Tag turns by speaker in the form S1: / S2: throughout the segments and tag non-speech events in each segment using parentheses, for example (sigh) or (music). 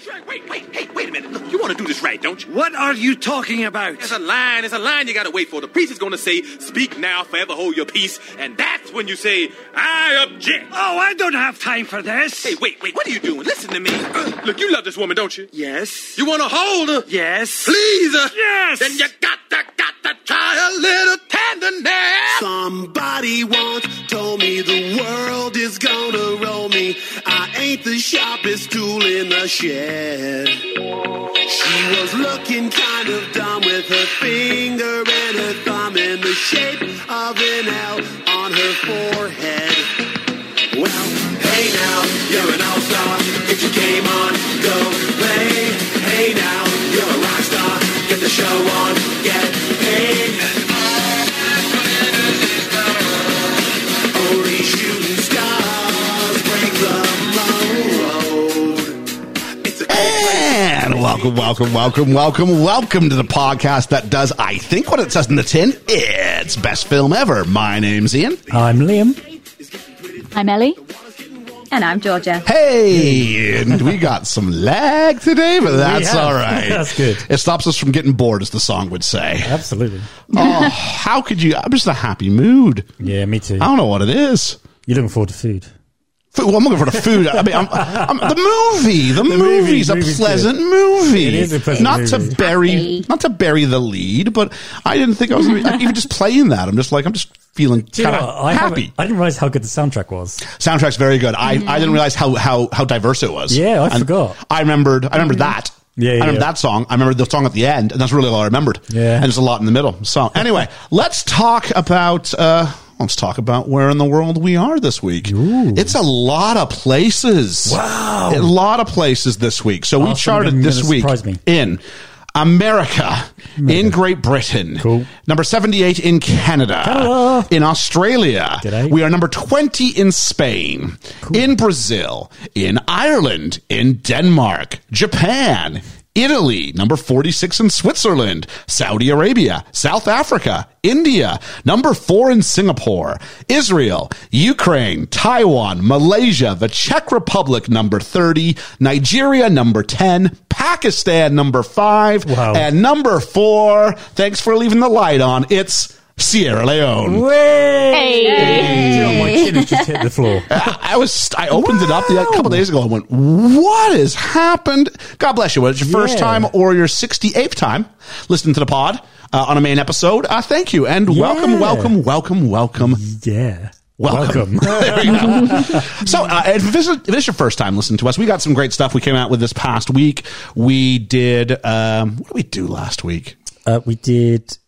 S1: Sure, wait, wait, hey, wait a minute. Look, you want to do this right, don't you?
S2: What are you talking about?
S1: There's a line, there's a line you gotta wait for. The priest is gonna say, speak now, forever hold your peace. And that's when you say, I object.
S2: Oh, I don't have time for this.
S1: Hey, wait, wait, what are you doing? Listen to me. Uh, look, you love this woman, don't you?
S2: Yes.
S1: You wanna hold her?
S2: Yes.
S1: Please her?
S2: Yes.
S1: Then you gotta, gotta try a little tenderness.
S3: Somebody once told me the world is gonna roll me. I ain't the sharpest tool in the shed. She was looking kind of dumb with her finger and her thumb in the shape of an L on her forehead. Well, hey now, you're an all star. Get your game on, go play. Hey now, you're a rock star. Get the show on, get paid. Only shooting stars break the mold. It's a
S4: And welcome, welcome, welcome, welcome, welcome to the podcast that does, I think, what it says in the tin. It's best film ever. My name's Ian.
S5: I'm Liam.
S6: I'm Ellie. And I'm Georgia.
S4: Hey, and we got some lag today, but that's
S5: have.
S4: all right.
S5: (laughs) That's good.
S4: It stops us from getting bored, as the song would say.
S5: Absolutely.
S4: Oh, how could you? I'm just in a happy mood.
S5: Yeah, me too.
S4: I don't know what it is.
S5: You're looking forward to food.
S4: Food, well, I'm looking for the food. I mean, I'm, I'm, the movie. The,
S5: movie,
S4: movie's a
S5: movie's
S4: pleasant movie.
S5: It is a pleasant
S4: not
S5: movie.
S4: to bury,
S6: Happy.
S4: not to bury the lead, but I didn't think I was gonna be, even just playing that. I'm just like I'm just feeling
S5: Do you
S4: kind
S5: know what? I
S4: of
S5: haven't-
S4: happy.
S5: I didn't realize how good the soundtrack was.
S4: Soundtrack's very good. I, I didn't realize how, how how diverse it was.
S5: Mm-hmm. Yeah, I
S4: And
S5: forgot. Mm-hmm.
S4: I remembered. I remembered that.
S5: Yeah, yeah,
S4: I remember
S5: yeah.
S4: that song. I remember the song at the end, and that's really all I remembered.
S5: Yeah.
S4: and there's a lot in the middle.
S5: (laughs)
S4: So anyway, let's talk about. Uh, let's talk about where in the world we are this week. It's a lot of places. Wow, a lot of places this week. So we
S5: Awesome.
S4: charted
S5: You're
S4: this
S5: gonna
S4: week
S5: surprise me.
S4: in. America, in Great Britain,
S5: Cool.
S4: number seventy-eight in Canada,
S5: Canada.
S4: in Australia,
S5: G'day.
S4: we are number 20 in Spain, in Brazil, in Ireland, in Denmark, Japan, Italy, number 46 in Switzerland, Saudi Arabia, South Africa, India, number 4 in Singapore, Israel, Ukraine, Taiwan, Malaysia, the Czech Republic, number 30, Nigeria, number 10, Pakistan, number 5,
S5: Wow.
S4: and number 4, thanks for leaving the light on, it's Sierra Leone.
S5: Do you know what? Oh, my chin has just hit the floor.
S4: (laughs) I I was I opened it up the, a couple days ago and went, "What has happened?" God bless you. Whether it's your first
S5: Yeah.
S4: time or your 68th time listening to the pod uh, on a main episode, uh, thank you and welcome,
S5: Yeah.
S4: welcome, welcome, welcome.
S5: Yeah.
S4: Welcome. (laughs) There we go. so, uh, if, this is, if this is your first time listening to us, we got some great stuff we came out with this past week. We did, um, what did we do last week?
S5: Uh, we did.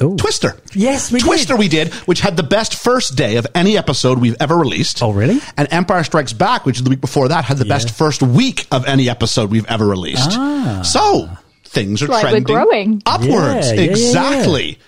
S5: Oh.
S4: Twister.
S5: Yes, we did.
S4: Twister we did, which had the best first day of any episode we've ever released.
S5: Oh, really?
S4: And Empire Strikes Back, which is the week before that, had the best first week of any episode we've ever released. So things are
S6: Like we're
S4: trending
S6: growing.
S4: upwards.
S5: Ah. Yeah, yeah, yeah,
S4: exactly.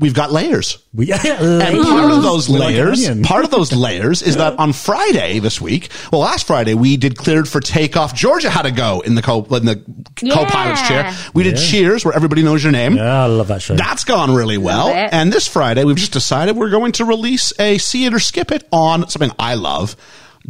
S4: We've got layers.
S5: We, (laughs)
S4: And part of those
S5: We're like an
S4: layers,
S5: onion.
S4: part of
S5: (laughs)
S4: those layers is that on Friday this week, well, last Friday we did cleared for takeoff. Georgia had to go in the co in the
S6: Yeah.
S4: co-pilot's chair. We did Cheers, where everybody knows your name.
S5: Yeah, I love that show.
S4: That's gone really well.
S6: it.
S4: And this Friday, we've just decided we're going to release a see it or skip it on something I love.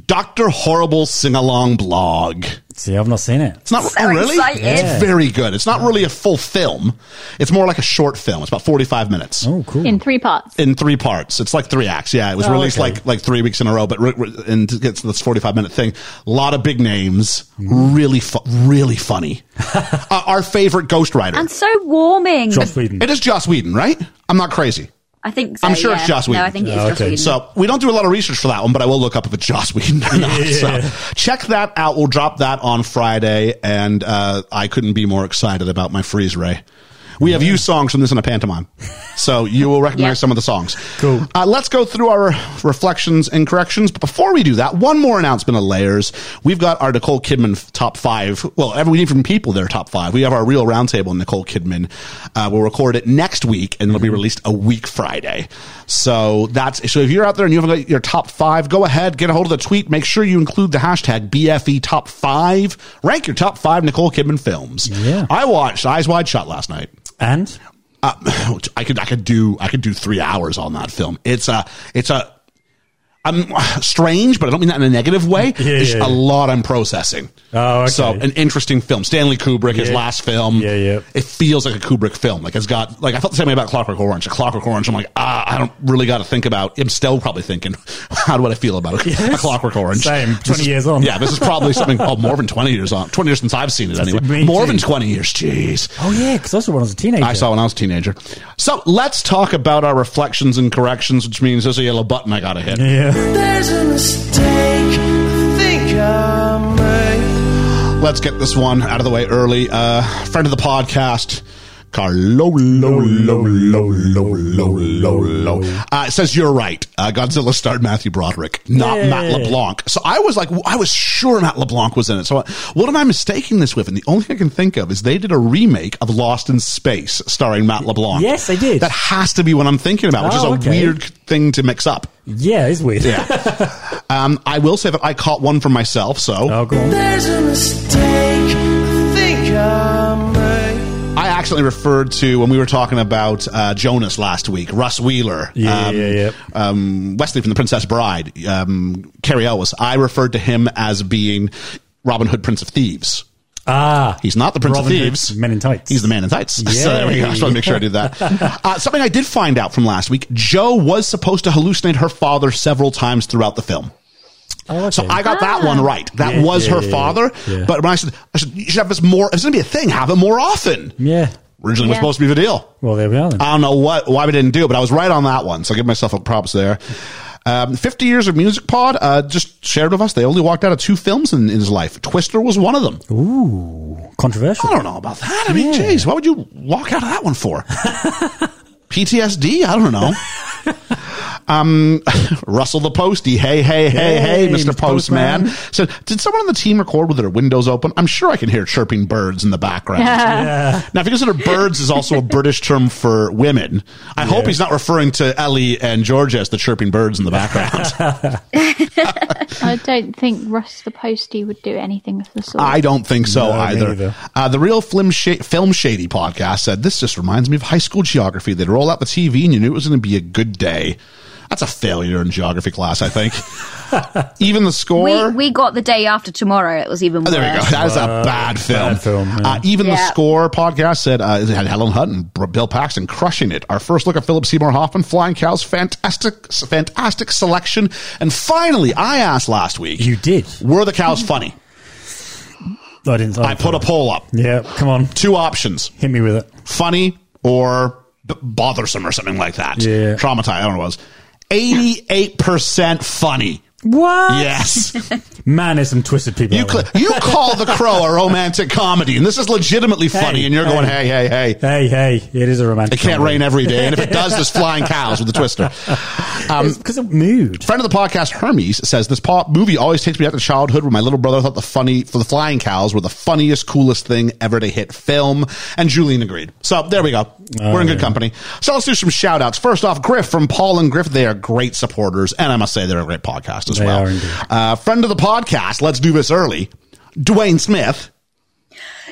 S4: Dr. Horrible Sing Along blog.
S5: See, I've not seen it.
S4: It's not
S6: So
S4: oh, really.
S6: excited.
S4: It's very good. It's not really a full film. It's more like a short film. It's about 45 minutes
S5: Oh, cool.
S6: In three parts.
S4: in three parts. It's like three acts. Yeah, it
S6: Oh,
S4: was released
S5: okay.
S4: like like three weeks in a row, but re- re- and it's this forty five minute thing. A lot of big names, really, fu- really funny. uh, our favorite ghostwriter.
S6: And so warming.
S5: Joss Whedon.
S4: it is Joss Whedon, right? I'm not crazy.
S6: I think so.
S4: I'm sure
S6: yeah.
S4: it's Joss Whedon.
S6: No, I think it's
S5: Yeah,
S6: Joss
S5: okay.
S6: Whedon.
S4: So we don't do a lot of research for that one, but I will look up if it's Joss Whedon or not. So check that out. We'll drop that on Friday, and uh, I couldn't be more excited about my freeze ray. We have used songs from this in a pantomime, so you will recognize
S6: Yeah.
S4: some of the songs.
S5: Cool.
S4: Uh, let's go through our reflections and corrections. But before we do that, one more announcement of layers. We've got our Nicole Kidman f- top five. Well, every, we need from people their top five. We have our real roundtable on Nicole Kidman. Uh, we'll record it next week and
S5: Mm-hmm.
S4: it'll be released a week Friday. So that's, so if you're out there and you haven't got your top five, go ahead, get a hold of the tweet. Make sure you include the hashtag BFE top five. Rank your top five Nicole Kidman films.
S5: Yeah.
S4: I watched Eyes Wide Shut last night.
S5: And
S4: (clears throat) Uh, I could I could do I could do three hours on that film. It's a it's a I'm strange, but I don't mean that in a negative way.
S5: (laughs) Yeah,
S4: There's
S5: yeah, yeah.
S4: a lot I'm processing.
S5: Oh, okay.
S4: So an interesting film, Stanley Kubrick, his
S5: Yeah.
S4: last film.
S5: Yeah, yeah.
S4: It feels like a Kubrick film. Like it's got like I felt the same way about Clockwork Orange. A Clockwork Orange. I'm like ah, I don't really got to think about. I'm still probably thinking, (laughs) how do I feel
S5: (laughs)
S4: about a, a Clockwork Orange?
S5: Same.
S4: This
S5: 20
S4: is-
S5: years on.
S4: Yeah, this is probably something. Oh, more than 20 years on. 20 years since I've seen it anyway.
S5: Me
S4: More
S5: too.
S4: than 20 years. Jeez.
S5: Oh yeah, because I saw one as a teenager.
S4: I saw when I was a teenager. So let's talk about our reflections and corrections, which means there's a yellow button I gotta hit.
S5: Yeah.
S7: There's a mistake I think I made.
S4: Let's get this one out of the way early. Uh, friend of the podcast, Carlo, lo, lo, lo, lo, lo, lo, lo. Uh, it says you're right. Uh, Godzilla starred Matthew Broderick, not
S5: Yay.
S4: Matt LeBlanc. So I was like, I was sure Matt LeBlanc was in it. So I- what am I mistaking this with? And the only thing I can think of is they did a remake of Lost in Space starring Matt LeBlanc.
S5: Yes, they did.
S4: That has to be what I'm thinking about, which
S5: Oh,
S4: is a
S5: okay.
S4: weird thing to mix up.
S5: Yeah, it's weird.
S4: Yeah. um, I will say that I caught one for myself. So
S5: (laughs) Oh, go on.
S7: There's a mistake I think I made.
S4: I accidentally referred to when we were talking about uh, Jonas last week, Russ Wheeler,
S5: Yeah, yeah, yeah.
S4: um, Wesley from The Princess Bride, um, Carrie Elwes. I referred to him as being Robin Hood, Prince of Thieves.
S5: Ah,
S4: He's not the Prince
S5: Robin
S4: of
S5: Hood,
S4: Thieves.
S5: Men in Tights.
S4: He's the man in tights. (laughs) So there we go. I just want to make sure I did that. (laughs) Uh, something I did find out from last week Joe was supposed to hallucinate her father several times throughout the film.
S5: Oh, okay.
S4: So uh, I got that one right. That was
S5: yeah,
S4: her
S5: yeah,
S4: father.
S5: yeah.
S4: But when I said, I said, you should have this more, it's going to be a thing, have it more often.
S5: yeah.
S4: Originally
S6: Yeah.
S4: was supposed to be the deal.
S5: Well, there we are then.
S4: I don't know what why we didn't do it, but I was right on that one. So I give myself a props there. Um, 50 years of Music Pod uh, just shared with us. They only walked out of two films in, in his life. Twister was one of them.
S5: Controversial.
S4: I don't know about that. I mean,
S5: Yeah.
S4: jeez, what would you walk out of that one
S5: (laughs)
S4: for? PTSD? I don't know. um, (laughs) Russell the Postie. Hey, hey, hey, hey,
S5: Hey,
S4: Mr.
S5: Mr.
S4: Postman.
S5: Postman.
S4: Said, did someone on the team record with their windows open? I'm sure I can hear chirping birds in the background.
S5: (laughs)
S4: Now, if you consider birds is also a British term for women, I hope he's not referring to Ellie and Georgia as the chirping birds in the
S5: (laughs)
S4: background.
S6: I don't think Russ the Postie would do anything of the sort.
S4: I don't think so
S5: No, me
S4: either.
S5: neither.
S4: Uh, the real Flim Sha- film shady podcast said this just reminds me of high school geography. They'd roll out the TV and you knew it was going to be a good day. That's a failure in geography class, I
S5: (laughs)
S4: think. Even the score.
S8: We, we got the day after tomorrow. It was
S4: Oh,
S8: even worse.
S4: there we go. That is a bad film.
S5: film, yeah.
S4: uh, even the
S8: Yeah.
S4: score podcast said uh, it had Helen Hunt and Br- Bill Paxton crushing it. Our first look at Philip Seymour Hoffman, Flying Cows, fantastic, fantastic selection. And finally, I asked last week,
S5: You did.
S4: were the cows
S5: (laughs)
S4: funny?
S5: I didn't.
S4: I put a poll up.
S5: Yeah, come on.
S4: Two options.
S5: Hit me with it.
S4: funny or b- bothersome or something like that.
S5: Yeah.
S4: Traumatized. I don't know what it was. 88% funny.
S5: What? (laughs)
S4: Yes.
S5: Man, there's some twisted people.
S4: You,
S5: out
S4: cl-
S5: there.
S4: you call The
S5: (laughs)
S4: Crow a romantic comedy, and this is legitimately funny,
S5: Hey,
S4: and you're going, hey,
S5: hey.
S4: hey, hey.
S5: Hey, hey, it is a romantic.
S4: It can't rain every day, and if it does,
S5: (laughs)
S4: there's flying cows with a twister. Um,
S5: Because of mood.
S4: Friend of the podcast, Hermes, says this pop movie always takes me back to childhood where my little brother thought the funny for the flying cows were the funniest, coolest thing ever to hit film. And Julian agreed. So there we go. We're
S5: Oh,
S4: in good company. So let's do some shout outs. First off, Griff from Paul and Griff. They are great supporters. And I must say they're a great podcast as
S5: They
S4: well.
S5: are indeed.
S4: uh, friend of the podcast. Let's do this early. Dwayne Smith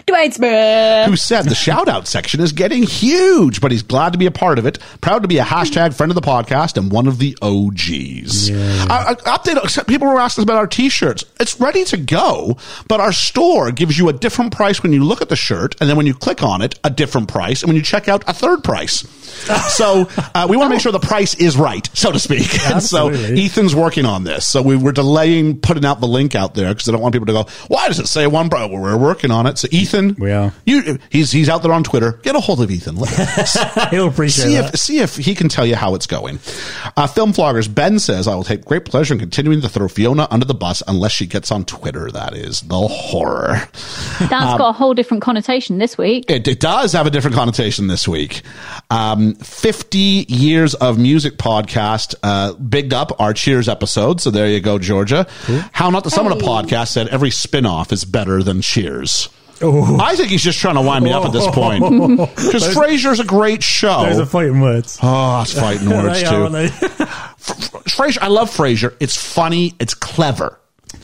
S8: Dwayne
S4: (laughs)
S8: Smith.
S4: who said the shout out section is getting huge, but he's glad to be a part of it. Proud to be a hashtag friend of the podcast and one of the OGs. Uh, uh, update except people were asking us about our t shirts. It's ready to go, but our store gives you a different price when you look at the shirt, and then when you click on it, a different price, and when you check out, a third price. so uh, we want to make sure the price is right, so to speak. (laughs) And so
S5: Absolutely.
S4: Ethan's working on this. So we were delaying putting out the link out there because I don't want people to go, why does it say one price? Well, we're working on it. So Ethan,
S5: We are.
S4: you, he's he's out there on Twitter. Get a hold of Ethan. Let-
S5: (laughs)
S4: s-
S5: He'll appreciate
S4: see
S5: that.
S4: if see if he can tell you how it's going. Uh, Film floggers Ben says I will take great pleasure in continuing to throw Fiona under the bus unless she gets on Twitter. That is the horror.
S6: That's got a whole different connotation this week.
S4: Um, It, it does have a different connotation this week. Um, 50 years of music podcast uh, bigged up our Cheers episode. So there you go, Georgia. How Not to Summon a podcast said every spinoff is better than Cheers. I think he's just trying to wind me up at this point
S5: (laughs)
S4: because Frasier's a great
S5: Those are
S4: show.
S5: fighting words.
S4: Oh, it's
S5: (laughs)
S4: fighting words
S5: They (laughs) are,
S4: too.
S5: aren't they?
S4: Frasier, I love Frasier. It's funny. It's clever.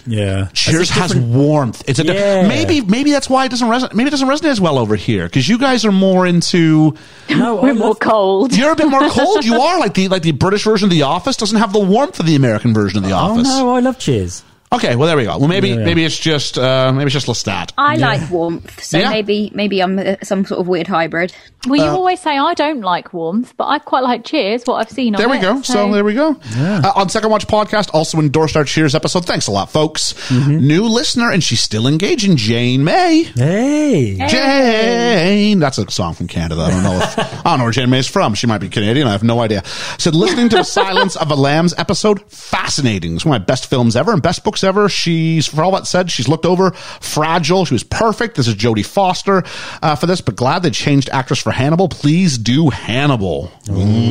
S5: Yeah.
S4: Cheers has warmth. It's a di-
S5: Yeah.
S4: maybe maybe that's why it doesn't resonate. Maybe it doesn't resonate as well over here because you guys are more into
S5: No, I
S6: (laughs) We're more
S5: love-
S6: cold.
S4: you're a bit more cold. You are like the like the British version of The Office doesn't have the warmth of the American version of The
S5: Oh
S4: Office.
S5: no, I love Cheers.
S4: Okay, well there we go. Well maybe
S5: Yeah.
S4: maybe it's just uh, maybe it's just Lestat.
S8: I like warmth, so
S4: Yeah.
S8: maybe maybe I'm uh, some sort of weird hybrid.
S6: Well,
S4: uh,
S6: you always say I don't like warmth, but I quite like Cheers. What I've seen.
S4: There
S6: on
S4: we
S6: it,
S4: go. So, there we go. Uh, on Second Watch Podcast, also endorsed our Cheers episode. Thanks a lot, folks.
S5: Mm-hmm.
S4: New listener, and she's still engaging, Jane May.
S5: Hey.
S4: Jane. That's a song from Canada. I don't know. If, I don't know where Jane May is from. She might be Canadian. I have no idea. Said listening to the Silence of a Lambs episode, fascinating. It's one of my best films ever and best books ever. She's for all that said, she's looked over fragile. She was perfect. This is Jodie Foster uh, for this, but glad they changed actress for Hannibal. Please do Hannibal.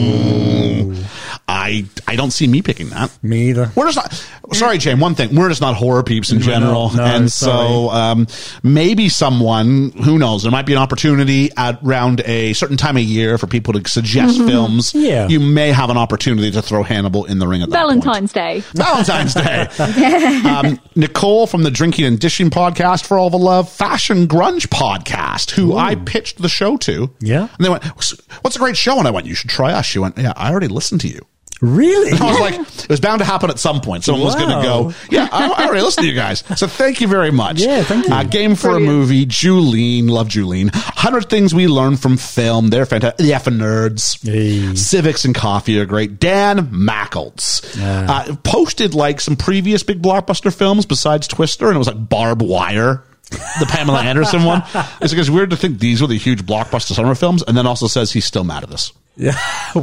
S4: Mm. I I don't see me picking that.
S5: Me either.
S4: We're just not. Sorry, Jane. One thing, we're just not horror peeps in general,
S5: no,
S4: and so
S5: sorry.
S4: um, maybe someone who knows there might be an opportunity at around a certain time of year for people to suggest films.
S5: Mm-hmm. Yeah.
S4: you may have an opportunity to throw Hannibal in the ring at that point.
S6: Valentine's Day.
S4: Valentine's Day. (laughs)
S6: (laughs)
S4: um, Nicole from the Drinking and Dishing podcast for all the love, Fashion Grunge podcast, who I pitched the show to.
S5: Yeah.
S4: and they went, "What's a great show?" And I went, "You should try us." She went, "Yeah, I already listened to you." (laughs)
S5: Really? (laughs)
S4: I was like, it was bound to happen at some point. Someone was going to
S5: Wow.
S4: go, yeah, I, I already listened to you guys. So thank you very much.
S5: Yeah, thank you.
S4: Uh, game for a movie, Julene, love Julene. 100 Things We Learned from Film. They're fantastic. The F and Nerds.
S5: Hey.
S4: Civics and Coffee are great. Dan Mackles uh, posted like some previous big blockbuster films besides Twister, and it was like Barb Wire. the Pamela Anderson
S5: (laughs)
S4: one. It's, like, it's weird to think these were the huge blockbuster summer films, and then also says he's still mad at us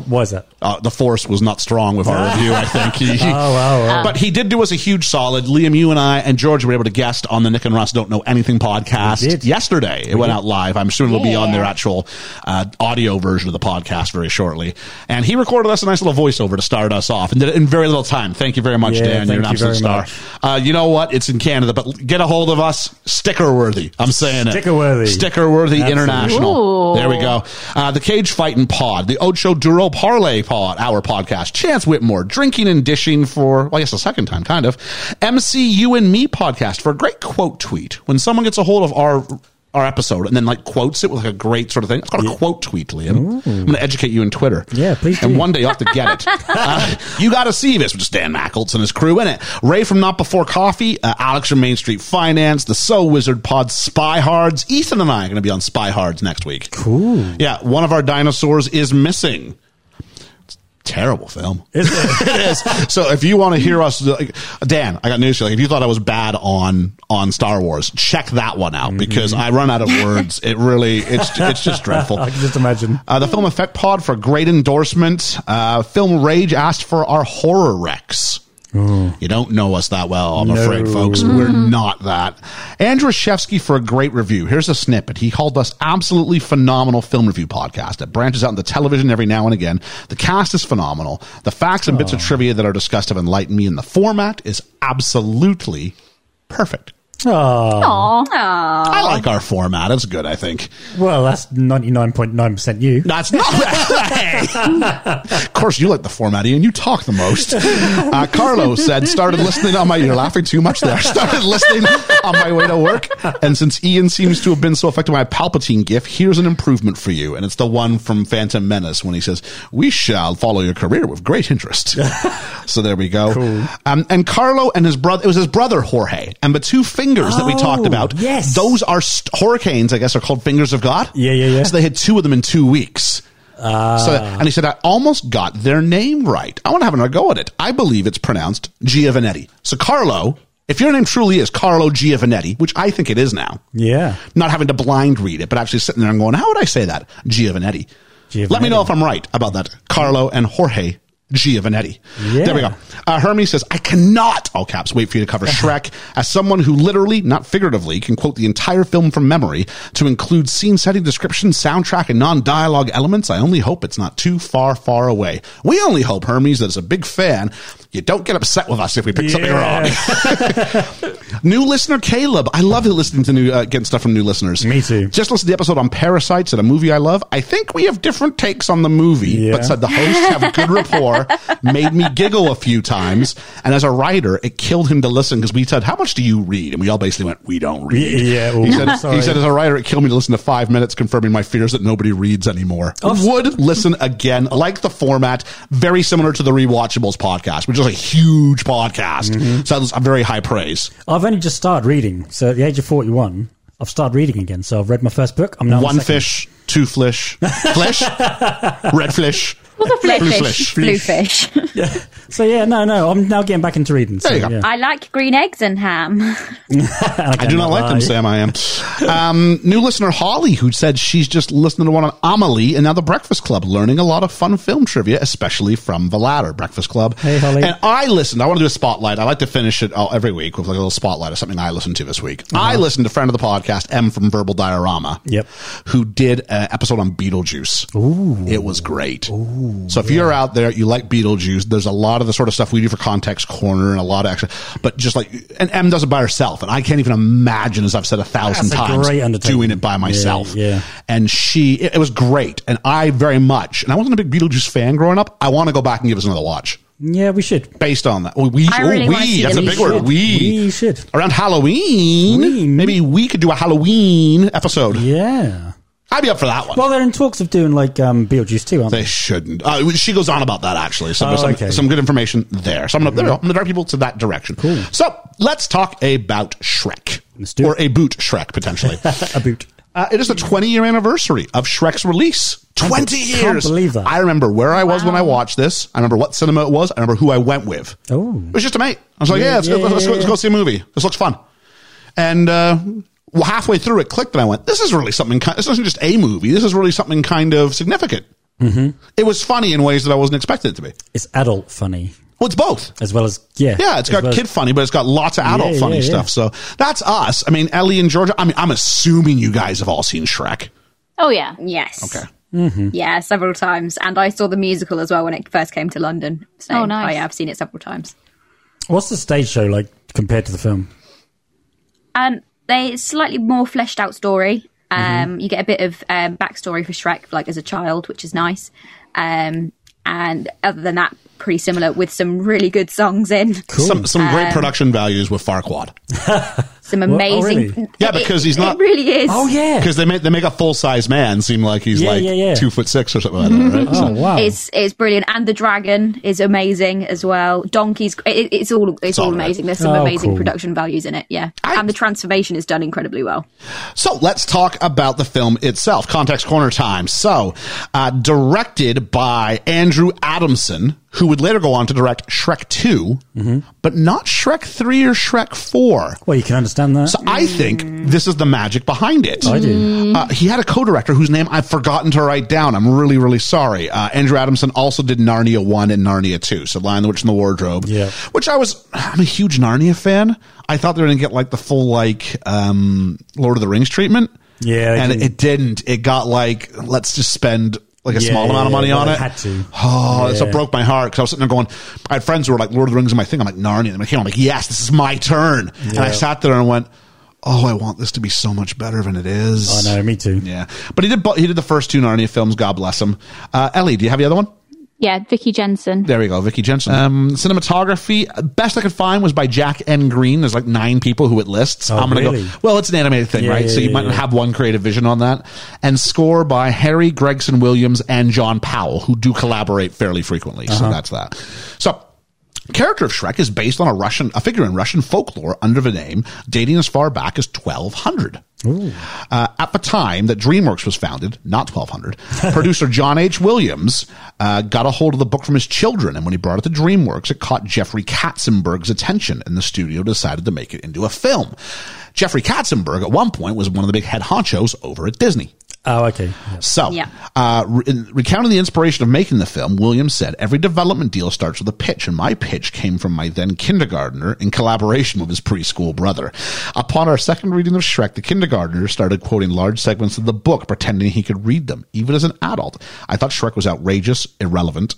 S5: was it?
S4: uh, the force was not strong with
S5: (laughs)
S4: our review. I think. He,
S5: Oh,
S4: he- But he did do us a huge solid. Liam, you and I and George were able to guest on the Nick and Ross Don't Know Anything
S5: We
S4: podcast
S5: did.
S4: yesterday. It went out live. I'm assuming it'll be on their actual uh, audio version of the podcast very shortly. And he recorded us a nice little voiceover to start us off and did it in very little time. Thank you very much,
S5: Yeah,
S4: Dan. You're an
S5: thank you
S4: absolute
S5: very
S4: star. Uh, you know what? It's in Canada, but get a hold of us. Sticker worthy. I'm saying it.
S5: Sticker-worthy.
S4: Sticker worthy
S5: Absolutely.
S4: international.
S6: Ooh.
S4: There we go. Uh, the Cage Fighting Pod, the Ocho Duro Parlay Pod, our podcast, Chance Whitmore, Drinking and Dishing for, well, I guess the second time, kind of, MCU and Me podcast for a great quote tweet. When someone gets a hold of our our episode and then like quotes it with like a great sort of thing. It's called a quote tweet, Liam. I'm going to educate you in Twitter.
S5: Yeah, please
S4: And
S5: do.
S4: one day you'll have to
S5: (laughs)
S4: get it. Uh, you got to see this, which is Dan Mackles and his crew in it. Ray from Not Before Coffee, uh, Alex from Main Street Finance, the So Wizard Pod, Spy Hards. Ethan and I are going to be on Spy Hards next week.
S5: Cool.
S4: Yeah, one of our dinosaurs is missing. It's a terrible film.
S5: (laughs) Is it?
S4: (laughs) It is. So if you want to hear us, like, Dan, I got news for you. Like, if you thought I was bad on on Star Wars, check that one
S5: Mm-hmm.
S4: out because I run out of words. It really, it's it's just dreadful.
S5: (laughs) I can just imagine.
S4: Uh, the Film Effect Pod for great endorsement. Uh, Film Rage asked for our horror recs. You don't know us that well, I'm afraid, folks. We're not that. Andrew Shevsky for a great review. Here's a snippet. He called us absolutely phenomenal film review podcast that branches out into television every now and again. The cast is phenomenal. The facts and bits of trivia that are discussed have enlightened me, and the format is absolutely perfect.
S5: Ah.
S6: Aw.
S4: I like our format. It's good, I think.
S5: Well, that's ninety nine point nine percent you.
S4: That's not.
S5: (laughs)
S4: Hey. of course, you like the format, and you talk the most. Uh, Carlos said, started listening on my. You're laughing too much there. Started listening on my way to work, and since Ian seems to have been so affected by my Palpatine gif, here's an improvement for you, and it's the one from Phantom Menace when he says, "We shall follow your career with great interest."
S5: (laughs)
S4: so there we go. Um, and Carlo and his brother. It was his brother Jorge, and the two fingers that we talked
S5: Oh,
S4: about.
S5: yes.
S4: those are st- hurricanes. I guess are called fingers of God.
S5: Yeah, yeah, Ah. yeah.
S4: So they had two of them in two weeks. so, and he said, I almost got their name right. I want to have another go at it. I believe it's pronounced Giovanetti. So, Carlo, if your name truly is Carlo Giovanetti, which I think it is now,
S5: Yeah.
S4: not having to blind read it, but actually sitting there and going, how would I say that? Giovanetti. Let me
S5: Giovanetti.
S4: know if I'm right about that. Carlo and Jorge Giovanetti.
S5: Yeah.
S4: There we go. Uh, Hermes says, I cannot, all caps, wait for you to
S5: (laughs)
S4: cover Shrek as someone who literally, not figuratively, can quote the entire film from memory to include scene setting, description, soundtrack, and non dialogue elements. I only hope it's not too far, far away. We only hope, Hermes, that as a big fan, you don't get upset with us if we pick something
S5: Yeah.
S4: wrong. New listener Caleb. I love listening to new uh, getting stuff from new listeners.
S5: Me too.
S4: Just listened to the episode on parasites and a movie I love. I think we have different takes on the movie,
S5: Yeah.
S4: but said the hosts have good rapport.
S5: (laughs)
S4: Made me giggle a few times, and as a writer, it killed him to listen because we said, "How much do you read?" And we all basically went, "We don't read."
S5: (laughs) Yeah, well,
S4: he
S5: (laughs)
S4: said, he
S5: sorry.
S4: said, as a writer, it killed me to listen to five minutes confirming my fears that nobody reads anymore. Would listen again, like the format, very similar to the Rewatchables podcast, which is a huge podcast.
S5: Mm-hmm.
S4: So that's a very high praise.
S5: I've only just started reading. So at the age of 41, I've started reading again. So I've read my first book. I'm now on
S4: One
S5: the second.
S4: fish, two flesh,
S5: (laughs)
S4: flesh, red flesh,
S8: Blue
S4: blue
S8: fish.
S4: flesh.
S8: Blue fish. (laughs)
S5: So yeah, no, no, I'm now getting back into reading. So,
S4: There you go.
S5: yeah.
S8: I like green eggs and ham. (laughs)
S4: I do not like them, Sam. I am. Um, new listener Holly, who said she's just listening to one on Amelie and now The Breakfast Club, learning a lot of fun film trivia, especially from the latter Breakfast Club.
S5: Hey, Holly.
S4: And I listened. I want to do a spotlight. I like to finish it all, every week with like a little spotlight of something I listened to this week.
S5: Uh-huh.
S4: I listened to friend of the podcast M from Verbal Diorama.
S5: Yep.
S4: Who did an episode on Beetlejuice? Ooh, it was great. so if you're out there, you like Beetlejuice. There's a lot of the sort of stuff we do for Context Corner and a lot of extra, but just like and M does it by herself, and I can't even imagine, as I've said a thousand
S5: That's a
S4: times,
S5: great undertaking.
S4: doing it by myself.
S5: yeah.
S4: And she, it, it was great, and I very much, and I wasn't a big Beetlejuice fan growing up. I want to go back and give us another watch
S5: Yeah, we should.
S4: based on that. Well, we,
S8: I
S4: oh,
S8: really wanna
S4: we,
S8: see
S4: that's a
S8: them.
S4: big
S8: We
S4: word.
S5: should.
S4: We.
S5: We should.
S4: Around Halloween,
S5: We.
S4: maybe we could do a Halloween episode.
S5: Yeah.
S4: I'd be up for that one.
S5: Well, they're in talks of doing like um, Beetlejuice too, aren't
S4: they
S5: they?
S4: shouldn't. Uh, she goes on about that actually. So
S5: Oh,
S4: some,
S5: okay. Mm-hmm.
S4: some good information there. So I'm gonna, there we go. I'm gonna direct people to that direction. So let's talk about Shrek
S5: Let's do
S4: or
S5: it.
S4: a boot Shrek
S5: (laughs)
S4: potentially.
S5: A boot.
S4: Uh, it is the 20 year anniversary of Shrek's release. 20 years.
S5: can't believe that.
S4: I remember where I was when I watched this. I remember what cinema it was. I remember who I went with.
S5: Oh.
S4: It was just a mate. I was like, yeah, let's, go,
S5: yeah,
S4: let's, go,
S5: yeah,
S4: let's
S5: yeah.
S4: go see a movie. This looks fun. And uh, well, halfway through it clicked and I went, this is really something. Kind, this isn't just a movie. This is really something kind of significant.
S5: Mm-hmm.
S4: It was funny in ways that I wasn't expecting it to be.
S5: It's adult funny
S4: Well, it's both.
S5: as well as yeah.
S4: Yeah, it's
S5: as
S4: got
S5: well as-
S4: kid funny, but it's got lots of adult
S5: Yeah,
S4: funny
S5: yeah, yeah.
S4: stuff. So that's us. I mean, Ellie and Georgia. I mean, I'm assuming you guys have all seen Shrek.
S6: Oh yeah.
S8: Yes.
S4: Okay.
S8: Yeah, several times. And I saw the musical as well when it first came to London. So
S6: Oh, nice.
S8: I have seen it several times.
S5: What's the stage show like compared to the film?
S8: And they it's slightly more fleshed out story. Um, You get a bit of um, backstory for Shrek, like as a child, which is nice. Um, and other than that, pretty similar with some really good songs in.
S4: Some some
S8: Um,
S4: great production values with Farquad
S8: Some
S5: oh,
S8: amazing.
S5: really?
S4: Yeah,
S8: It-
S4: because he's not-
S8: It really is.
S4: Oh,
S5: yeah.
S4: because they make they make a full size man seem like he's
S5: Yeah,
S4: like
S5: yeah, yeah.
S4: two foot six or something. Like that, right?
S5: Oh
S4: So-
S5: wow.
S8: It's it's brilliant, and the dragon is amazing as well. Donkeys, it, it's all it's,
S4: all
S8: all
S4: right.
S8: amazing. There's some
S5: Oh,
S8: amazing
S5: cool.
S8: production values in it, yeah. and the transformation is done incredibly well.
S4: So let's talk about the film itself. Context Corner time. So, uh, directed by Andrew Adamson, who would later go on to direct Shrek 2, but not Shrek 3 or Shrek 4.
S5: well, you can understand that.
S4: So I think this is the magic behind it.
S5: Oh,
S4: I do. Uh, he had a co-director whose name I've forgotten to write down. I'm really, really sorry. Uh, Andrew Adamson also did Narnia One and Narnia Two, so Lion, the Witch, and the Wardrobe.
S5: Yeah.
S4: Which I was. I'm a huge Narnia fan. I thought they were going to get like the full like um, Lord of the Rings treatment.
S5: Yeah, they
S4: and
S5: didn't.
S4: it didn't. It got like let's just spend. Like a
S5: Yeah,
S4: small
S5: yeah,
S4: amount of money
S5: yeah,
S4: on
S5: they
S4: it.
S5: had to.
S4: Oh, so it
S5: Yeah.
S4: broke my heart because I was sitting there going, I had friends who were like Lord of the Rings in my thing. I'm like Narnia. And I came, I'm like, yes, this is my turn. And I
S5: Yeah.
S4: sat there and went, oh, I want this to be so much better than it
S5: I
S4: is.
S5: know, me too.
S4: Yeah, but he did. bo- He did the first two Narnia films. God bless him. Uh, Ellie, do you have the other one?
S6: Yeah, Vicky Jensen.
S4: There we go, Vicky Jensen. Um, cinematography, best I could find was by Jack N. Green. There's like nine people who it lists.
S5: Oh,
S4: I'm gonna
S5: really?
S4: go. Well, it's an animated thing,
S5: Yeah,
S4: right?
S5: yeah,
S4: so you
S5: yeah,
S4: might not
S5: yeah.
S4: have one creative vision on that. And score by Harry Gregson Williams and John Powell, who do collaborate fairly frequently.
S5: Uh-huh.
S4: So that's that. So. Character of Shrek is based on a Russian, a figure in Russian folklore under the name dating as far back as 1200. Uh, at the time that DreamWorks was founded, not 1200, producer John H. Williams uh, got a hold of the book from his children, and when he brought it to DreamWorks, it caught Jeffrey Katzenberg's attention, and the studio decided to make it into a film. Jeffrey Katzenberg, at one point, was one of the big head honchos over at Disney.
S5: Oh, okay. Yeah.
S4: So,
S8: Yeah.
S4: uh, re- recounting the inspiration of making the film, Williams said, Every development deal starts with a pitch, and my pitch came from my then kindergartner in collaboration with his preschool brother. Upon our second reading of Shrek, the kindergartner started quoting large segments of the book, pretending he could read them, even as an adult. I thought Shrek was outrageous, irrelevant,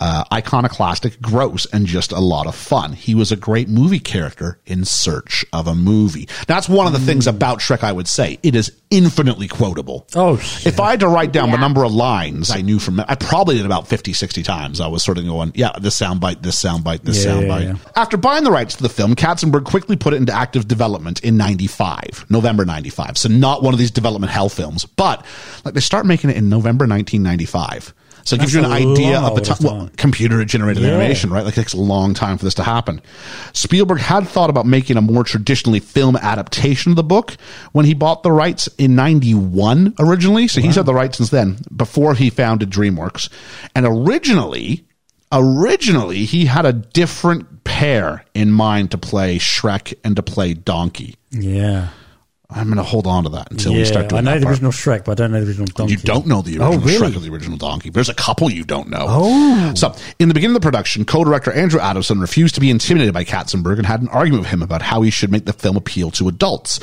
S4: uh, iconoclastic, gross, and just a lot of fun. He was a great movie character in search of a movie. That's one of the things about Shrek, I would say. It is infinitely quotable.
S5: Oh,
S4: If I had to write down the
S8: Yeah.
S4: number of lines I knew from, I probably did about 50, 60 times. I was sort of going, yeah, this soundbite, this soundbite, this
S5: Yeah, yeah,
S4: soundbite.
S5: yeah.
S4: After buying the rights to the film, Katzenberg quickly put it into active development in 95, November 95. So not one of these development hell films, but like they start making it in November 1995. So it gives you
S5: That's
S4: an
S5: a
S4: idea of the
S5: lot of
S4: time. Well,
S5: time.
S4: computer generated
S5: Yeah.
S4: animation, right? Like it takes a long time for this to happen. Spielberg had thought about making a more traditionally film adaptation of the book when he bought the rights in 91 originally. So he's had the rights since then, before he founded DreamWorks. And originally, originally, he had a different pair in mind to play Shrek and to play Donkey.
S5: yeah.
S4: I'm going to hold on to that until we
S5: Yeah,
S4: start doing
S5: I know
S4: that
S5: the
S4: part.
S5: original Shrek, but I don't know the original Donkey.
S4: You don't know the
S5: Oh,
S4: original
S5: really?
S4: Shrek or the original Donkey. There's a couple you don't know. Oh. So, in the beginning of the production, co director Andrew Adamson refused to be intimidated by Katzenberg and had an argument with him about how he should make the film appeal to adults.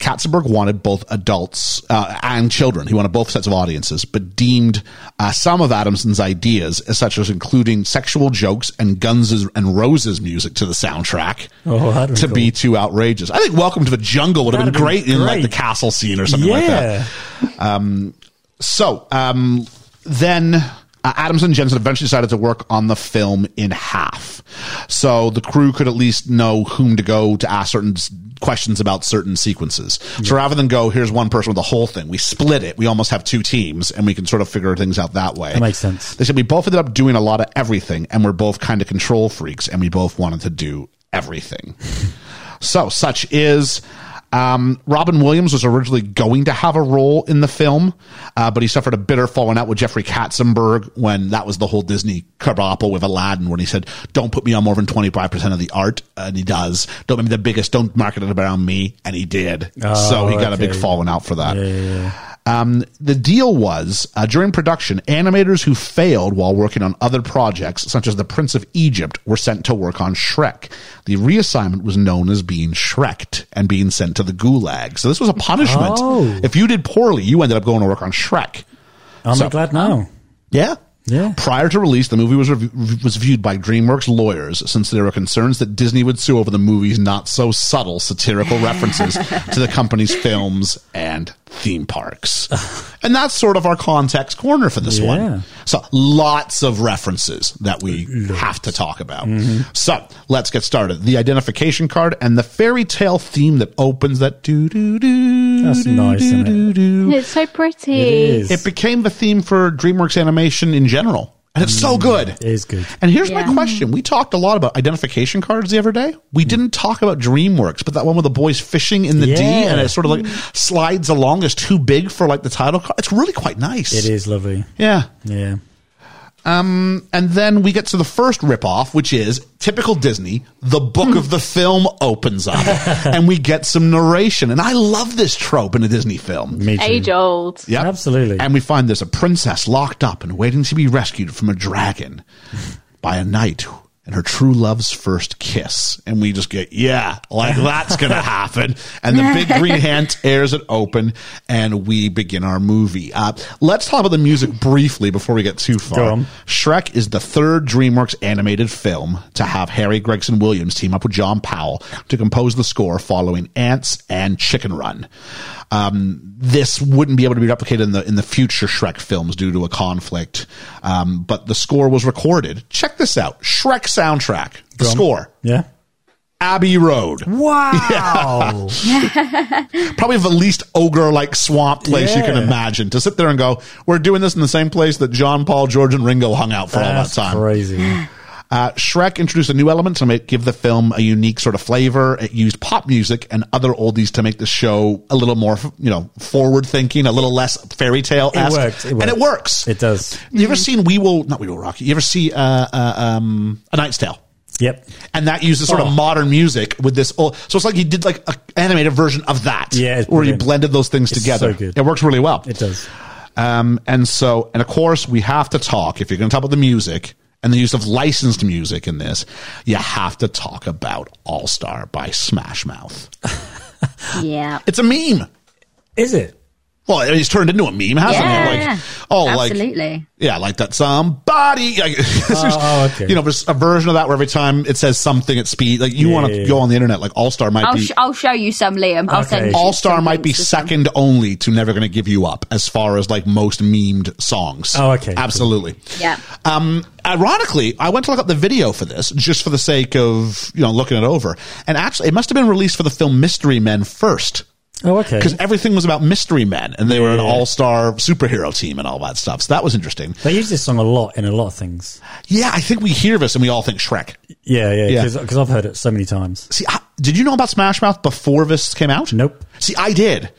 S4: Katzenberg wanted both adults uh, and children. He wanted both sets of audiences, but deemed uh, some of Adamson's ideas, as such as including sexual jokes and Guns and Roses music to the soundtrack,
S5: Oh, that'd be
S4: to be
S5: cool.
S4: too outrageous. I think Welcome to the Jungle would have been
S5: That'd have been
S4: great, in like
S5: great.
S4: the castle scene or something like that. Um,
S5: Yeah.
S4: So um, then uh, Adams and Jensen eventually decided to work on the film in half. So the crew could at least know whom to go to ask certain s- questions about certain sequences. So rather than go, here's one person with the whole thing, we split it. We almost have two teams and we can sort of figure things out that way.
S5: That makes sense.
S4: They said we both ended up doing a lot of everything and we're both kind of control freaks and we both wanted to do everything. So, such is. Um, Robin Williams was originally going to have a role in the film, uh, but he suffered a bitter falling out with Jeffrey Katzenberg when that was the whole Disney kerbople with Aladdin, when he said, Don't put me on more than 25% of the art. And he does. Don't make me the biggest. Don't market it around me. And he did. so he got a big
S5: Oh, okay.
S4: falling out for that.
S5: Yeah, yeah, yeah.
S4: Um, the deal was uh, during production, animators who failed while working on other projects, such as The Prince of Egypt, were sent to work on Shrek. The reassignment was known as being Shreked and being sent to the gulag. So this was a punishment.
S5: Oh.
S4: If you did poorly, you ended up going to work on Shrek.
S5: I'm
S4: So-
S5: glad now.
S4: Yeah.
S5: Yeah.
S4: Prior to release, the movie was rev- was viewed by DreamWorks lawyers since there were concerns that Disney would sue over the movie's not so subtle satirical
S5: (laughs)
S4: references to the company's films and theme parks. and that's sort of our context corner for this
S5: Yeah.
S4: one. So lots of references that we have to talk about.
S5: Mm-hmm.
S4: So let's get started. The identification card and the fairy tale theme that opens that doo doo doo.
S5: That's nice, isn't it?
S4: doo.
S6: It's so pretty.
S5: It is.
S4: It became the theme for DreamWorks animation in general. And it's so good.
S5: It is good.
S4: And here's my
S8: Yeah.
S4: question. We talked a lot about identification cards the other day. We didn't talk about DreamWorks, but that one with the boys fishing in the D
S5: Yeah.
S4: and it sort of like slides along is too big for like the title card. It's really quite nice.
S5: It is lovely.
S4: Yeah.
S5: Yeah.
S4: And then we get to the first ripoff, which is typical Disney. The book of the film opens
S5: (laughs)
S4: up and we get some narration. And I love this trope in a Disney film.
S5: Me too.
S6: Age old.
S4: Yep.
S5: Absolutely.
S4: And we find there's a princess locked up and waiting to be rescued from a
S5: (laughs)
S4: dragon by a knight and her true love's first kiss. And we just get, yeah, like that's
S5: (laughs)
S4: going to happen. And the big green hand tears it open and we begin our movie. Uh, let's talk about the
S5: (laughs)
S4: music briefly before we get too far.
S5: Go on.
S4: Shrek is the third DreamWorks animated film to have Harry Gregson Williams team up with John Powell to compose the score following Ants and Chicken Run. Um, this wouldn't be able to be replicated in the in the future Shrek films due to a conflict, um, but the score was recorded. Check this out: Shrek soundtrack, the
S5: on.
S4: score,
S5: yeah.
S4: Abbey Road,
S5: Hmm. (laughs) Wow.
S4: probably the least ogre-like swamp place you can
S5: Yeah.
S4: imagine. To sit there and go, "We're doing this in the same place that John Paul, George, and Ringo hung out for all that
S5: That's
S4: time."
S5: crazy.
S4: Uh, Shrek introduced a new element to make, give the film a unique sort of flavor. It used pop music and other oldies to make the show a little more, you know, forward thinking, a little less fairy tale.
S5: It works, it
S4: and it works.
S5: works. It does.
S4: You ever seen We Will? Not We Will Rock You. You ever see uh, uh, um, a Knight's Tale?
S5: Yep.
S4: and that uses sort
S5: Oh.
S4: of modern music with this old. So it's like he did like an animated version of that.
S5: Yeah, it's
S4: where he
S5: brilliant.
S4: blended those things
S5: It's
S4: together.
S5: so good.
S4: It works really well.
S5: It does.
S4: Um, and so, and of course, we have to talk. If you're going to talk about the music and the use of licensed music in this, you have to talk about All Star by Smash Mouth.
S8: Yeah.
S4: It's a meme.
S5: Is it?
S4: Well, I mean, it's turned into a meme, hasn't
S8: Yeah.
S4: it? Like, oh, like
S8: Absolutely.
S4: yeah, like that somebody. (laughs) Like,
S5: oh, okay.
S4: You know, there's a version of that where every time it says something at speed, like you
S5: Yeah,
S4: want to
S5: yeah, yeah.
S4: go on the internet, like All Star might
S8: I'll,
S4: be
S8: Oh, sh- oh, I'll show you some, Liam. I'll send
S5: Okay.
S8: you
S4: All Star
S8: some
S4: might be
S8: links to some.
S4: second only to Never Gonna Give You Up as far as like most memed songs.
S5: Oh, okay.
S4: Absolutely.
S8: Yeah.
S4: Um, ironically, I went to look up the video for this just for the sake of, you know, looking it over. And actually, it must have been released for the film Mystery Men first
S5: Oh, okay.
S4: because everything was about Mystery Men and they were an
S5: Yeah.
S4: all star superhero team and all that stuff. So that was interesting.
S5: They use this song a lot in a lot of things.
S4: Yeah, I think we hear this and we all think Shrek.
S5: Yeah,
S4: Yeah.
S5: yeah, because I've heard it so many times.
S4: See, I, did you know about Smash Mouth before this came out?
S5: Nope.
S4: See, I did.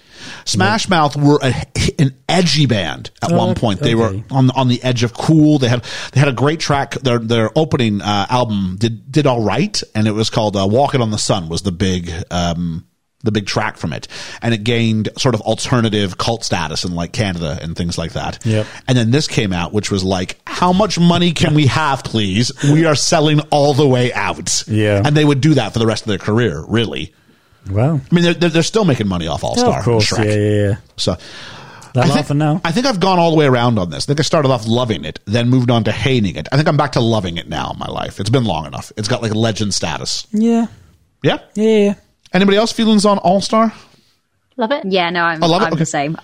S4: Smash Mouth were a, an edgy band at
S5: Oh,
S4: one point. They
S5: okay.
S4: were on on the edge of cool. They had they had a great track. Their their opening uh, album did did all right, and it was called uh, "Walking on the Sun." Was the big um, the big track from it, and it gained sort of alternative cult status in like Canada and things like that.
S5: Yep.
S4: And then this came out, which was like, "How much money can we have, please? We are selling all the way out."
S5: Yeah.
S4: and they would do that for the rest of their career, really.
S5: Wow.
S4: I mean, they're, they're, they're still making money off All
S5: Oh,
S4: Star
S5: of course.
S4: Shrek.
S5: Yeah, yeah, yeah.
S4: So
S5: They're
S4: I think,
S5: laughing now.
S4: I think I've gone all the way around on this. I think I started off loving it, then moved on to hating it. I think I'm back to loving it now in my life. It's been long enough. It's got like legend status.
S5: yeah.
S4: Yeah.
S5: Yeah, yeah, yeah.
S4: Anybody else feelings on All Star?
S6: Love
S4: Uh,
S6: it.
S8: Yeah, no, I'm,
S4: I love it.
S8: I'm
S4: Okay.
S8: the same.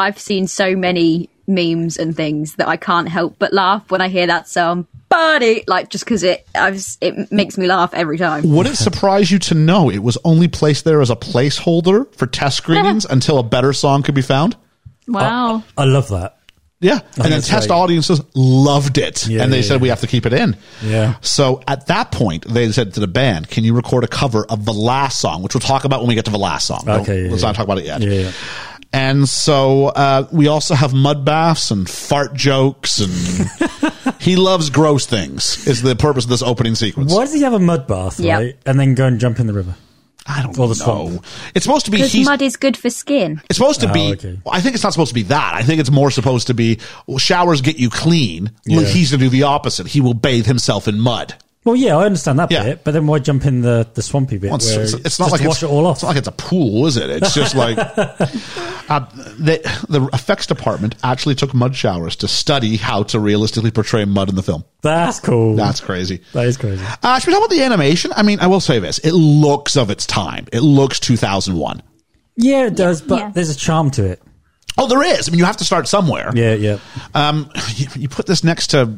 S8: I've seen so many memes and things that I can't help but laugh when I hear that somebody like just because it I've, s- it makes me laugh every time.
S4: Would it surprise you to know it was only placed there as a placeholder for test
S5: (laughs)
S4: screenings until a better song could be found?
S6: Wow.
S5: I love that.
S4: Yeah. And then
S5: that's
S4: test
S5: right.
S4: audiences loved it.
S5: Yeah,
S4: and they
S5: yeah,
S4: said,
S5: yeah.
S4: we have to keep it in.
S5: Yeah.
S4: So at that point, they said to the band, can you record a cover of the last song, which we'll talk about when we get to the last song. Don't-
S5: Okay, yeah,
S4: Let's
S5: yeah.
S4: not talk about it yet.
S5: Yeah, yeah.
S4: And so uh, we also have mud baths and fart jokes,
S5: (laughs)
S4: and he loves gross things. Is the purpose of this opening sequence?
S5: Why does he have a mud bath,
S8: Yeah.
S5: right? And then go and jump in the river?
S4: I don't
S5: Or the
S4: know.
S5: swamp.
S4: It's supposed to be
S8: Because
S4: he's.
S8: mud is good for skin.
S4: It's supposed to
S5: Oh,
S4: be.
S5: okay.
S4: I think it's not supposed to be that. I think it's more supposed to be well, showers get you clean.
S5: Yeah.
S4: He's to do the opposite. He will bathe himself in mud.
S5: Well, yeah, I understand that
S4: Yeah.
S5: bit, but then why jump in the, the swampy bit?
S4: Well, it's,
S5: where
S4: it's- it's not
S5: just
S4: like
S5: to
S4: it's,
S5: wash it all off.
S4: It's not like it's a pool, is it? It's just
S5: (laughs)
S4: like uh, the the effects department actually took mud showers to study how to realistically portray mud in the film.
S5: That's cool.
S4: That's crazy.
S5: that is crazy.
S4: Uh, should we talk about the animation? I mean, I will say this: it looks of its time. It looks 2001.
S5: Yeah, it does, but
S6: yeah.
S5: there's a charm to it.
S4: Oh, there is. I mean, you have to start somewhere.
S5: Yeah, yeah.
S4: Um, you, you put this next to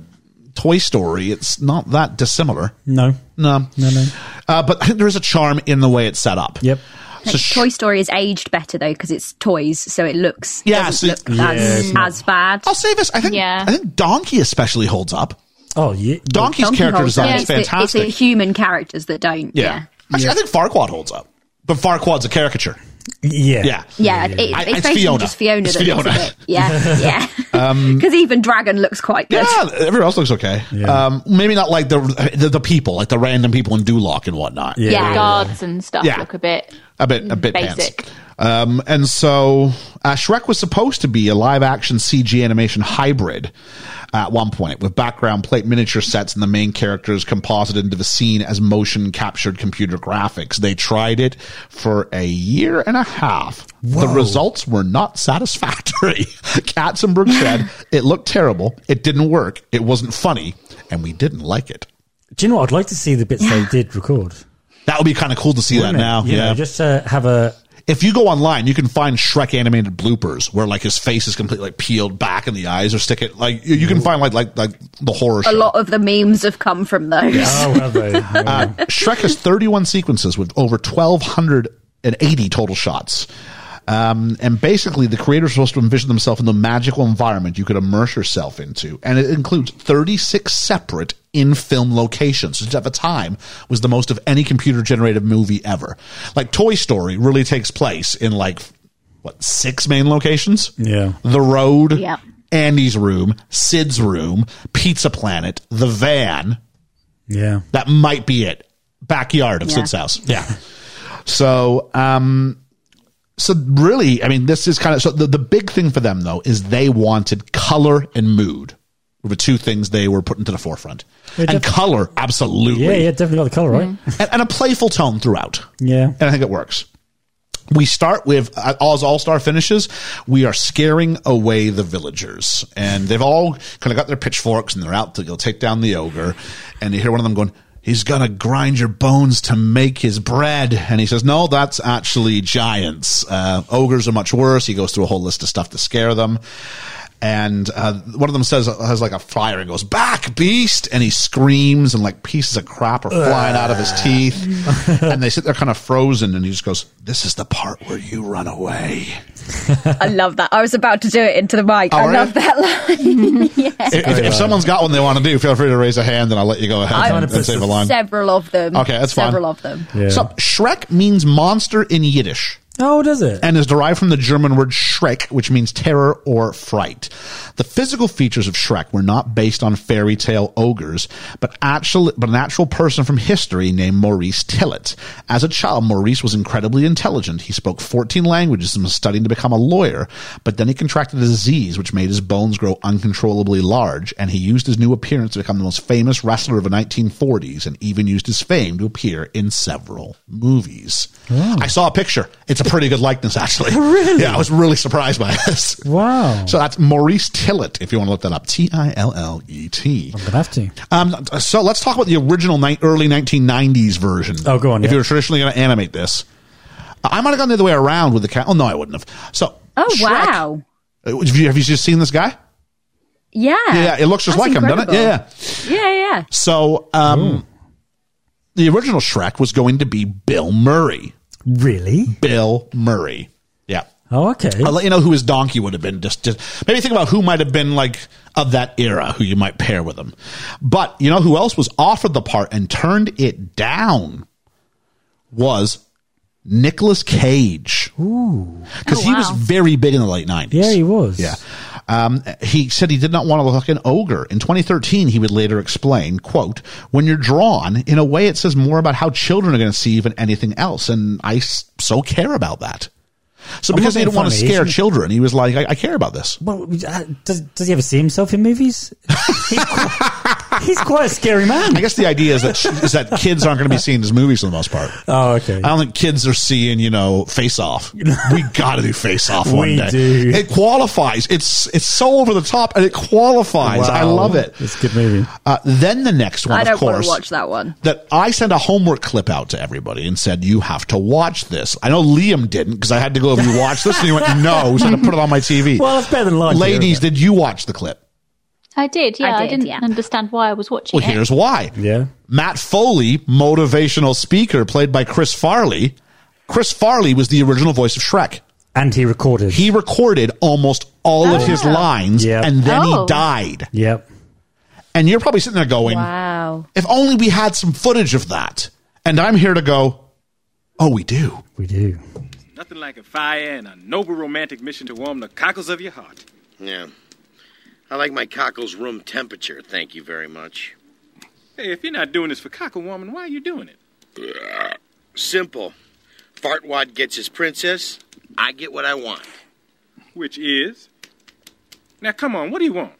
S4: Toy Story. It's not that dissimilar.
S5: No.
S4: No,
S5: No, no.
S4: Uh, but I think there is a charm in the way it's set up.
S5: Yep.
S4: So sh-
S8: Toy Story is aged better though because it's toys, so it looks
S4: Yeah,
S8: doesn't
S4: so-
S8: look
S5: Yeah,
S8: as,
S5: it's not-
S8: as bad.
S4: I'll say this. I think.
S6: Yeah.
S4: I think Donkey especially holds up.
S5: Oh, yeah.
S4: Donkey's
S8: Donkey
S4: character
S8: holds
S4: design
S8: up.
S4: is
S8: It's the-
S4: fantastic.
S8: it's the human characters that don't.
S4: yeah.
S8: Yeah,
S4: Actually, I think Farquaad holds up, but Farquaad's a caricature.
S5: Yeah.
S4: Yeah.
S8: yeah. it-
S4: I-
S8: it's
S4: it's
S8: basically
S4: Fiona.
S8: just Fiona.
S4: It's
S8: that looks a
S4: Fiona. Um,
S8: bit- Yeah, yeah. Because even Dragon looks quite good.
S4: (laughs) Yeah, everyone else looks okay.
S5: Yeah.
S4: Um, maybe not like the, the the people, like the random people in Duloc and whatnot.
S5: Yeah.
S8: Yeah.
S6: Guards and stuff
S4: Yeah.
S6: look a bit.
S4: a bit a bit
S6: Basic.
S4: pants. Um, and so uh, Shrek was supposed to be a live action CG animation hybrid at one point, with background plate miniature sets and the main characters composited into the scene as motion captured computer graphics. They tried it for a year and a half. The results were not satisfactory. (laughs) Katzenberg said it looked terrible, it didn't work, it wasn't funny, and we didn't like it.
S5: Do you know what? I'd like to see the bits they did record.
S4: That would be kind of cool to see that
S5: Wouldn't it?
S4: now.
S5: You know,
S4: yeah,
S5: just to have a.
S4: if you go online, you can find Shrek animated bloopers where like his face is completely like peeled back and the eyes are sticking. Like you, you can find like like like the horror.
S8: a
S4: show.
S8: lot of the memes have come from those.
S5: Oh, have um, they?
S4: (laughs) Uh, Shrek has 31 sequences with over 1,280 total shots. Um, and basically, the creators are supposed to envision themselves in the magical environment you could immerse yourself into. And it includes 36 separate in film locations, which at the time was the most of any computer generated movie ever. Like Toy Story really takes place in like, what, six main locations?
S5: Yeah.
S4: The Road,
S8: Yep.
S4: Andy's Room, Sid's Room, Pizza Planet, The Van,
S5: Yeah.
S4: That might be it. Backyard of
S8: Yeah.
S4: Sid's house. Yeah. so, um, so really, I mean, this is kind of so the, the big thing for them though is they wanted color and mood were the two things they were putting to the forefront, and
S5: def-
S4: color absolutely,
S5: Yeah, yeah, definitely got the color right. (laughs)
S4: And, and a playful tone throughout
S5: Yeah.
S4: and I think it works. We start with uh, as All Star finishes. We are scaring away the villagers, and they've all kind of got their pitchforks and they're out to go take down the ogre. And you hear one of them going, "He's gonna grind your bones to make his bread." And he says, "No, that's actually giants. Uh, ogres are much worse." He goes through a whole list of stuff to scare them. And uh, one of them says has like a fire and goes back beast, and he screams and like pieces of crap are flying out of his teeth, and they sit there kind of frozen, and he just goes, "This is the part where you run away."
S8: (laughs) I love that. I was about to do it into the mic.
S4: Oh,
S8: I
S4: were
S8: love
S4: you?
S8: that line. yeah.
S4: If, if someone's got one they want to do, feel free to raise a hand, and I'll let you go ahead
S8: I'm
S4: and, and save a line.
S8: Several of them.
S4: Okay, that's fine.
S8: Several of them.
S5: Yeah.
S4: So Shrek means monster in Yiddish.
S5: oh, does it?
S4: and is derived from the German word Schreck, which means terror or fright. The physical features of Shrek were not based on fairy tale ogres, but actual, but an actual person from history named Maurice Tillett. As a child, Maurice was incredibly intelligent. He spoke 14 languages and was studying to become a lawyer, but then he contracted a disease which made his bones grow uncontrollably large, and he used his new appearance to become the most famous wrestler of the 1940s and even used his fame to appear in several movies. I saw a picture. It's a pretty good likeness, actually. Really? Yeah, I was really surprised by this.
S5: wow.
S4: So that's Maurice Tillett, if you want to look that up. T I L L E T.
S5: I'm gonna have to.
S4: Um, so let's talk about the original ni- early 1990s version.
S5: Oh, go on,
S4: If
S5: yeah.
S4: you were traditionally going to animate this, I might have gone the other way around with the cat. Oh, no, I wouldn't have. So,
S8: Oh
S4: Shrek-
S8: wow.
S4: Uh, Have you, have you just seen this guy?
S8: Yeah.
S4: Yeah, it looks just
S8: That's
S4: like him, doesn't it?
S8: incredible.
S4: Yeah, yeah.
S8: Yeah, yeah.
S4: So, um,
S5: Hmm.
S4: the original Shrek was going to be Bill Murray.
S5: Really?
S4: Bill Murray. Yeah.
S5: Oh, okay.
S4: I'll let you know who his donkey would have been. Just, just maybe think about who might have been like of that era, who you might pair with him. But you know who else was offered the part and turned it down was Nicolas Cage. Ooh, because
S8: Oh,
S4: he was
S8: wow.
S4: very big in the late nineties.
S5: yeah, he was.
S4: Yeah. Um, he said he did not want to look like an ogre. In 2013, he would later explain, quote, when you're drawn, in a way it says more about how children are going to see you than anything else. And I s- so care about that. So
S5: I'm
S4: because
S5: not
S4: he
S5: being
S4: didn't want to
S5: funny,
S4: scare
S5: isn't-
S4: children, he was like, I, I care about this.
S5: Well, uh, does, does he ever see himself in movies? (laughs) He's quite, he's quite a scary
S4: I (laughs)
S5: man.
S4: guess the idea is that, is that kids aren't going to be seeing his movies for the most part.
S5: Oh, okay.
S4: I don't think kids are seeing, you know, Face Off. We got to do Face Off one
S5: (laughs) We
S4: day.
S5: do.
S4: It qualifies. It's it's so over the top, and it qualifies. I
S5: Wow.
S4: love it.
S5: It's a good movie.
S4: Uh, then the next one,
S8: I
S4: of
S8: don't want
S4: course,
S8: to watch that one.
S4: that I sent a homework clip out to everybody and said, "You have to watch this." I know Liam didn't because I had to go. Have you watched this? And he
S5: (laughs)
S4: went, "No," so I had to put it on my TV.
S5: Well, that's better than lying to you,
S4: Ladies,
S5: isn't
S4: did you watch the clip?
S6: I did, yeah. I,
S8: did,
S6: did, not
S8: yeah.
S6: understand why I was watching
S4: Well,
S6: it.
S4: here's why.
S5: Yeah.
S4: Matt Foley, motivational speaker, played by Chris Farley. Chris Farley was the original voice of Shrek.
S5: And he recorded.
S4: He recorded almost all of his lines,
S5: Oh. Yeah.
S4: and then
S6: Oh.
S4: he died.
S5: Yep.
S4: And you're probably sitting there going,
S8: Wow.
S4: if only we had some footage of that. And I'm here to go, oh, we do.
S5: We do.
S1: Nothing like a fire and a noble romantic mission to warm the cockles of your heart.
S9: Yeah. I like my cockles room temperature, thank you very much.
S1: Hey, if you're not doing this for cockle warming, why are you doing it?
S9: Simple. Fartwad gets his princess, I get what I want.
S1: Which is. Now, come on, what do you want?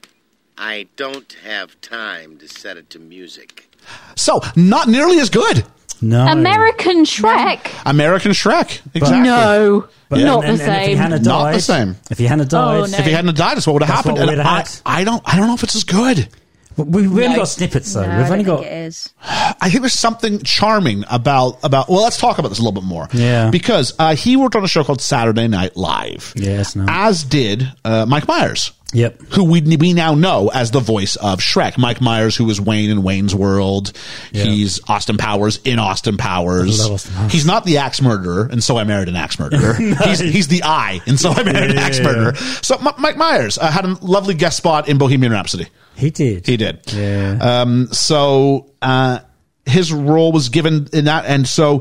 S9: I don't have time to set it to music.
S4: So, not nearly as good.
S5: No.
S6: American Shrek?
S4: American Shrek. Exactly.
S6: (laughs) No,
S5: And-
S6: not
S5: and-
S6: the
S5: and if he
S6: same.
S5: hadn't
S4: Not the
S5: died-
S4: same.
S5: If he hadn't died,
S6: Oh, no.
S4: If he hadn't died, that's what would have
S5: That's
S4: happened.
S5: what
S4: And
S5: we'd
S4: I,
S5: have had.
S4: I don't I don't know if it's as good.
S5: we, we only
S8: No.
S5: got snippets though.
S8: No,
S5: We've
S8: I
S5: only
S8: don't
S5: got
S8: think it is.
S4: I think there's something charming about about well, let's talk about this a little bit more.
S5: Yeah.
S4: Because uh, he worked on a show called Saturday Night Live.
S5: Yes, no.
S4: As did uh, Mike Myers.
S5: Yep.
S4: who we we now know as the voice of Shrek. Mike Myers, who was Wayne in Wayne's World, he's Austin Powers in Austin Powers.
S5: I love Austin Powers.
S4: He's not the axe murderer, and so I married an axe murderer.
S5: (laughs)
S4: he's, he's the eye, and so I married an axe murderer. So M- Mike Myers uh, had a lovely guest spot in Bohemian Rhapsody.
S5: He did.
S4: He did.
S5: Yeah.
S4: Um, so uh, his role was given in that, and so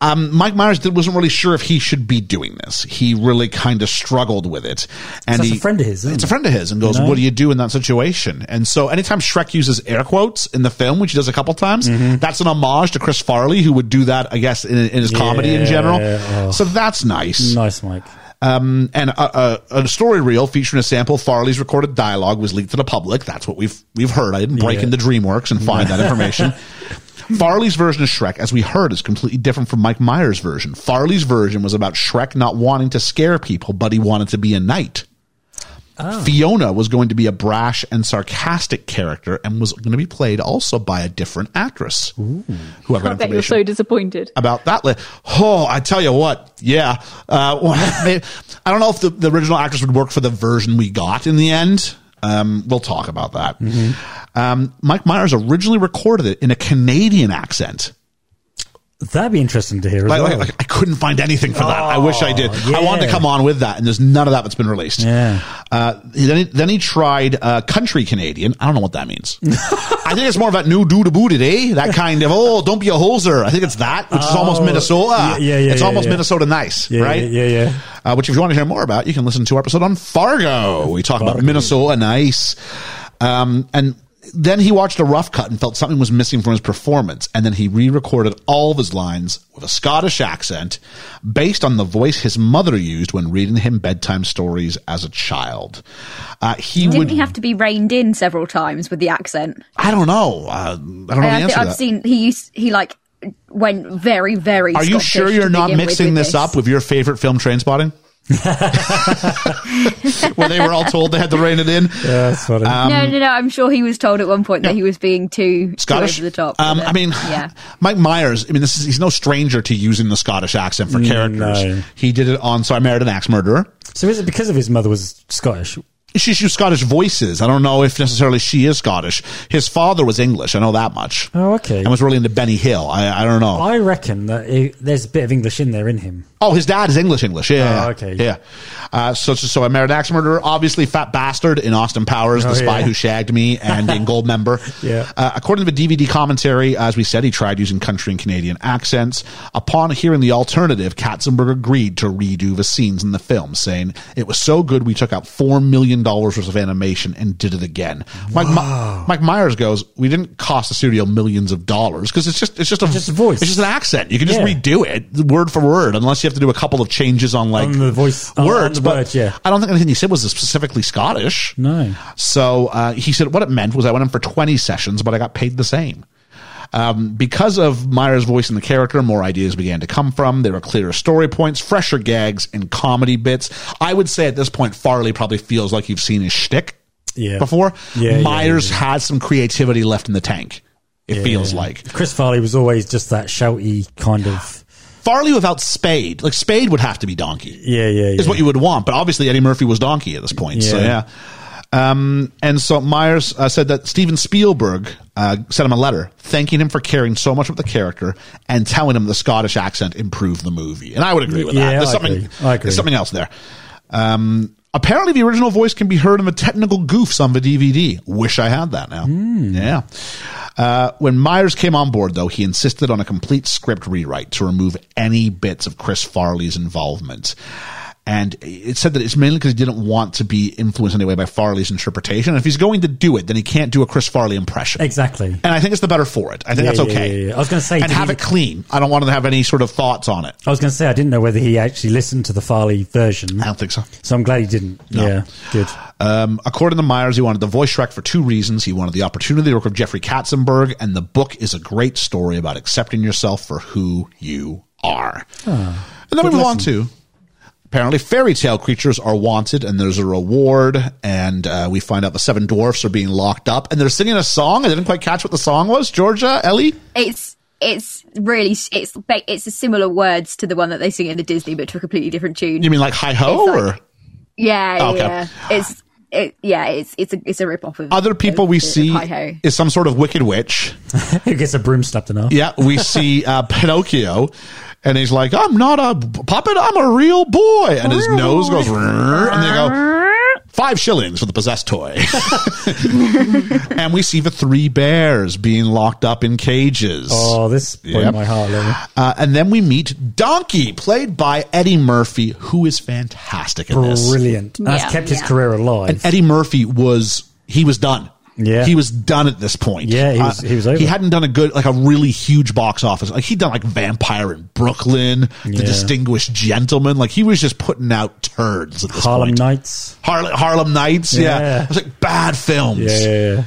S4: um, Mike Myers did, wasn't really sure if he should be doing this. He really kind of struggled with it. And
S5: That's
S4: he,
S5: a friend of his, isn't
S4: It's a
S5: it?
S4: friend of his, and goes,
S5: know?
S4: "What do you do in that situation?" And so, anytime Shrek uses air quotes in the film, which he does a couple times,
S5: Mm-hmm.
S4: that's an homage to Chris Farley, who would do that, I guess, in, in his comedy in general.
S5: Yeah.
S4: So that's nice.
S5: Nice, Mike.
S4: Um, and a, a, a story reel featuring a sample of Farley's recorded dialogue was leaked to the public. That's what we've we've heard. I didn't break
S5: Yeah.
S4: into DreamWorks and find that information. Farley's version of Shrek, as we heard, is completely different from Mike Myers' version. Farley's version was about Shrek not wanting to scare people, but he wanted to be a knight. Fiona was going to be a brash and sarcastic character and was going to be played also by a different actress. Who I've got
S6: I bet you're
S4: information
S6: so disappointed.
S4: about that. Li- oh, I tell you what, yeah. Uh, well, (laughs) may- I don't know if the, the original actress would work for the version we got in the end. Um, we'll talk about that. Um, Mike Myers originally recorded it in a Canadian accent.
S5: That'd be interesting to hear. As
S4: Like,
S5: well.
S4: like, like, I couldn't find anything for that. I wish I did.
S5: yeah.
S4: I wanted to come on with that, and there's none of that that's been released.
S5: Yeah.
S4: Uh, then, he, then he tried uh, country Canadian. I don't know what that
S5: (laughs)
S4: means. I think it's more of that new do to boot it, eh? That kind of oh, don't be a hoser. I think it's that, which is almost
S5: Oh,
S4: Minnesota.
S5: yeah, yeah,
S4: It's
S5: yeah,
S4: almost
S5: yeah.
S4: Minnesota nice,
S5: yeah,
S4: right?
S5: Yeah, yeah. yeah.
S4: Uh, which, if you want to hear more about, you can listen to our episode on Fargo. We talk about
S5: Fargo.
S4: Minnesota nice. Um, and then he watched a rough cut and felt something was missing from his performance. And then he re recorded all of his lines with a Scottish accent based on the voice his mother used when reading him bedtime stories as a child. Uh, he
S8: Didn't
S4: would,
S8: he have to be reined in several times with the accent?
S4: I don't know. Uh, I don't know the
S8: I,
S4: answer
S8: I think
S4: to
S8: I've
S4: that.
S8: seen he used he like went very very.
S4: Are you
S8: Scottish
S4: sure
S8: to
S4: you're not
S8: begin with
S4: mixing
S8: with
S4: this, up with your favorite film, Train Spotting?
S5: (laughs)
S4: (laughs) Where they were all told they had to rein it in.
S5: Yeah, that's funny.
S4: Um,
S5: Um,
S8: no, no, no. I'm sure he was told at one point
S4: yeah.
S8: that he was being too
S4: Scottish.
S8: too over the top.
S4: Um,
S8: with it.
S4: I mean,
S8: yeah.
S4: (laughs) Mike Myers. I mean, this is, he's no stranger to using the Scottish accent for characters.
S5: Mm, no.
S4: He did it on "So I Married an Axe Murderer."
S5: so is it because of his mother was Scottish?
S4: She's used Scottish voices. I don't know if necessarily she is Scottish. His father was English. I know that much.
S5: Oh, okay.
S4: And was really into Benny Hill. I, I don't know.
S5: I reckon that it, there's a bit of English in there in him.
S4: Oh, his dad is English, English. Yeah. yeah,
S5: Oh,
S4: yeah.
S5: okay.
S4: Yeah. Uh, so, so, so I married an axe murderer. Obviously, fat bastard in Austin Powers,
S5: Oh,
S4: the spy
S5: yeah.
S4: who shagged me, and in Goldmember.
S5: (laughs) Yeah.
S4: Uh, according to the DVD commentary, as we said, he tried using country and Canadian accents. Upon hearing the alternative, Katzenberg agreed to redo the scenes in the film, saying it was so good we took out four million dollars worth of animation and did it again. Mike, My- Mike Myers goes, "We didn't cost the studio millions of dollars because it's just it's just a
S5: Just a voice.
S4: It's just an accent. You can just
S5: Yeah.
S4: redo." do it word for word, unless you have to do a couple of changes on like
S5: On the voice- uh, on- on
S4: words.
S5: the
S4: but
S5: words, yeah.
S4: I don't think anything he said was specifically Scottish.
S5: No.
S4: So uh, he said what it meant was I went in for twenty sessions, but I got paid the same. Um, because of Meyer's voice in the character, more ideas began to come from. There were clearer story points, fresher gags, and comedy bits. I would say at this point, Farley probably feels like you've seen his shtick
S5: Yeah.
S4: before.
S5: Yeah, yeah,
S4: Myers
S5: yeah.
S4: has some creativity left in the tank. It feels like
S5: Chris Farley was always just that shouty kind of.
S4: Farley without Spade, like Spade would have to be Donkey.
S5: Yeah, yeah, yeah.
S4: is what you would want. But obviously, Eddie Murphy was donkey at this point. So
S5: Yeah.
S4: yeah. Um, and so Myers uh, said that Steven Spielberg uh, sent him a letter thanking him for caring so much about the character and telling him the Scottish accent improved the movie. And I would agree with that.
S5: Yeah,
S4: There's
S5: I
S4: something,
S5: agree. I agree.
S4: There's something else there. Um, apparently, the original voice can be heard in the technical goofs on the DVD. Wish I had that now.
S5: Hmm.
S4: Yeah. Uh, when Myers came on board, though, he insisted on a complete script rewrite to remove any bits of Chris Farley's involvement. And it said that it's mainly because he didn't want to be influenced anyway by Farley's interpretation. And if he's going to do it, then he can't do a Chris Farley impression.
S5: Exactly.
S4: And I think it's the better for it. I think
S5: Yeah,
S4: that's
S5: yeah,
S4: okay.
S5: yeah, yeah. I was gonna say,
S4: and
S5: did
S4: have
S5: he-
S4: it clean. I don't want to have any sort of thoughts on it.
S5: I was going to say, I didn't know whether he actually listened to the Farley version.
S4: I don't think so.
S5: So I'm glad he didn't. Yeah, good. (laughs)
S4: Um, according to Myers, he wanted to voice Shrek for two reasons. He wanted the opportunity to work with Jeffrey Katzenberg, and the book is a great story about accepting yourself for who you are.
S8: Ah.
S4: and then we
S5: good
S4: move on to apparently fairy tale creatures are wanted, and there's a reward, and uh, we find out the seven dwarfs are being locked up, and they're singing a song. I didn't quite catch what the song was. Georgia, Ellie,
S8: It's it's really s- it's ba- it's a similar words to the one that they sing in the Disney, but to a completely different tune.
S4: you mean like hi ho,
S8: It's
S4: or
S8: like- yeah,
S4: Okay.
S8: yeah. It's it, yeah. It's it's a it's a rip off of
S4: other people
S8: of-
S4: we
S8: of
S4: see
S8: Hi-Ho.
S4: is some sort of wicked witch.
S5: Who gets a broom slapped in half?
S4: Yeah, we see uh, Pinocchio, and he's like, "I'm not a puppet. I'm a real boy." And his nose goes, "Rrrr," and they go, Five shillings for the possessed toy. (laughs) and we see the three bears being locked up in cages.
S5: Oh, this broke
S4: Yep.
S5: my heart. Lenny.
S4: Uh, and then we meet Donkey, played by Eddie Murphy, who is fantastic in this.
S5: Brilliant. And That's
S8: Yeah,
S5: kept his
S8: yeah.
S5: career alive.
S4: And Eddie Murphy was he was done.
S5: Yeah.
S4: he was done at this point. Uh,
S5: Yeah, he was- he was over.
S4: He hadn't done a good, like a really huge box office. Like he'd done like Vampire in Brooklyn, The
S5: Yeah.
S4: Distinguished Gentleman. Like he was just putting out turds at this
S5: Harlem
S4: point.
S5: Nights.
S4: Harlem, Harlem Nights. Yeah.
S5: Yeah.
S4: it was like bad films.
S5: Yeah, yeah, yeah.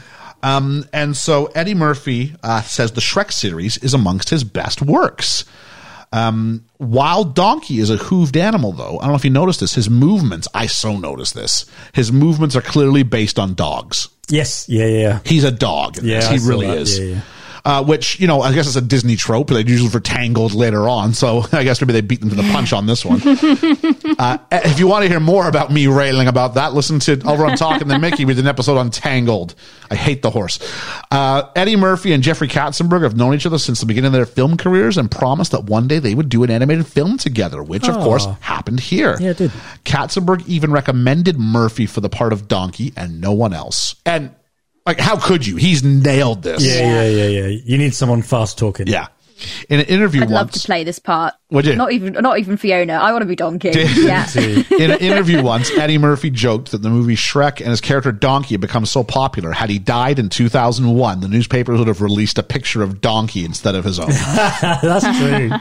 S4: Um, and so Eddie Murphy uh, says the Shrek series is amongst his best works. Um, Wild Donkey is a hooved animal, though. I don't know if you noticed this. His movements, I so noticed this. His movements are clearly based on dogs.
S5: Yes, yeah, yeah, yeah.
S4: He's a dog. In
S5: Yeah,
S4: this.
S5: I
S4: he
S5: saw
S4: really
S5: that.
S4: is.
S5: Yeah, yeah.
S4: Uh, which you know, I guess it's a Disney trope. They usually for Tangled later on, so (laughs) I guess maybe they beat them to the punch on this one. uh, if you want to hear more about me railing about that, listen to Over on Talking the Mickey with an episode on Tangled. I hate the horse. Uh, Eddie Murphy and Jeffrey Katzenberg have known each other since the beginning of their film careers and promised that one day they would do an animated film together, which of course happened here.
S5: Oh. Yeah, it did.
S4: Katzenberg even recommended Murphy for the part of Donkey and no one else. And like, how could you? He's nailed this.
S5: Yeah, yeah, yeah, yeah. You need someone fast talking.
S4: Yeah. In an interview
S8: I'd love
S4: once,
S8: to play this part.
S4: Would you?
S8: Not even, not even Fiona. I want to be Donkey.
S4: (laughs)
S8: yeah.
S4: in an interview once, Eddie Murphy joked that the movie Shrek and his character Donkey had become so popular. Had he died in 2001, the newspapers would have released a picture of Donkey instead of his own.
S5: (laughs) That's true.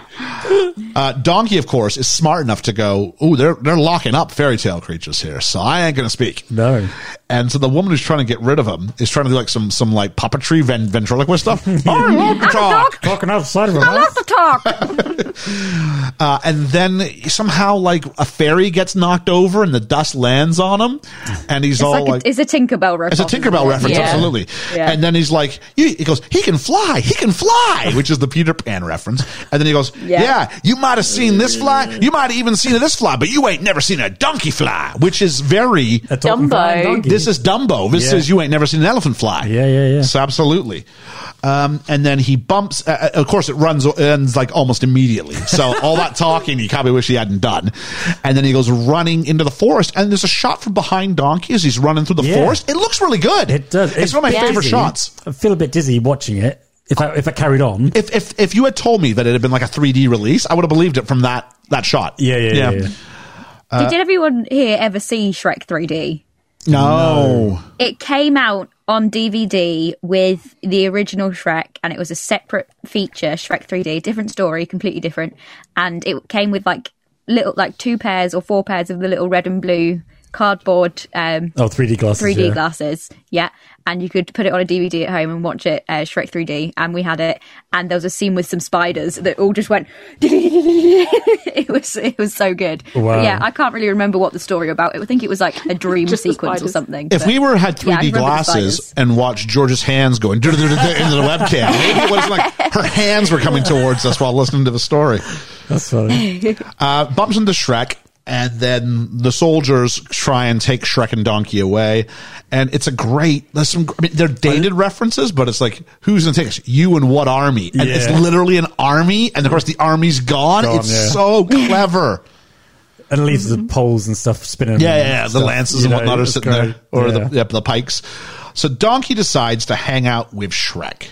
S4: Uh, Donkey, of course, is smart enough to go, "Ooh, they're they're locking up fairy tale creatures here, so I ain't gonna speak."
S5: No.
S4: And so the woman who's trying to get rid of him is trying to do like some some like puppetry, ven- ventriloquist
S8: (laughs)
S4: stuff. I love to
S8: I'm a
S4: talk.
S8: dog.
S5: Talking outside of a
S8: I love
S5: mouth.
S4: (laughs)
S8: to talk.
S4: Uh, and then somehow like a fairy gets knocked over and the dust lands on him, and he's
S8: It's
S4: all
S8: like,
S4: like,
S8: a, it's a Tinkerbell reference.
S4: It's a Tinkerbell reference,
S8: Yeah.
S4: absolutely.
S8: Yeah.
S4: And then he's like, he, he goes, he can fly, he can
S8: (laughs)
S4: fly, which is the Peter Pan reference. And then he goes, yeah,
S8: Yeah.
S4: you might have seen this fly, you might have even seen this fly, but you ain't never seen a donkey fly, which is very.
S5: A talking
S6: Dumbo.
S5: flying donkey.
S4: This is Dumbo. This
S5: Yeah.
S4: is you ain't never seen an elephant fly.
S5: Yeah, yeah, yeah.
S4: So absolutely. Um, and then he bumps. Uh, uh, of course, it runs ends like almost immediately.
S5: (laughs)
S4: So all that talking, you probably wish he hadn't done. And then he goes running into the forest, and there's a shot from behind Donkey as he's running through the
S5: Yeah.
S4: forest. It looks really good.
S5: It does.
S4: It's, one of my
S5: a bit
S4: favorite
S5: dizzy.
S4: shots.
S5: I feel a bit dizzy watching it. If I, if I carried on,
S4: If, if if you had told me that it had been like a 3D release, I would have believed it from that that shot.
S5: yeah, yeah, yeah. yeah.
S4: Uh,
S8: Did everyone here ever see Shrek 3D?
S4: No.
S8: It came out on DVD with the original Shrek, and it was a separate feature, Shrek 3D, different story, completely different. And it came with like little, like two pairs or four pairs of the little red and blue cardboard um,
S5: Oh, 3D glasses.
S8: 3D
S5: yeah.
S8: glasses. Yeah. And you could put it on a DVD at home and watch it, uh, Shrek 3D. And we had it. And there was a scene with some spiders that all just went. (laughs) it was it was so good. But
S5: Wow.
S8: yeah, I can't really remember what the story about it. I think it was like
S6: (laughs)
S8: a dream
S6: Just the
S8: sequence or
S6: spiders.
S8: something.
S4: If
S8: but-
S4: we were had
S8: Yeah, I
S4: 3D
S8: remember the
S4: glasses
S8: spiders.
S4: and watched George's hands going (laughs) into the webcam, maybe it was like her hands were coming towards us while listening to the story.
S5: That's funny.
S4: Uh, bumps into Shrek, and then the soldiers try and take Shrek and Donkey away. And it's a great. There's some. I mean, they're dated references, but it's like who's going to take us? You and what army? And it's
S5: Yeah.
S4: literally an army, and of course the army's gone.
S5: Gone,
S4: it's
S5: yeah.
S4: so clever.
S5: and it leaves the poles and stuff spinning.
S4: Yeah, yeah,
S5: around
S4: yeah.
S5: and
S4: the
S5: stuff,
S4: lances
S5: you
S4: and
S5: know,
S4: whatnot are
S5: it's
S4: sitting
S5: great.
S4: there, or
S5: Yeah.
S4: the yep, the pikes. So Donkey decides to hang out with Shrek.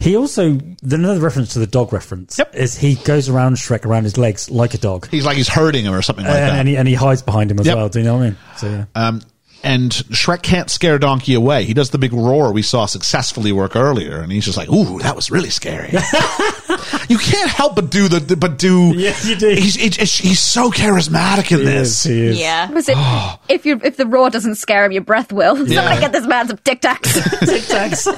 S5: He also another reference to the dog reference.
S4: Yep.
S5: Is he goes around Shrek around his legs like a dog,
S4: He's like he's hurting him or something like
S5: and,
S4: that.
S5: and, he, and he hides behind him as
S4: Yep.
S5: well. Do you know what I mean? So yeah.
S4: Um, and Shrek can't scare Donkey away. He does the big roar we saw successfully work earlier, and he's just like, "Ooh, that was really
S5: (laughs)
S4: scary." you can't help but do the, the- but do.
S5: Yeah, you do.
S4: He's he's- he's so charismatic in this.
S5: He is.
S6: Yeah.
S4: (gasps)
S8: Was it, if you if the roar doesn't scare him, your breath will.
S4: Yeah.
S8: Somebody get this man some tic tacs.
S5: Tic Tacs.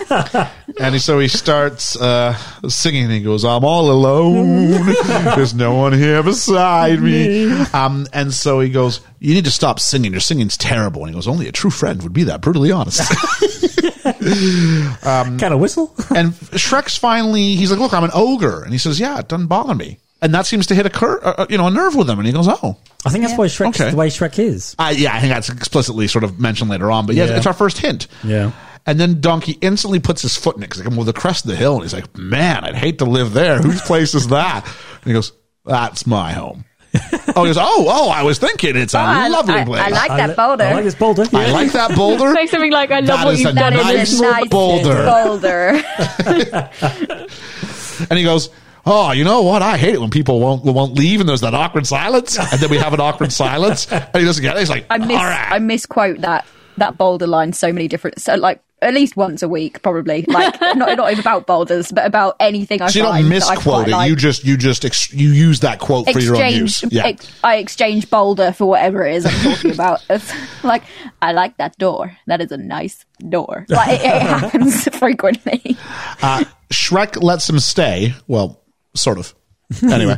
S4: And so he starts uh, singing. And he goes, "I'm all alone. There's no one here beside me." Um, and so he goes, "You need to stop singing. Your singing's terrible." And he goes, "Only a true friend would be that brutally honest."
S5: (laughs) Can I whistle?
S4: and Shrek's finally, he's like, "Look, I'm an ogre," and he says, "Yeah, it doesn't bother me." And that seems to hit a cur- uh, uh, you know, a nerve with him. And he goes, "Oh,
S5: I think that's why Shrek's
S4: Okay.
S5: the way Shrek is.
S4: I, yeah." I think that's explicitly sort of mentioned later on, but yeah,
S5: Yeah.
S4: it's our first hint.
S5: Yeah.
S4: And then Donkey instantly puts his foot in it because they come over the crest of the hill, and he's like, "Man, I'd hate to live there. Whose place is that?" And he goes, "That's my home." Oh, he goes, oh, oh, I was thinking it's a
S8: (laughs) I-
S4: (laughs) lovely
S8: I- I
S4: place.
S8: like
S5: I
S8: that
S5: li-
S8: boulder.
S5: I like this boulder.
S4: I like
S8: (laughs)
S4: that boulder.
S6: (laughs) Say something like, I love
S4: That
S6: what
S4: is
S6: you've
S4: a
S6: done.
S8: That is
S4: nice
S8: a nice
S4: boulder.
S8: boulder.
S4: And he goes, Oh, you know what? I hate it when people won't won't leave and there's that awkward silence. And then we have an awkward silence. And he doesn't get it. He's like,
S8: I miss
S4: All right.
S8: I misquote that that boulder line so many different so like at least once a week probably (laughs) like not not even about boulders but about anything I
S4: so you don't
S8: find that I
S4: misquote
S8: quite
S4: it.
S8: like.
S4: You just you just ex- you use that quote for your own use.
S8: exchange
S4: Yeah.
S8: ex- I exchange boulder for whatever it is I'm talking about (laughs) it's like I like that door that is a nice door like (laughs) it, it happens frequently
S4: Uh, Shrek lets him stay. Well, sort of. anyway,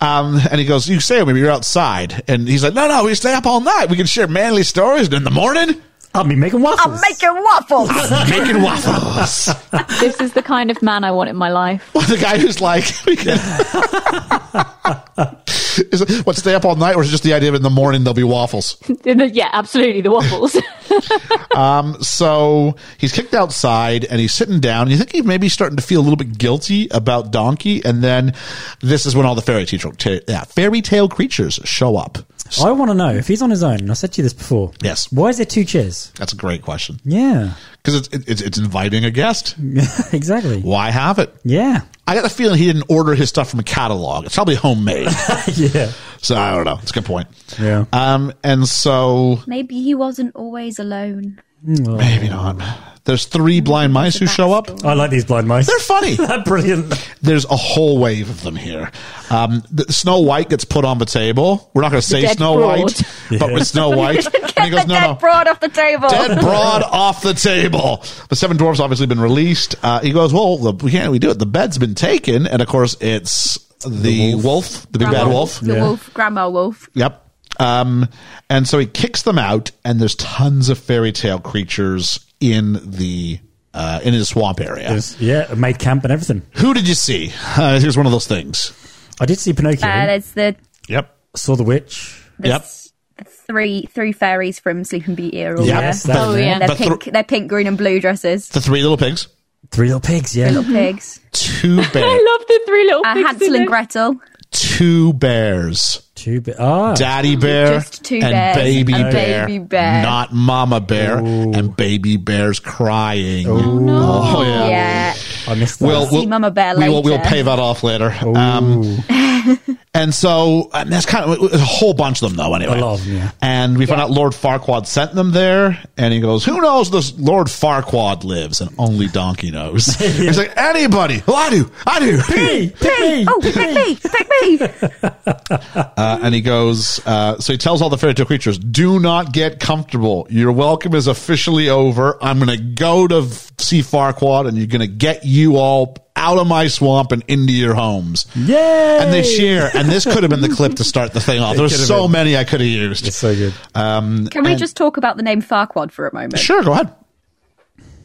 S4: um, and he goes, "You say maybe you're outside," and he's like, "No, no, we stay up all night. We can share manly stories and in the morning,
S5: I'll be making waffles.
S8: I'm making waffles
S4: making waffles."
S6: This is the kind of man I want in my life. (laughs)
S4: the guy who's like, (laughs) is it, "What stay up all night?" Or is it just the idea of in the morning there'll be waffles?
S6: yeah, absolutely. The waffles. (laughs)
S4: so he's kicked outside and he's sitting down. And you think he may be starting to feel a little bit guilty about Donkey, and then this is when all the fairy tale, ta- yeah, fairy tale creatures show up.
S5: I want to know if he's on his own. and I said to you this before.
S4: Yes.
S5: Why is there two chairs?
S4: That's a great question
S5: Yeah. (laughs)
S4: because it's, it's it's inviting a guest.
S5: exactly.
S4: Why have it?
S5: Yeah.
S4: I got the feeling he didn't order his stuff from a catalog. It's probably
S8: (laughs)
S4: homemade.
S5: yeah.
S4: so I don't know. It's a good point.
S5: Yeah.
S4: Um, and so
S8: maybe he wasn't always alone
S4: maybe not. There's three blind mice who show up.
S5: I like these blind mice. (laughs)
S4: They're
S8: (laughs)
S4: funny.
S5: They're brilliant.
S4: there's a whole wave of them here. Um, the, Snow White gets put on the table. We're not going to say
S6: dead
S4: Snow
S6: broad.
S4: White, but with Snow
S8: (laughs)
S4: White, and he
S8: get the
S4: goes, "No,
S8: dead
S4: no."
S8: broad off the table
S4: Dead broad off the table. The seven dwarfs obviously been released. Uh, he goes, well, the, we can't we do it. The bed's been taken, and of course it's the, wolf. the big bad
S8: Grandma
S4: wolf.
S8: the
S5: Yeah.
S8: wolf grandma wolf
S4: Yep. Um, and so he kicks them out, and there's tons of fairy tale creatures in the uh, in his swamp area.
S5: Yeah. Made camp and everything.
S4: Who did you see? Uh, here's one of those things.
S5: I did see Pinocchio.
S8: uh, there's the
S4: Yep.
S5: saw the witch.
S4: Yep.
S8: three three fairies from Sleeping Beauty are all
S4: Yeah.
S8: there.
S5: Yes, that
S6: Oh,
S5: was it.
S6: yeah.
S8: They're
S4: But
S8: pink. they're pink, green, and blue dresses.
S4: The three little pigs.
S5: Three little pigs. Yeah.
S6: (laughs)
S8: Little pigs.
S4: Two bears.
S6: I love the three little
S8: Uh,
S6: pigs in
S8: Hansel
S6: there.
S8: and Gretel.
S4: two bears.
S5: Two. Bi- ah.
S4: Daddy bear
S8: Just two
S4: and
S8: bears
S4: baby
S8: and
S4: bear,
S8: baby bear.
S4: Not mama bear and baby bears crying. Oh, yeah.
S8: Yeah.
S5: I missed that.
S4: We'll, we'll,
S8: Mama Bear
S4: we will,
S8: later.
S4: we'll pay that off later.
S8: (laughs)
S4: Um, and so and that's kind of there's a whole bunch of them though. Anyway,
S5: A lot of them, yeah.
S4: And we find out Lord Farquaad sent them there, and he goes, "Who knows? This Lord Farquaad lives, and only Donkey
S5: (laughs)
S4: knows." He's like, "Anybody? Well, I do. I do."
S5: Hey, hey,
S8: Oh, pick me!
S4: (laughs)
S8: Pick me!
S4: and he goes, uh, so he tells all the fairy tale creatures, do not get comfortable. Your welcome is officially over. I'm going to go to f- see Farquaad and you're going to get you all out of my swamp and into your homes.
S5: Yay!
S4: And they share. And this could have been the clip to start the thing off. There's
S5: could've
S4: so
S5: been.
S4: many I could have used.
S5: It's so good.
S4: Uh,
S8: Can we just talk about the name Farquad for a moment?
S4: Sure, go ahead.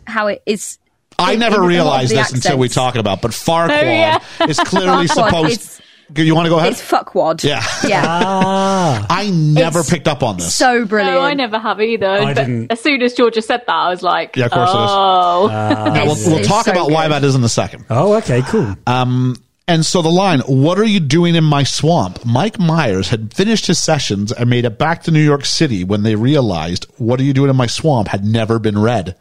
S8: How it is.
S4: I
S8: it-
S4: never
S8: it-
S4: realized
S8: the
S4: this until we
S8: accents.
S4: talked about, but Farquaad
S6: Oh, yeah.
S4: is clearly
S8: (laughs) Farquaad
S4: supposed. You want to go ahead?
S8: It's Fuckwad.
S4: Uh, Yeah. (laughs)
S8: Yeah.
S4: I never
S8: it's
S4: picked up on this.
S8: so brilliant.
S6: No, Ah. Oh, I never have either. but
S5: didn't.
S6: as soon as Georgia said that, I was like,
S4: Yeah, of course it is.
S6: oh.
S4: Now, Uh, we'll, we'll
S8: it's
S4: talk
S8: so
S4: about why
S8: good.
S4: that is in a second.
S5: Oh, okay, cool.
S4: uh, And so the line, What are you doing in my swamp? Mike Myers had finished his sessions and made it back to New York City when they realized, What are you doing in my swamp? had never been read.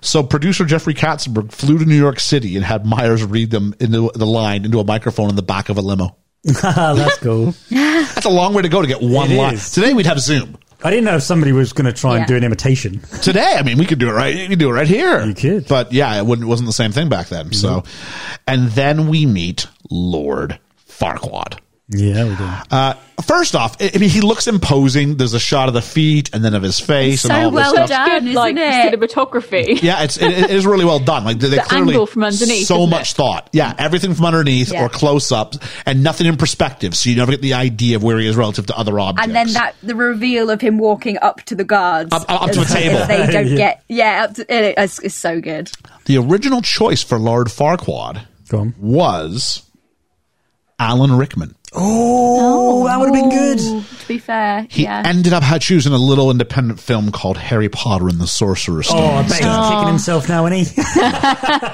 S4: So producer Jeffrey Katzenberg flew to New York City and had Myers read them into the line into a microphone in the back of a limo.
S5: Ah, (laughs) that's cool.
S4: That's a long way to go to get one
S5: It
S4: line.
S5: is.
S4: Today we'd have Zoom.
S5: I didn't know if somebody was going to try and
S8: Yeah.
S5: do an imitation.
S4: Today, I mean, we could do it right. You could do it right here.
S5: You could. Mm-hmm.
S4: but yeah, it wouldn't, wasn't the same thing back then. So, and then we meet Lord Farquaad.
S5: Yeah, we do.
S4: Uh, first off, I I mean, he looks imposing. There's a shot of the feet and then of his face
S8: So
S4: and all
S8: well
S4: this stuff.
S8: done.
S6: good,
S8: isn't
S6: like
S8: it?
S6: cinematography.
S4: Yeah, it's it, it is really well done. Like they they
S6: The
S4: clearly
S6: angle from underneath,
S4: so
S6: isn't
S4: much
S6: it?
S4: thought. Yeah, everything from underneath
S8: Yeah.
S4: or close ups, and nothing in perspective, so you never get the idea of where he is relative to other objects.
S8: and then that the reveal of him walking up to the guards,
S4: Up- up to
S8: as-
S4: a table.
S8: as They
S4: (laughs)
S8: don't
S5: Yeah.
S8: get yeah. Up to, it, it's, it's so good.
S4: the original choice for Lord Farquaad
S5: Go on.
S4: was Alan Rickman.
S5: Oh, that would have been good.
S6: Ooh, To be fair,
S4: He
S6: yeah.
S4: ended up had choosing a little independent film called Harry Potter and the Sorcerer's Stone.
S5: Oh, I bet he's kicking himself now, isn't he? (laughs)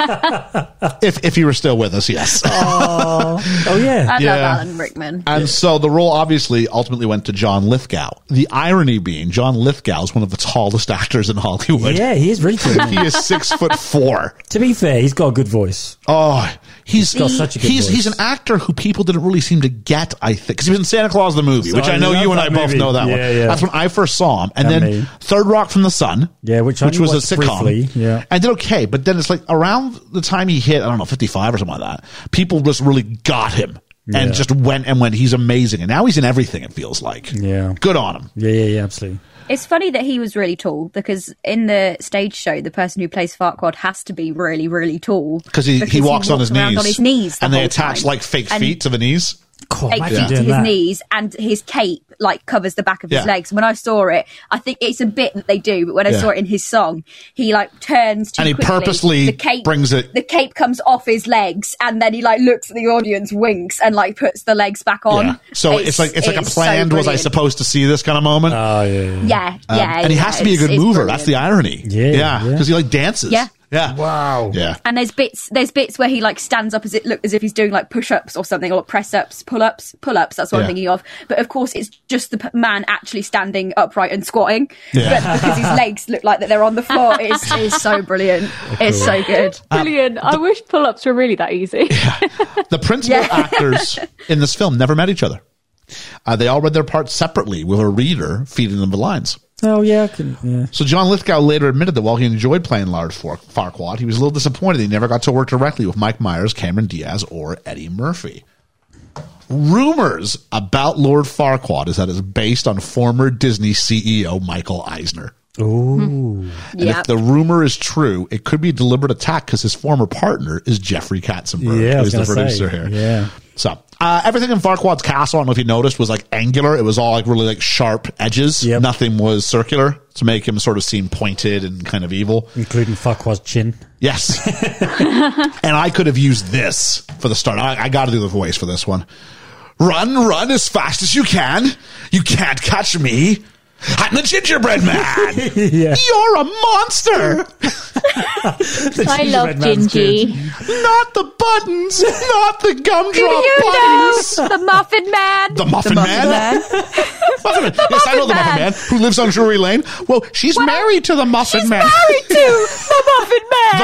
S4: If if he were still with us, yes.
S5: oh yeah.
S8: I love
S4: Yeah.
S8: Alan Rickman.
S4: And so the role obviously ultimately went to John Lithgow. The irony being, John Lithgow is one of the tallest (laughs) actors in Hollywood.
S5: Yeah, he is really good. isn't
S4: (laughs)
S5: he?
S4: He is six foot four.
S5: to be fair, he's got a good voice.
S4: Oh, he's
S5: He's got such a good
S4: he's
S5: voice.
S4: he's an actor who people didn't really seem to get. I think because he was in Santa Claus the movie, which
S5: I
S4: I know
S5: love
S4: you and
S5: that
S4: I both
S5: movie.
S4: know that
S5: Yeah,
S4: one.
S5: yeah.
S4: That's when I first saw him, and
S5: And
S4: then
S5: me.
S4: Third Rock from the Sun,
S5: Yeah, which I only
S4: was a
S5: watched
S4: sitcom.
S5: briefly, yeah.
S4: and did okay, but then it's like around the time he hit I don't know fifty five or something like that, people just really got him.
S5: Yeah.
S4: And just went and went. He's amazing, and now he's in everything. It feels like,
S5: Yeah.
S4: good on him.
S5: Yeah, yeah, yeah, absolutely.
S8: It's funny that he was really tall because in the stage show, the person who plays Farquaad has to be really, really tall
S4: because he, he walks on his
S8: around
S4: knees,
S8: on his knees, the
S4: and they
S8: whole
S4: attach
S8: time.
S4: like fake
S8: And-
S4: feet to the knees.
S5: God,
S8: eight
S5: imagine
S8: feet to
S5: doing
S8: his
S5: that.
S8: knees, and his cape like covers the back of his
S4: Yeah.
S8: legs. When I saw it, I think it's a bit that they do, but when I
S4: Yeah.
S8: saw it in his song, he like turns too
S4: And he
S8: quickly.
S4: purposely
S8: the cape
S4: brings it-
S8: The cape comes off his legs, and then he like looks at the audience, winks, and like puts the legs back on.
S4: Yeah. So it's, like it's like a
S8: so
S4: planned. was I
S8: brilliant.
S4: supposed to see this kind of moment?
S5: Oh yeah.
S8: Yeah,
S4: Um,
S8: yeah,
S4: and he
S8: yeah,
S4: has to be a
S8: it's-
S4: good
S8: it's
S4: mover. That's the
S8: brilliant.
S4: irony.
S5: Yeah,
S4: yeah,
S5: yeah.
S4: because he like dances.
S8: Yeah.
S4: yeah.
S5: Wow.
S4: Yeah.
S8: And there's bits there's bits where he like stands up as it look as if he's doing like push ups or something or press ups, pull ups, pull ups. That's what
S4: Yeah.
S8: I'm thinking of. But of course, it's just the p- man actually standing upright and squatting,
S4: Yeah.
S8: but because his legs look like that they're on the floor. It's, it's
S4: (laughs)
S8: so brilliant. It's so good.
S4: Um,
S6: Brilliant. I wish pull ups were really
S4: (laughs)
S6: that easy.
S4: The
S8: (laughs)
S4: principal actors in this film never met each other. Uh, they all read their parts separately with a reader feeding them the lines.
S5: Oh yeah. I can, yeah.
S4: So John Lithgow later admitted that while he enjoyed playing Lars Far- Farquaad, he was a little disappointed he never got to work directly with Mike Myers, Cameron Diaz, or Eddie Murphy. Rumors about Lord Farquaad is that it's based on former Disney CEO Michael Eisner. And
S8: Yeah.
S4: if the rumor is true, it could be a deliberate attack because his former partner is Jeffrey Katzenberg,
S5: Yeah, I
S4: who's
S5: was
S4: the
S5: gonna
S4: producer
S5: say,
S4: here.
S5: yeah.
S4: So uh, everything in Farquaad's castle, I don't know if you noticed, was like angular. It was all like really like sharp edges.
S5: Yep.
S4: Nothing was circular to make him sort of seem pointed and kind of evil.
S5: Including Farquhar's chin. (laughs)
S4: Yes. and I could have used this for the start. I, I got to do the voice for this one. Run, run as fast as you can. You can't catch me. I'm the gingerbread man.
S5: (laughs)
S4: You're a monster.
S6: I love
S5: gingerbread man's
S6: Gingy.
S4: Not the buttons, not the
S6: Do
S4: gumdrop
S6: you know
S4: buttons.
S6: the Muffin Man?
S4: The Muffin, man. Muffin Man. Yes, I know the Muffin Man who lives on Drury Lane. Well, she's married to the Muffin Man.
S6: Married to the
S4: (laughs)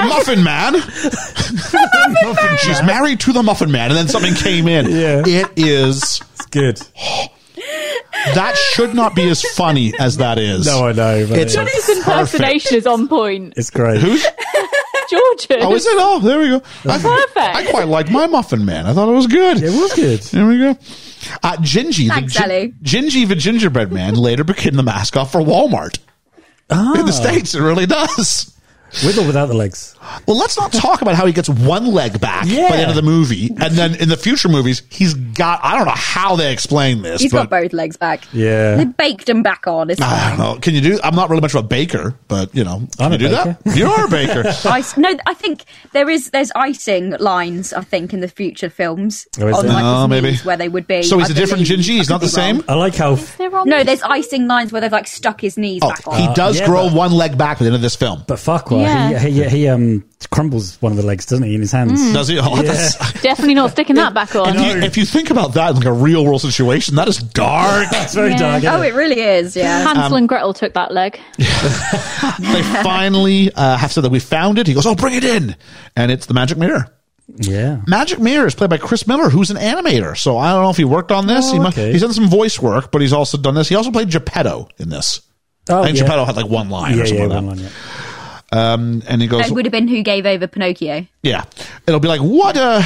S6: Muffin Man.
S4: the Muffin Man. (laughs) She's married to the Muffin Man, and then something came in.
S5: Yeah.
S4: It is
S5: It's good.
S4: that should not be as funny as that is.
S5: No, I know. But
S4: It's
S5: it's,
S6: His impersonation is on point.
S5: it's great.
S4: Who's?
S6: Georgia.
S4: Oh, is it? Oh, there we go. I,
S6: Perfect.
S4: I quite liked my Muffin Man. I thought it was good.
S5: It was good.
S4: There we go. Uh, Gingy,
S8: Thanks,
S4: the
S8: Ellie.
S4: gin- Gingy the gingerbread man, (laughs) later became the mascot for Walmart. In
S5: Oh.
S4: the states, it really does.
S5: With or without the legs?
S4: Well, let's not talk about how he gets one leg back
S5: Yeah.
S4: by the end of the movie, and then in the future movies, he's got—I don't know how they explain this.
S8: He's
S4: but Ah.
S8: got both legs back.
S5: Yeah.
S8: They baked him back on. It's
S4: I don't know. Can you do? I'm not really much of a baker, but you know, can
S5: I'm
S4: you do
S5: a baker.
S4: that? You're a
S5: (laughs)
S4: baker.
S8: ice. No, I think there is there's icing lines. I think in the future films
S5: Oh, is
S8: on
S5: there?
S8: like
S4: Oh,
S8: his
S4: maybe.
S8: knees where they would be.
S4: so he's
S8: I
S4: a different
S8: believe.
S4: Gingy. He's
S8: I
S4: not the
S8: could be wrong.
S4: same.
S5: I like how.
S6: They're on
S8: No, there's icing lines where they've like stuck his knees
S4: Oh,
S8: back on.
S4: he does
S5: Uh, yeah,
S4: grow
S5: but-
S4: one leg back by the end of this film.
S5: But Farquhar,
S6: Yeah. Mm.
S5: he, he, he um crumbles one of the legs, doesn't he, in his hands? (laughs)
S4: Does he? Oh, that's-
S6: definitely not sticking that back on.
S4: if, you, if you think about that in like a real world situation, that is
S5: (laughs)
S4: dark.
S5: It's very
S6: Yeah.
S5: dark.
S8: Oh,
S5: isn't
S8: it really
S4: (laughs)
S8: is. Yeah.
S4: um,
S6: Hansel and Gretel took that leg.
S4: they finally uh, have said that we found it. He goes, "Oh, bring it in," and it's the magic mirror.
S6: Oh.
S5: it? Yeah.
S4: Magic Mirror is played by Chris Miller, who's an animator. So I don't know if he worked on this. he mu-
S5: Oh, okay.
S4: He's done some voice work, but he's also done this. He also played Geppetto in this.
S5: Oh,
S4: I think
S5: yeah.
S4: Geppetto had like one line
S5: Yeah,
S4: or something
S5: yeah,
S4: like that.
S5: one line, yeah.
S4: And he goes,
S8: That would have been who gave over Pinocchio.
S4: Yeah. It'll be like, what, uh,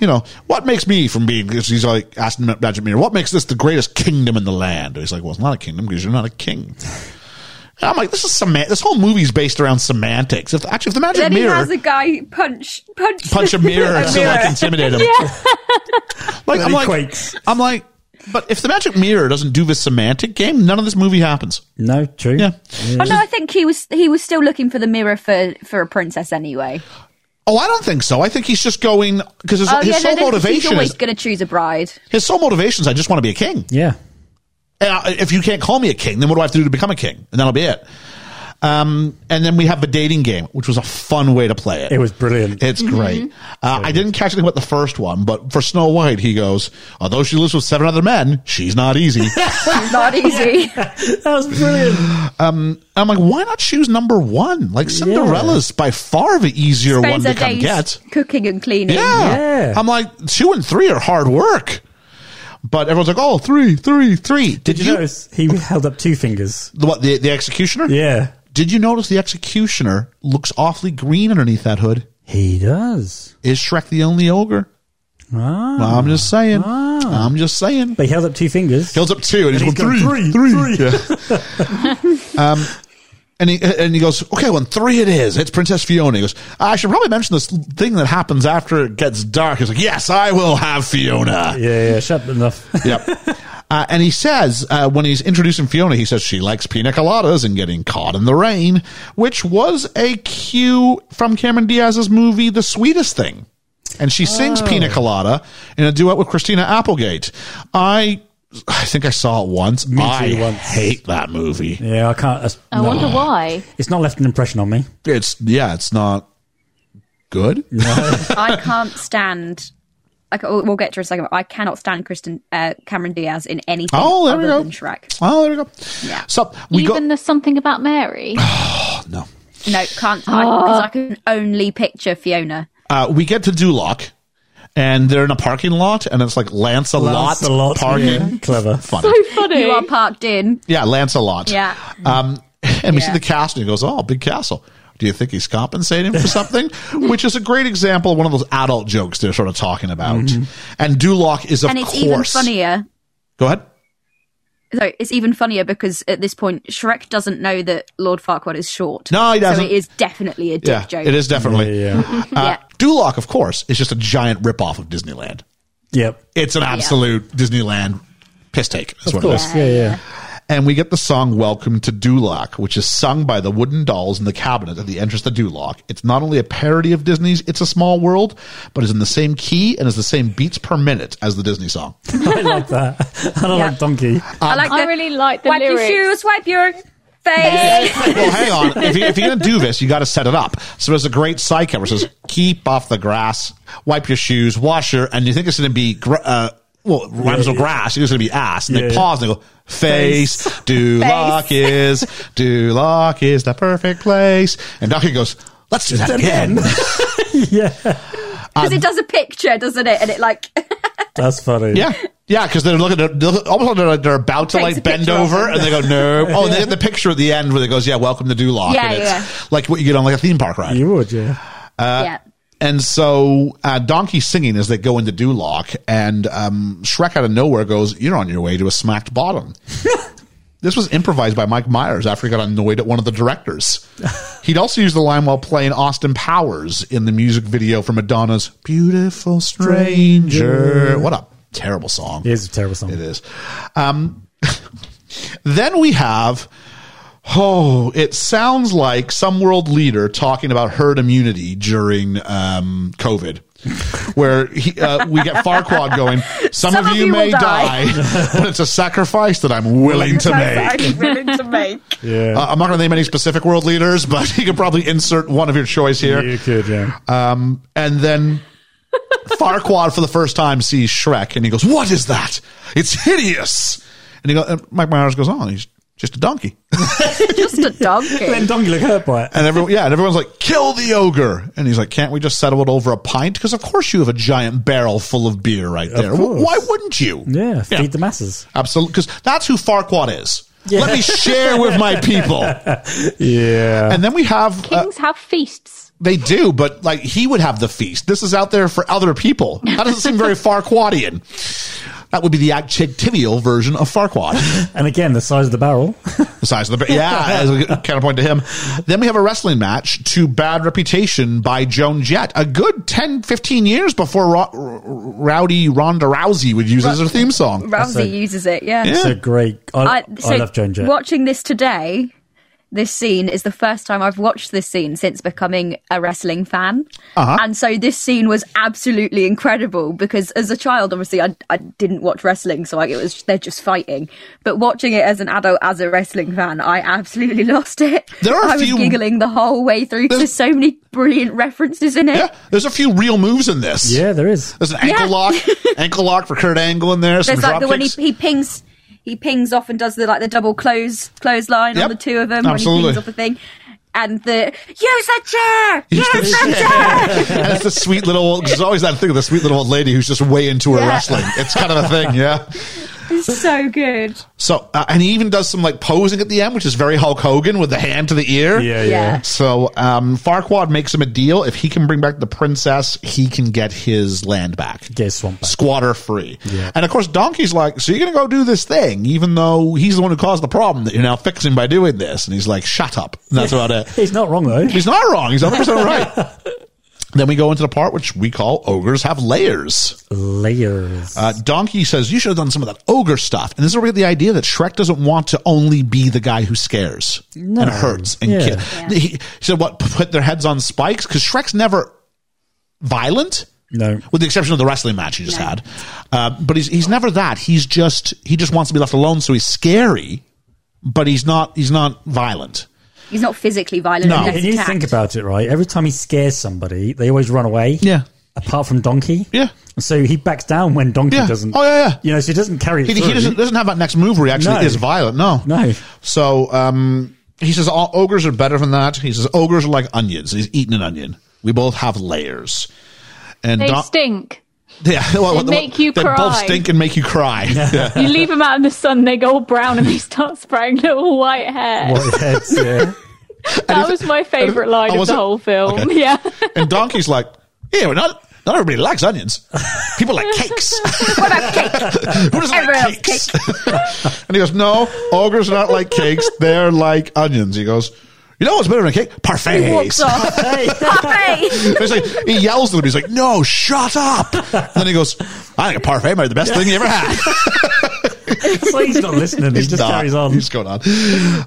S4: you know, what makes me from being, 'cause he's like asking Magic Mirror, what makes this the greatest kingdom in the land? He's like, well, it's not a kingdom because you're not a king. And I'm like, this is semant. This whole movie's based around semantics. If actually, if the Magic
S8: Then he
S4: Mirror
S8: has a guy punch punch (laughs)
S4: punch a mirror to like intimidate him, like
S5: Then
S4: I'm
S5: he
S4: like,
S5: quakes.
S4: I'm like, but if the Magic Mirror doesn't do this semantic game, none of this movie happens.
S5: No, true.
S4: Yeah.
S8: Oh no, I think he was he was still looking for the mirror for for a princess anyway.
S4: Oh, I don't think so. I think he's just going because his,
S8: Oh,
S4: his
S8: yeah,
S4: sole
S8: no, no, 'cause he's
S4: motivation
S8: always
S4: is
S8: going to choose a bride.
S4: his sole motivation is I just want to be a king.
S5: Yeah.
S4: And I, Uh, if you can't call me a king, then what do I have to do to become a king? And that'll be it. Um, and then we have the dating game, which was a fun way to play it.
S5: It was brilliant.
S4: It's great. Uh, I didn't catch anything about the first one, but for Snow White, he goes, although she lives with seven other men, she's not
S5: (laughs)
S4: easy. (laughs)
S8: It's not easy.
S5: (laughs) That was brilliant.
S4: I'm like, why not choose number one? Like Cinderella's by far the easier one
S8: Spends
S4: to
S8: her
S4: come
S8: days
S4: get.
S8: cooking and cleaning.
S4: Yeah.
S5: Yeah.
S4: I'm like, two and three are hard work. But everyone's like, oh, three, three, three.
S5: Did you notice he held up two fingers?
S4: the, what, the, the executioner?
S5: Yeah.
S4: Did you notice the executioner looks awfully green underneath that hood?
S5: He does.
S4: Is Shrek the only ogre? Well, I'm just saying. I'm just saying.
S5: But he held up two fingers.
S4: He holds up two, and, he's
S5: he's
S4: going,
S5: going,
S4: three, three,
S5: "Three,
S4: Yeah. um, and he and he goes, okay, well, in three it is. It's Princess Fiona. He goes, I should probably mention this thing that happens after it gets dark. He's like, yes, I will have Fiona.
S5: (laughs) Yeah, yeah, shut up enough.
S4: Yep. (laughs) Uh, and he says, uh, when he's introducing Fiona, he says she likes pina coladas and getting caught in the rain, which was a cue from Cameron Diaz's movie, The Sweetest Thing. And she sings
S5: Oh.
S4: pina colada in a duet with Christina Applegate. I. I think I saw it once.
S5: too,
S4: I
S5: once.
S4: hate that movie.
S5: yeah, I can't. that's-
S6: I
S5: no.
S6: wonder why.
S5: It's not left an impression on me.
S4: It's yeah, it's not good.
S8: I can't stand. I ca- we'll get to her in a second. But I cannot stand Kristen uh, Cameron Diaz in anything
S4: Oh, there
S8: other
S4: we go.
S8: than Shrek.
S4: Oh, there we go.
S8: Yeah.
S4: So we
S6: Even
S4: got Ah,
S6: there's something about Mary.
S4: no.
S8: No, can't. Because
S6: Ah.
S8: I, can only picture Fiona.
S4: uh, we get to Duloc, and they're in a parking lot, and it's like Lancelot,
S5: lot.
S4: parking.
S5: Clever.
S4: Funny.
S6: so funny.
S8: You are parked in.
S4: yeah, Lancelot.
S8: Yeah.
S4: Um, and we see
S8: Yeah.
S4: the castle, and he goes, "Oh, big castle." Do you think he's compensating for something? (laughs) Which is a great example of one of those adult jokes they're sort of talking about.
S5: Mm-hmm.
S4: And Duloc is of
S8: and it's
S4: course.
S8: even funnier.
S4: Go ahead.
S8: Sorry, it's even funnier because at this point, Shrek doesn't know that Lord Farquaad is short.
S4: No, he doesn't.
S8: So it is definitely a dick
S4: Yeah,
S8: joke.
S4: it is definitely.
S5: Yeah.
S4: Uh,
S8: (laughs) Yeah.
S4: Duloc, of course, is just a giant ripoff of Disneyland.
S5: yep.
S4: It's an absolute Disneyland piss take. Is
S5: Of
S4: what it is.
S5: course. Yeah, yeah.
S4: And we get the song Welcome to Duloc, which is sung by the wooden dolls in the cabinet at the entrance to Duloc. It's not only a parody of Disney's It's a Small World, but is in the same key and is the same beats per minute as the Disney song.
S5: I like that. I don't
S8: Yeah.
S5: like donkey.
S8: I, like
S6: I
S8: the-
S6: really like the
S8: wipe
S6: lyrics.
S8: your shoes, wipe your face.
S4: well, hang on. If, you, if you're going to do this, you got to set it up. So there's a great side cover. It says, keep off the grass, wipe your shoes, wash your, and you think it's going to be, gra- uh, well, rhymes with grass. You think It's going to be ass. And they
S5: Yeah.
S4: pause and they go, face, do lock is, do lock is the perfect place. And Donkey goes, let's do that again.
S5: (laughs)
S8: Because it does a picture, doesn't it? And it like
S4: Uh,
S5: That's funny.
S4: yeah. Yeah, because they're looking at, they're almost like they're about to
S8: Takes a
S4: like bend
S8: picture of
S4: over
S8: them.
S4: and they go, no. Oh, and they get the picture at the end where they goes, yeah, welcome to Duloc.
S8: Yeah,
S4: and it's
S8: yeah.
S4: like what you get on like a theme park ride.
S5: You would, yeah.
S8: (laughs) yeah.
S4: And so uh, Donkey singing as they go into Duloc, and um, Shrek out of nowhere goes, "You're on your way to a smacked bottom." this was improvised by Mike Myers after he got annoyed at one of the directors. He'd also used the line while playing Austin Powers in the music video for Madonna's "Beautiful Stranger." What a terrible song!
S5: It is a terrible song.
S4: It is. Um, (laughs) then we have, oh, it sounds like some world leader talking about herd immunity during um, COVID. Where he, uh, we get Farquaad going, some, of, you, may
S8: will
S4: die,
S8: die."
S4: but it's a sacrifice that I'm willing to make.
S8: I'm willing to make.
S5: Yeah.
S4: Uh, I'm not going to name any specific world leaders, but (laughs) you could probably insert one of your choice here.
S5: you could, yeah.
S4: Um, and then Farquaad for the first time sees Shrek and he goes, What is that? It's hideous. And he goes, and Mike Myers goes on, he's just a donkey.
S8: (laughs) Just a
S5: Then
S8: donkey.
S5: donkey look hurt by it.
S4: And everyone, yeah, and everyone's like, Kill the ogre. And he's like, Can't we just settle it over a pint? Because of course you have a giant barrel full of beer right there.
S5: course.
S4: Why wouldn't you?
S5: Yeah, feed the masses.
S4: Absolutely. Because that's who Farquaad is. Let me share with my
S5: (laughs)
S4: people.
S5: Yeah.
S4: And then we have uh,
S6: Kings have feasts.
S4: They do, but like he would have the feast. This is out there for other people. That doesn't seem very Farquadian. That would be the activial version of Farquad.
S5: And again, the size of the barrel.
S4: The size of the yeah, as a counterpoint to him. Then we have a wrestling match to Bad Reputation by Joan Jett. A good 10, 15 years before Ro- R- Rowdy Ronda Rousey would use it as her theme song.
S8: Rousey uses it,
S5: (laughs)
S8: yeah.
S4: Yeah.
S5: So great. I, I
S8: Uh, so
S5: love Joan Jett.
S8: Watching this today, this scene is the first time I've watched this scene since becoming a wrestling fan.
S4: Uh-huh.
S8: And so this scene was absolutely incredible because as a child, obviously, I, I didn't watch wrestling, so like it was they're just fighting. But watching it as an adult, as a wrestling fan, I absolutely (laughs) lost it.
S4: There are a
S8: I was
S4: few-
S8: giggling the whole way through.
S4: There's-
S8: There's so many brilliant references in it.
S4: Yeah, there's a few real moves in this.
S5: Yeah, there is.
S4: There's an ankle
S8: Yeah. (laughs)
S4: lock, ankle lock for Kurt Angle in there. Some
S8: There's like
S4: drop
S8: the one he,
S4: kicks.
S8: he pings, he pings off and does the like the double close clothesline
S4: Yep.
S8: on the two of them
S4: Absolutely.
S8: when he pings off the thing, and the use the chair, use
S4: the
S8: the chair.
S4: And it's the sweet little. There's always that thing of the sweet little old lady who's just way into her
S8: Yeah.
S4: wrestling. It's kind of a thing, yeah.
S8: it's so good.
S4: So, uh, and he even does some like posing at the end, which is very Hulk Hogan with the hand to the ear.
S5: Yeah, yeah.
S8: Yeah.
S4: So, um, Farquaad makes him a deal. If he can bring back the princess, he can get his land back.
S5: Get swamp back.
S4: Squatter free. And of course, Donkey's like, So you're going to go do this thing, even though he's the one who caused the problem that you're now fixing by doing this. And he's like, Shut up. And that's about it.
S5: He's not wrong though.
S4: He's not wrong. He's 100% right. Then we go into the part which we call ogres have layers.
S5: Layers.
S4: Uh, Donkey says, You should have done some of that ogre stuff. And this is really the idea that Shrek doesn't want to only be the guy who scares and hurts and
S5: Yeah.
S4: kills. He, he said, What, put their heads on spikes? Because Shrek's never violent.
S5: No.
S4: With the exception of the wrestling match he just had. Uh, but he's, he's never that. He's just, he just wants to be left alone. So he's scary, but he's not, he's not violent.
S8: He's not physically violent.
S4: No.
S8: unless
S5: If you
S8: attacked.
S5: think about it, right? Every time he scares somebody, they always run away.
S4: Yeah.
S5: Apart from Donkey.
S4: Yeah.
S5: So he backs down when Donkey
S4: Yeah.
S5: doesn't.
S4: Oh, yeah, yeah.
S5: You know, so he doesn't carry it
S4: He,
S5: through.
S4: he doesn't, doesn't have that next move where he actually
S5: No.
S4: is violent. No.
S5: No.
S4: So um, he says all ogres are better than that. He says ogres are like onions. He's eating an onion. We both have layers. And
S6: They
S4: Don-
S6: stink.
S4: (laughs) yeah, well,
S6: They make you
S4: they both
S6: cry.
S4: stink and make you cry. (laughs) Yeah.
S6: You leave them out in the sun, they go all brown
S4: (laughs)
S6: and they start spraying little white hair.
S5: What heads, yeah.
S6: That was my favourite line
S4: Oh,
S6: of
S4: was
S6: the
S4: it?
S6: whole film.
S4: Okay.
S6: (laughs) Yeah.
S4: and Donkey's like, yeah, we're not. Not everybody likes onions. People like cakes. (laughs)
S8: what about cake?
S4: Who doesn't
S8: Everyone
S4: like
S8: else
S4: cakes? (laughs) and he goes, no, ogres are not like cakes. They're like onions. He goes, you know what's better than a cake? Parfaits.
S8: He
S5: (laughs)
S8: walks off.
S4: (laughs)
S8: (laughs) Parfait.
S4: He's like, he yells at him. He's like, "No, shut up!" And then he goes, "I think a parfait might be the best thing you ever had."
S5: So he's not listening. (laughs) He
S4: He's
S5: just
S4: not.
S5: carries on.
S4: He's going on.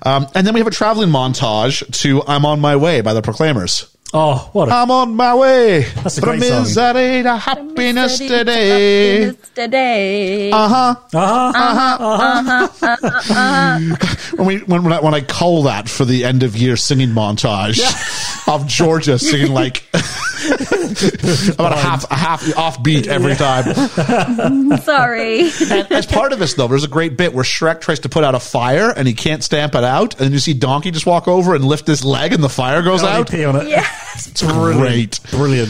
S4: Um, and then we have a traveling montage to "I'm on my way" by the Proclaimers.
S5: Oh, what a (laughs)
S4: I'm on my way
S5: That's a
S4: from
S5: great song.
S4: misery to happiness today.
S8: Happiness today.
S4: Uh-huh. When we when, when I, when I call that for the end of year singing montage (laughs) of Georgia singing like (laughs) about a half a half off beat every time. (laughs)
S8: Sorry.
S4: As part of this, though, there's a great bit where Shrek tries to put out a fire and he can't stamp it out, and then you see Donkey just walk over and lift his leg, and the fire goes out.
S5: LP on Oh, it.
S4: It's great.
S5: Brilliant.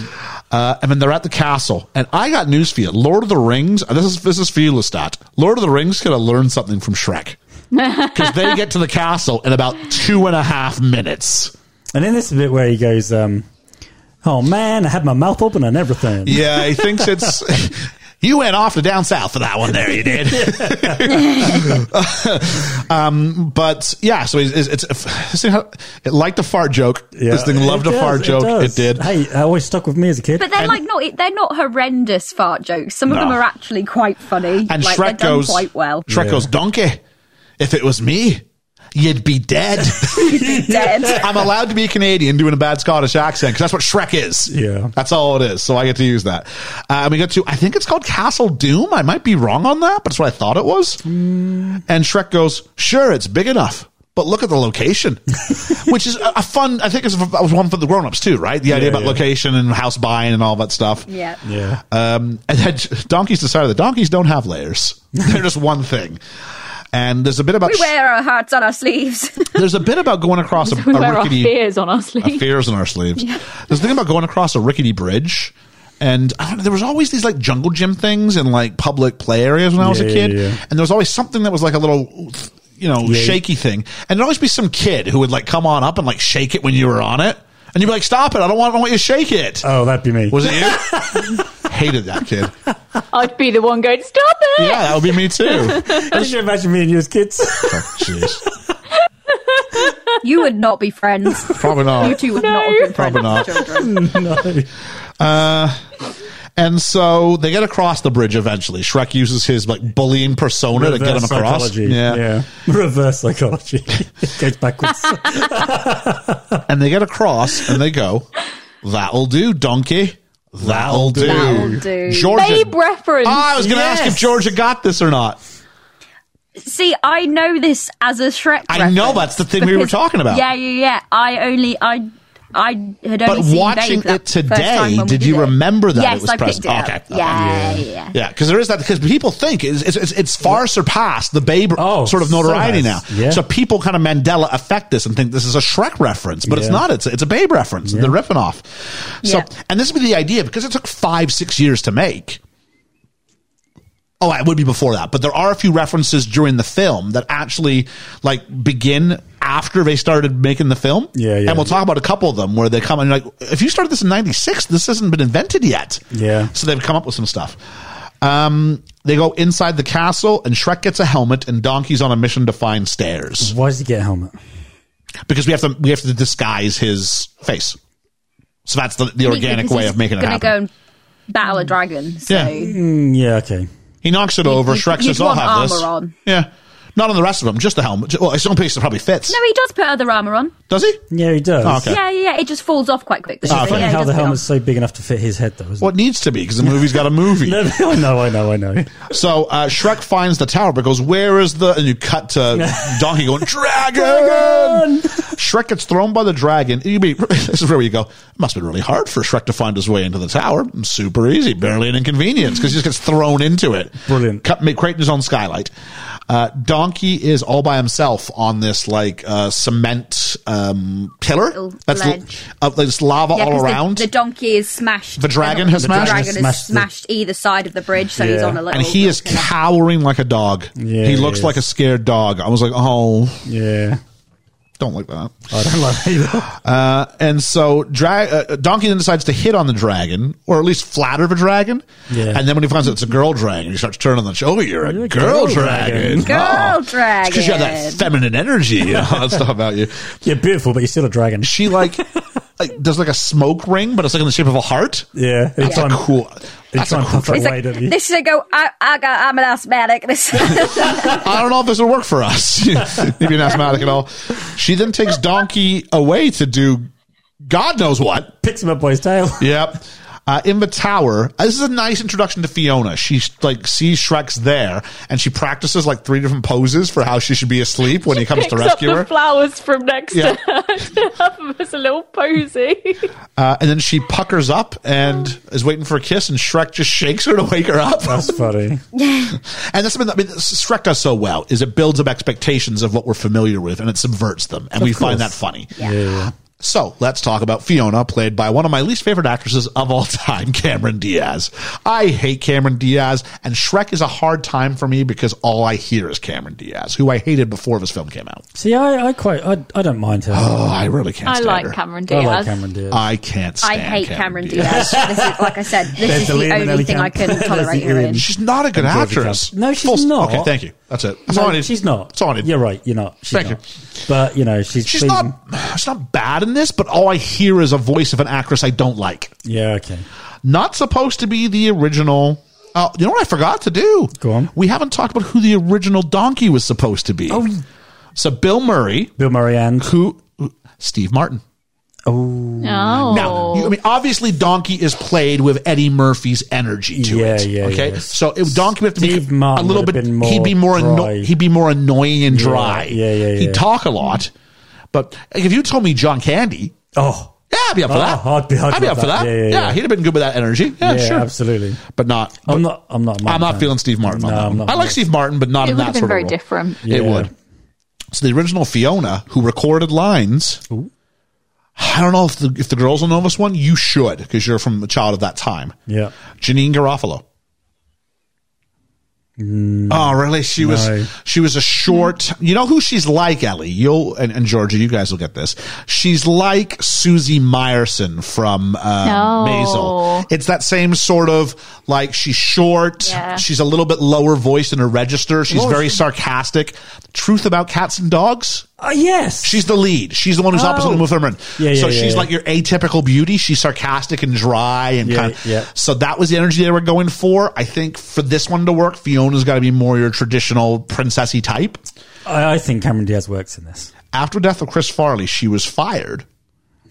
S4: Uh, and then they're at the castle, and I got news for you: Lord of the Rings. and This is this is for you, Lestat. Lord of the Rings could have learned something from Shrek because they get to the castle in about two and a half minutes.
S5: And then this is a bit where he goes, um, "Oh man, I had my mouth open and everything."
S4: Yeah, he thinks it's. (laughs) You went off to down south for that one there, you did. (laughs) um, but yeah, so it's, it's, it's this thing had- it liked the fart joke.
S5: Yeah.
S4: This thing loved
S5: It
S4: a
S5: does,
S4: fart joke. It,
S5: does.
S4: did.
S5: Hey, I always stuck with me as a kid.
S8: But they're
S4: And-
S8: like not they're not horrendous fart jokes. Some of
S4: No.
S8: them are actually quite funny.
S4: And
S8: like, they're
S4: Shrek
S8: done
S4: goes
S8: quite well.
S4: Shrek goes donkey. If it was me, you'd be
S5: (laughs)
S4: dead.
S8: (laughs)
S4: (laughs)
S8: Dead.
S4: I'm allowed to be Canadian doing a bad Scottish accent because that's what Shrek is.
S5: Yeah.
S4: That's all it is. So I get to use that. Uh, and we get to, I think it's called Castle Doom. I might be wrong on that, but it's what I thought it was.
S5: Mm.
S4: And Shrek goes, sure, it's big enough. But look at the
S5: (laughs)
S4: location, which is a a fun. I think it's a- that was one for the grown-ups too, right? The idea about
S5: yeah.
S4: location and house buying and all that stuff.
S8: Yeah.
S5: yeah.
S4: Um, and then (laughs) donkeys decided that donkeys don't have layers; (laughs) they're just one thing. And there's a bit about
S8: We wear our hearts on our sleeves.
S4: there's a bit about going across a,
S6: (laughs) we
S4: a
S6: wear our
S4: rickety
S6: fears on our
S4: our
S6: (laughs) sleeve.
S4: fears on our sleeves. There's the thing about going across a rickety bridge. And I don't know, there was always these like jungle gym things in like public play areas when I was a
S5: Yeah,
S4: kid.
S5: yeah, yeah.
S4: And there was always something that was like a little, you know, shaky thing. And there'd always be some kid who would like come on up and like shake it when you were on it. And you'd be like, stop it. I don't want, I don't want you to shake it.
S5: oh, that'd be me.
S4: was it you?
S5: (laughs)
S4: Hated that kid.
S6: I'd be the one going, Stop it!
S4: Yeah, that would be me too. Oh,
S5: Can you imagine me and you as kids? (laughs)
S4: Jeez.
S8: you would not
S4: (laughs)
S8: be friends.
S4: Probably not.
S8: You two would not have been friends.
S4: Probably not.
S8: Children.
S5: no.
S4: And so they get across the bridge eventually. Shrek uses his like bullying persona to get him
S5: Reverse
S4: across.
S5: psychology. (laughs) Reverse psychology. (laughs) it goes
S4: (laughs)
S5: backwards.
S4: and they get across and they go, "That'll do, donkey. That'll do."
S8: That'll do.
S4: Georgia.
S6: Babe reference.
S4: I Ah, was going to ask if
S5: Yes.
S4: Georgia got this or not.
S8: See, I know this as a Shrek.
S4: I know
S8: reference
S4: that's the thing we were
S8: because-
S4: talking about.
S8: Yeah, yeah, yeah. I only I I had only
S4: But
S8: seen
S4: watching
S8: Babe that
S4: it today,
S8: first time when we
S4: did you
S8: it.
S4: remember that it
S8: yes,
S4: was
S8: I picked
S4: present?
S8: it up.
S4: Okay, okay.
S8: Yeah, yeah.
S4: Yeah, because there is that. Because people think it's it's, it's, it's far surpassed the Babe
S5: Oh,
S4: sort of notoriety
S5: so
S4: now.
S5: has. Yeah.
S4: So people kind of Mandela affect this and think this is a Shrek reference, but it's
S5: Yeah.
S4: not. It's a, it's a Babe reference. They're ripping off. So
S8: Yeah.
S4: and this would be the idea because it took five six years to make. Oh, it would be before that, but there are a few references during the film that actually like begin after they started making the film.
S5: Yeah, yeah.
S4: And we'll talk about a couple of them where they come and you're like, if you started this in '96, this hasn't been invented yet.
S5: Yeah.
S4: So they've come up with some stuff. Um, they go inside the castle, and Shrek gets a helmet, and Donkey's on a mission to find stairs
S5: Why does he get a helmet?
S4: because we have to we have to disguise his face. So that's the, the organic
S8: Because
S4: way
S8: he's
S4: of making it
S8: gonna
S4: happen.
S8: go and battle a dragon. So
S4: Yeah.
S5: Mm, yeah, okay.
S4: he knocks it over.
S8: you'd-
S4: Shrek
S8: you'd
S4: says, "I'll
S8: want
S4: have this."
S8: armor on.
S4: Yeah, not on the rest of them, just the helmet. Ju- Well, his own piece that probably fits.
S8: No, he does put other armor on.
S4: Does he?
S5: Yeah, he does.
S4: Oh, okay.
S8: Yeah, yeah, yeah. It just falls off quite quickly.
S5: It's
S4: Ah,
S5: just
S8: But
S5: funny
S8: yeah, he
S5: how
S8: does
S5: the
S8: put it on.
S5: helmet's so big enough to fit his head, though, isn't
S4: Well, it needs to be because the movie's got a movie.
S5: it? (laughs) No, I know, I know, I know.
S4: So uh, Shrek finds the tower, but goes, "Where is the?" And you cut to
S5: (laughs)
S4: Donkey going, (laughs) "Dragon!" Shrek gets thrown by the dragon. You be (laughs) this is where you go. It must have been really hard for Shrek to find his way into the tower. Super easy, barely an inconvenience because he just gets thrown into it.
S5: Brilliant.
S4: Cut, make, creating his own skylight. Uh, Donkey is all by himself on this like uh, cement um, pillar
S8: Little
S4: that's
S8: ledge.
S4: uh, there's lava
S8: Yeah, 'cause
S4: all
S8: the-
S4: around.
S8: The, donkey is smashed.
S4: The dragon has
S8: the
S4: smashed?
S8: dragon is
S5: Smashed
S8: smashed,
S5: the-
S8: either side of the bridge, so he's
S5: Yeah.
S8: on a little.
S4: and he is
S8: little-
S4: cowering like a dog.
S5: Yeah,
S4: he
S5: he
S4: looks
S5: is.
S4: like a scared dog. I was like, oh,
S5: Yeah.
S4: don't like that.
S5: I don't like that either.
S4: And so, dra- uh, Donkey then decides to hit on the dragon, or at least flatter the dragon.
S5: Yeah.
S4: And then when he finds out it's a girl dragon, he starts turning on the show. Oh, you're a
S5: You're a
S4: girl,
S5: girl
S4: dragon.
S5: dragon.
S8: Girl
S4: Because Ah. you have that
S8: dragon.
S4: feminine
S5: (laughs)
S4: energy. You know, that stuff about you.
S5: (laughs) You're beautiful, but you're still a dragon.
S4: She, like, like, does like a smoke ring, but it's like in the shape of a heart.
S5: Yeah.
S4: That's
S5: It's
S4: a cool. That's a
S5: on
S4: cool.
S5: Puff
S8: It's
S5: Wait,
S8: like,
S5: don't you-
S8: this should go. I, I got. I'm an asthmatic.
S4: (laughs)
S8: This.
S4: I don't know if this will work for us. (laughs) Maybe an asthmatic at all. She then takes Donkey away to do God knows what.
S5: Picks him up by his
S4: (laughs)
S5: tail.
S4: Yep. Uh, in the tower, uh, this is a nice introduction to Fiona. She like sees Shrek's there, and she practices like three different poses for how she should be asleep when he comes
S6: Picks
S4: to rescue
S6: up
S4: her.
S6: the flowers from next
S4: Yeah.
S6: to her. (laughs) to have him as a little posy.
S4: Uh, and then she puckers up and is waiting for a kiss, and Shrek just shakes her to wake her up.
S5: That's
S4: And
S5: funny.
S4: that's something that I mean, Shrek does so well is it builds up expectations of what we're familiar with, and it subverts them, and we find that
S5: course.
S4: funny.
S5: Yeah. yeah.
S4: So let's talk about Fiona, played by one of my least favorite actresses of all time, (laughs) Cameron Diaz. I hate Cameron Diaz, and Shrek is a hard time for me because all I hear is Cameron Diaz, who I hated before this film came out.
S5: See, I, I quite, I, I don't mind her.
S4: Oh, Ah, I really can't
S6: I
S4: stand
S6: like
S4: her.
S8: (laughs)
S6: Cameron
S5: I
S6: Diaz.
S5: like Cameron Diaz.
S4: I can't
S8: (laughs) I
S4: stand
S8: hate Cameron Diaz. This is, like I said,
S5: There's
S8: this is
S5: the Liam
S8: the
S5: and
S8: only
S5: Ellie
S8: thing I
S5: Camp.
S8: couldn't
S5: There's
S8: tolerate
S5: the
S8: her in.
S5: Ian.
S4: She's not a good
S5: Georgie
S4: actress.
S5: Campbell. No, she's
S4: s-
S5: not.
S4: Okay, thank you. That's it. That's all I
S5: no,
S4: need.
S5: she's not.
S4: That's all I need.
S5: You're right. You're not. She's
S4: Thank you.
S5: not. But you know, she's
S4: She's
S5: been-
S4: not. She's not bad in this, but all I hear is a voice of an actress I don't like.
S5: Yeah. Okay.
S4: not supposed to be the original. Uh, you know what I forgot to do?
S5: Go on.
S4: We haven't talked about who the original donkey was supposed to be.
S5: Oh.
S4: So Bill Murray,
S5: Bill Murray and
S4: who Steve Martin.
S6: No.
S4: Now, you- I mean, obviously, Donkey is played with Eddie Murphy's energy to
S5: Yeah,
S4: it.
S5: yeah,
S4: okay,
S5: yes.
S4: so if Donkey would have to
S5: Steve
S4: be a
S5: Martin
S4: little
S5: would
S4: bit.
S5: have been more
S4: he'd be more.
S5: dry.
S4: Anno- he'd be more annoying and dry.
S5: yeah, yeah, yeah.
S4: He'd talk a lot, but like, if you told me John Candy,
S5: oh
S4: yeah, I'd be up for
S5: Oh,
S4: that.
S5: I'd be- I'd
S4: up
S5: love
S4: for that.
S5: that. Yeah, yeah, yeah.
S4: he'd have been good with that energy. Yeah,
S5: yeah,
S4: sure,
S5: absolutely.
S4: but not.
S5: I'm not. I'm not. a
S4: I'm
S5: Martin
S4: not
S5: fan.
S4: feeling Steve Martin. on
S5: No,
S4: that
S5: I'm
S4: one.
S5: not.
S4: I like Steve Martin, but not
S6: It
S4: in
S6: would
S4: that
S6: have been
S4: sort
S6: very
S4: of role.
S6: different.
S5: Yeah.
S4: It would. So the original Fiona, who recorded lines, I don't know if the if the girls will know this one. You should because you're from a child of that time.
S5: Yeah.
S4: Janine Garofalo. Oh, really? She
S5: No.
S4: was she was a short. You know who she's like, Ellie. You'll and, and Georgia, you guys will get this. She's like Susie Meyerson from um,
S6: No.
S4: Maisel. It's that same sort of like she's short.
S6: Yeah.
S4: She's a little bit lower voice in her register. She's
S5: Well,
S4: very
S5: she-
S4: sarcastic. Truth about cats and dogs.
S5: Uh, yes.
S4: She's the lead. She's the one who's opposite
S5: Oh.
S4: of Uma Thurman.
S5: Yeah, yeah,
S4: so
S5: yeah,
S4: she's
S5: yeah.
S4: like your atypical beauty. She's sarcastic and dry and
S5: Yeah,
S4: kind of.
S5: yeah.
S4: So that was the energy they were going for. I think for this one to work, Fiona's got to be more your traditional princessy type.
S5: I, I think Cameron Diaz works in this.
S4: After death of Chris Farley, she was fired.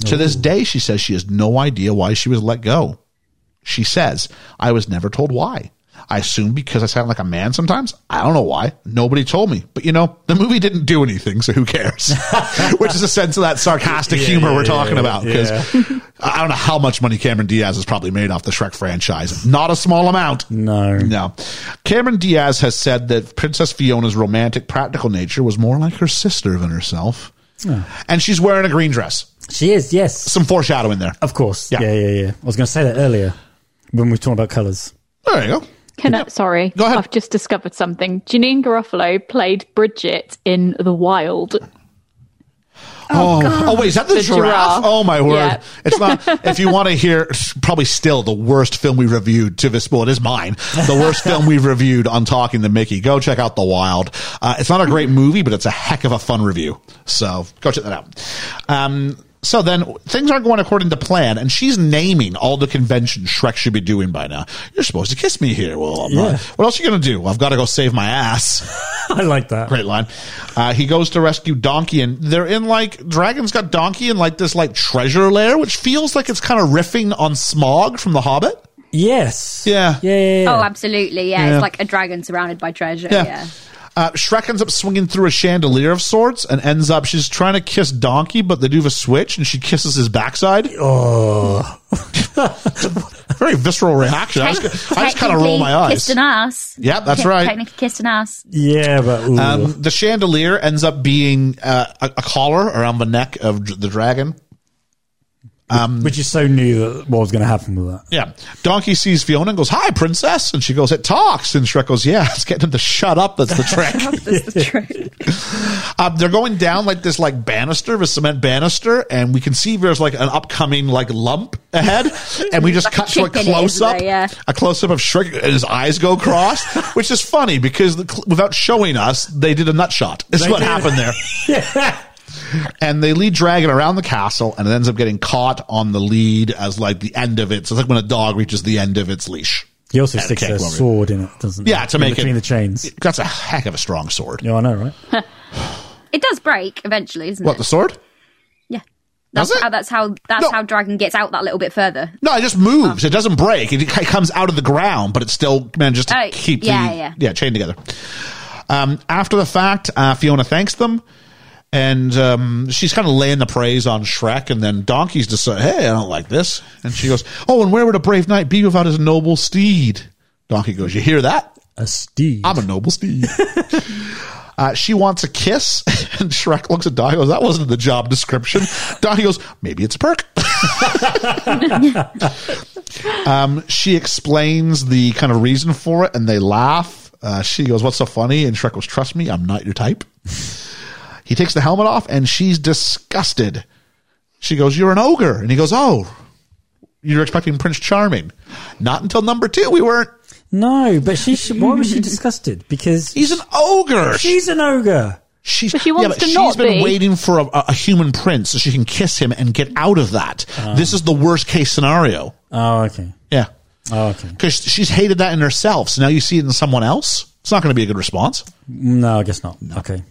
S4: To this day, she says she has no idea why she was let go. She says, I was never told why. I assume because I sound like a man sometimes. I don't know why. Nobody told me. But you know, the movie didn't do anything, so who cares? (laughs) Which is a sense of that sarcastic humor we're talking about. Because I don't know how much money Cameron Diaz has probably made off the Shrek franchise. Not a small amount.
S5: No.
S4: No. Cameron Diaz has said that Princess Fiona's romantic, practical nature was more like her sister than herself. And she's wearing a green dress.
S5: She is, yes.
S4: Some foreshadowing there.
S5: Of course.
S4: Yeah.
S5: Yeah, yeah, yeah. I was going to say that earlier when we were talking about colours.
S4: There you go.
S6: Can I, sorry,
S4: Go ahead.
S6: I've just discovered something. Janine Garofalo played Bridget in The Wild.
S4: Oh, oh, wait, is that the,
S6: The
S4: giraffe?
S6: giraffe.
S4: Oh my word!
S6: Yeah.
S4: It's not. If you want to hear, probably still the worst film we reviewed to this. Well, it is mine. The worst film we've reviewed on Talking to Mickey. Go check out The Wild. Uh, it's not a great movie, but it's a heck of a fun review. So go check that out. Um, so then things aren't going according to plan, and she's naming all the conventions Shrek should be doing by now. You're supposed to kiss me here. Well, I'm not.
S5: Yeah.
S4: what else are you going to do? I've got to go save my ass.
S5: (laughs) I like that.
S4: Great line. Uh, he goes to rescue Donkey, and they're in like Dragon's got Donkey in like this like treasure lair, which feels like it's kind of riffing on Smog from The Hobbit.
S5: Yes.
S4: Yeah.
S5: Yeah, yeah, yeah.
S8: Oh, absolutely. Yeah,
S4: Yeah.
S8: it's like a dragon surrounded by treasure.
S4: Yeah.
S8: Yeah.
S4: Uh, Shrek ends up swinging through a chandelier of sorts and ends up she's trying to kiss Donkey, but they do the switch and she kisses his backside. Oh, (laughs) very visceral reaction. I just, I just kind of roll
S8: Technically
S4: my eyes.
S8: Kissed an ass.
S4: Yep, that's
S8: Te-
S4: right.
S8: Technically kissed
S4: (laughs)
S8: an ass.
S5: Yeah, but ooh.
S4: Um, the chandelier ends up being uh, a, a collar around the neck of dr- the dragon.
S5: which is so new that what was going to happen with that.
S4: Yeah. Donkey sees Fiona and goes, Hi, princess. And she goes, It talks. And Shrek goes, Yeah, (laughs) it's getting him to shut up. That's the
S8: (laughs)
S4: trick.
S8: That's the truth.
S4: um, they're going down like this, like banister, the cement banister. And we can see there's like an upcoming, like lump ahead. And we just
S8: Like a
S4: cut to a
S8: chicken, isn't
S4: close up,
S8: there? Yeah.
S4: a close up of Shrek and his eyes go cross,
S8: (laughs)
S4: which is funny because the, cl- without showing us, they did a nut shot. Is
S5: They
S4: what
S5: did.
S4: happened
S8: (laughs)
S4: there. and they lead Dragon around the castle, and it ends up getting caught on the lead as like the end of it. So it's like when a dog reaches the end of its leash.
S5: He also
S4: Yeah,
S5: sticks
S4: okay,
S5: a
S4: well, we-
S5: sword in it, doesn't he?
S4: Yeah, to
S5: In
S4: make it-
S5: between the chains.
S4: That's a heck of a strong sword.
S5: Yeah, I know, right? (laughs)
S8: It does break eventually, isn't
S4: What
S8: it?
S4: the sword?
S8: yeah.
S4: Does
S8: That's
S4: it?
S8: how that's how that's
S4: No.
S8: how dragon gets out that little bit further.
S4: No, it just
S8: Oh.
S4: moves. It doesn't break. It k- comes out of the ground, but it still manages to
S8: Oh,
S4: keep
S8: yeah,
S4: the
S8: yeah.
S4: chained together. Um, after the fact, uh, Fiona thanks them, and um, she's kind of laying the praise on Shrek. And then Donkey's just like, "Hey, I don't like this," and she goes, "Oh, and where would a brave knight be without his noble steed?" Donkey goes, "You hear that?
S5: A steed.
S4: I'm a noble steed." (laughs) Uh, she wants a kiss, (laughs) and Shrek looks at Donkey. and Goes, "That wasn't the job description." Donkey goes, "Maybe it's a perk." (laughs) Um, she explains the kind of reason for it and they laugh. Uh, she goes, What's so funny? And Shrek goes, Trust me, I'm not your type. (laughs) he takes the helmet off and she's disgusted. She goes, You're an ogre. And he goes, Oh, you're expecting Prince Charming. Not until number two, we weren't.
S5: no, but she. Should, why (laughs) was she disgusted? Because
S4: He's an ogre.
S5: she's an ogre.
S4: She's,
S6: But she wants to not
S4: she's been
S6: be.
S4: waiting for a, a human prince so she can kiss him and get out of that. this is the worst case scenario.
S5: Oh, okay.
S4: Uh-huh. Yeah.
S5: Oh, okay.
S4: Because she's hated that in herself. So now you see it in someone else. It's not going to be a good response.
S5: No, Um, I guess not. Okay.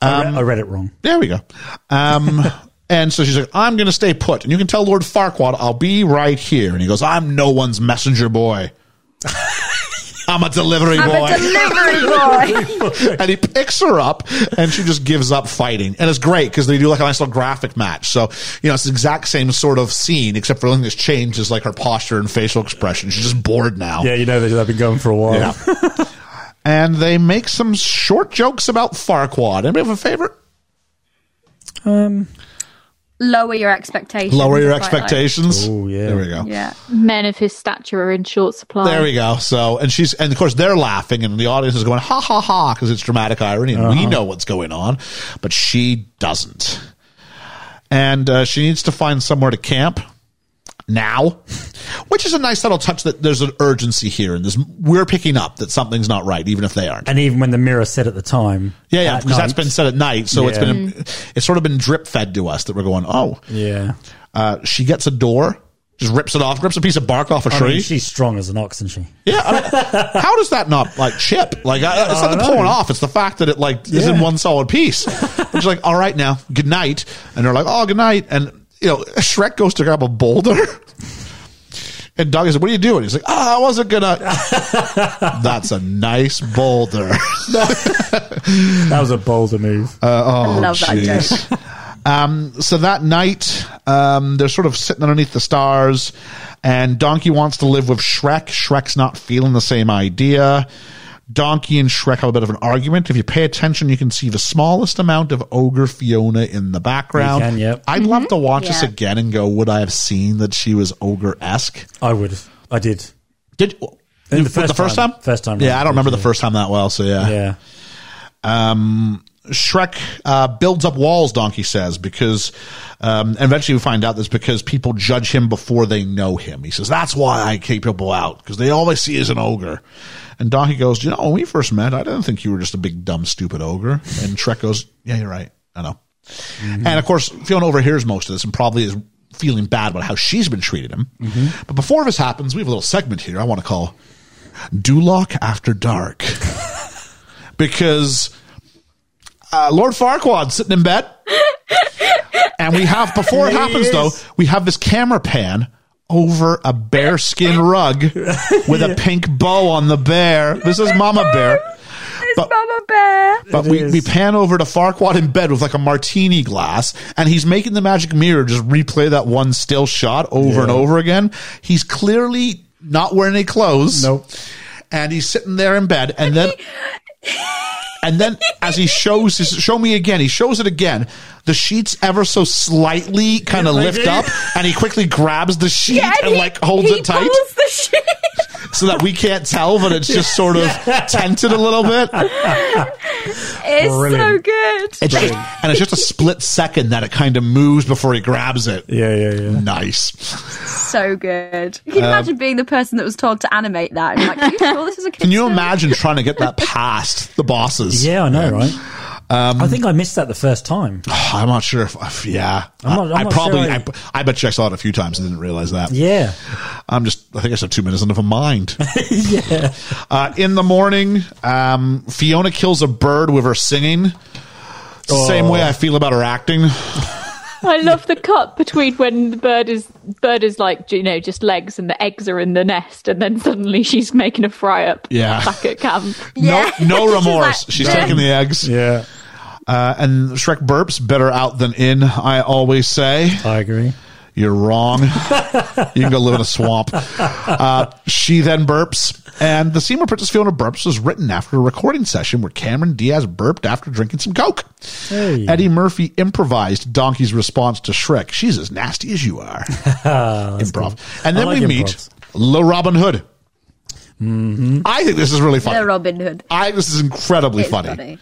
S5: I, read, I read it wrong.
S4: There we go. Um, (laughs) and so she's like, I'm going to stay put. And you can tell Lord Farquaad, I'll be right here. And he goes, I'm no one's messenger (laughs) boy. I'm a delivery
S8: I'm
S4: boy.
S8: a
S4: (laughs)
S8: delivery boy.
S4: and he picks her up and she just gives up fighting. And it's great because they do like a nice little graphic match. So, you know, it's the exact same sort of scene, except for the only thing that's changed is like her posture and facial expression. She's just bored now.
S5: Yeah, you know that I've been going for a while.
S4: Yeah. (laughs) and they make some short jokes about Farquaad. Anybody have a favorite?
S8: Lower your expectations.
S4: Lower your
S8: I quite like.
S4: expectations.
S5: Oh, yeah.
S4: There we go.
S8: Yeah.
S6: Men of his stature are in short supply.
S5: Uh-huh.
S4: There we go. So, and she's, and of course, they're laughing, and the audience is going, ha ha ha, because it's dramatic irony, and
S5: Uh-huh.
S4: we know what's going on, but she doesn't. And uh, she needs to find somewhere to camp now. which is a nice subtle touch that there's an urgency here, and there's we're picking up that something's not right, even if they aren't.
S5: (laughs) And even when the mirror said at the time,
S4: yeah, yeah,
S5: at
S4: because that's
S5: night,
S4: been said at night, so it's
S5: Yeah. Mm-hmm.
S4: been it's sort of been drip fed to us that we're going, oh,
S5: yeah.
S4: uh, she gets a door, just rips it off, rips a piece of bark off a
S5: I
S4: tree.
S5: mean, she's strong as an ox, isn't she?
S4: yeah, I
S5: (laughs)
S4: mean, how does that not like chip? Like, I, it's
S5: I
S4: not the
S5: know.
S4: pulling off; it's the fact that it like is in
S5: Yeah.
S4: one solid piece. It's like, all right, now good night, and they're like, oh, good night, and you know, Shrek goes to grab a boulder. And Doggy said, "What are you doing?" He's like, "Ah, I wasn't gonna."
S5: (laughs)
S4: That's a nice boulder.
S5: That was a bolder move.
S4: Oh,
S8: I love that joke.
S4: Um, so that night, um, they're sort of sitting underneath the stars, and Donkey wants to live with Shrek. Shrek's not feeling the same idea. Donkey and Shrek have a bit of an argument. If you pay attention, you can see the smallest amount of Ogre Fiona in the background.
S5: You can, yep.
S4: I'd love to watch this
S8: Yeah.
S4: again and go, would I have seen that she was ogre esque?
S5: (laughs) I would. I did.
S4: Did
S5: In
S4: the first, the first time?
S5: First time.
S4: Yeah,
S5: right,
S4: I don't remember the
S5: yeah.
S4: first time that well. So
S5: Yeah.
S4: Shrek uh, builds up walls, Donkey says, because um, and eventually we find out that's because people judge him before they know him. He says, That's why I keep people out, because they all they see is an ogre. And Donkey goes, You know, when we first met, I didn't think you were just a big, dumb, stupid ogre. And Shrek goes, Yeah, you're right. I know. Mm-hmm. And of course, Fiona overhears most of this and probably is feeling bad about how she's been treating him. But before this happens, we have a little segment here I want to call Duloc After Dark. because uh, Lord Farquaad sitting in bed. and we have, before it happens though, we have this camera pan over a bearskin rug with a pink bow on the bear. This is Mama Bear. But-
S8: Mama Bear.
S4: But
S5: It
S4: we,
S5: is.
S4: we pan over to Farquaad in bed with like a martini glass, and he's making the magic mirror just replay that one still shot over and
S5: Yeah.
S4: over again. He's clearly not wearing any clothes.
S5: Nope.
S4: And he's sitting there in bed, and then and then as he shows his show me again, he shows it again. The sheets ever so slightly kind of
S5: Yeah, like
S4: lift
S5: it.
S4: up, and he quickly grabs the sheet and,
S8: he-
S4: like holds
S8: he
S4: it tight
S8: pulls the shit.
S4: so that we can't tell, but it's just sort of tented a little
S5: (laughs)
S4: bit.
S8: It's so
S5: Brilliant.
S8: good.
S4: It's just, and it's just a split second that it kind of moves before he grabs it.
S5: Yeah. Yeah. Yeah.
S4: Nice.
S8: so good. Can
S4: Um,
S8: you imagine being the person that was told to animate that? And like, are you sure this is a kid?
S4: Can you imagine trying to get that past the bosses?
S5: Yeah. Um, I know, right? I think I missed that the first time.
S4: I'm not sure if, if- yeah. i
S5: I'm not- I'm
S4: I
S5: not
S4: probably,
S5: sure I-
S4: I, I bet you I saw it a few times and didn't realize that.
S5: Yeah.
S4: I'm just, I think I said two minutes into a
S5: (laughs)
S4: mind. yeah. Uh, in the morning, um, Fiona kills a bird with her singing.
S5: Oh.
S4: Same way I feel about her acting.
S6: I love the cut between when the bird is bird is like you know just legs and the eggs are in the nest, and then suddenly she's making a fry up
S4: Yeah.
S6: back at camp.
S4: (laughs)
S8: Yeah.
S4: No, no
S8: (laughs) She's
S4: remorse.
S8: like,
S4: She's
S8: "Yeah."
S4: taking the eggs.
S5: Yeah.
S4: Uh, and Shrek burps better out than in, I always say.
S5: I agree.
S4: You're wrong. you can go live in a swamp. Uh, she then burps, and the scene where Princess Fiona burps was written after a recording session where Cameron Diaz burped after drinking some Coke.
S5: Hey.
S4: Eddie Murphy improvised Donkey's response to Shrek. She's as nasty as you
S5: (laughs)
S4: are. improv. And then
S5: I like
S4: we
S5: improvs. Mm-hmm.
S4: meet Le Robin Hood. I think this is really
S8: The
S4: funny.
S8: Robin Hood.
S4: I, this is incredibly
S8: It's
S4: funny.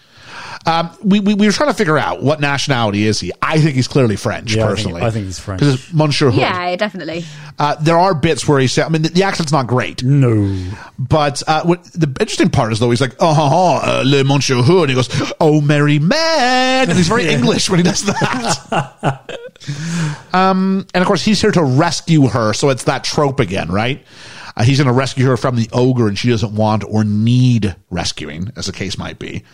S4: We, we we were trying to figure out what nationality is he. I think he's clearly French,
S5: Yeah, I think-
S4: personally.
S5: I think he's French.
S4: because it's Monsieur Hood.
S8: Yeah, definitely.
S4: Uh, there are bits where he said, I mean, the, the accent's not great,
S5: No.
S4: but uh, what, the interesting part is though, he's like, oh, ha, ha, uh, Le Monsieur Hood. And he goes, oh, merry man. And he's very English when he does that. (laughs) um, and of course, he's here to rescue her. So it's that trope again, right? Uh, he's going to rescue her from the ogre, and she doesn't want or need rescuing, as the case might be.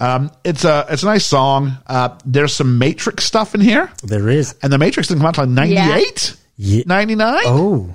S4: Um, it's a it's a nice song. Uh, there's some Matrix stuff in here,
S5: There is.
S4: and the Matrix didn't come out until '98,
S5: Yeah.
S4: '99.
S5: Oh.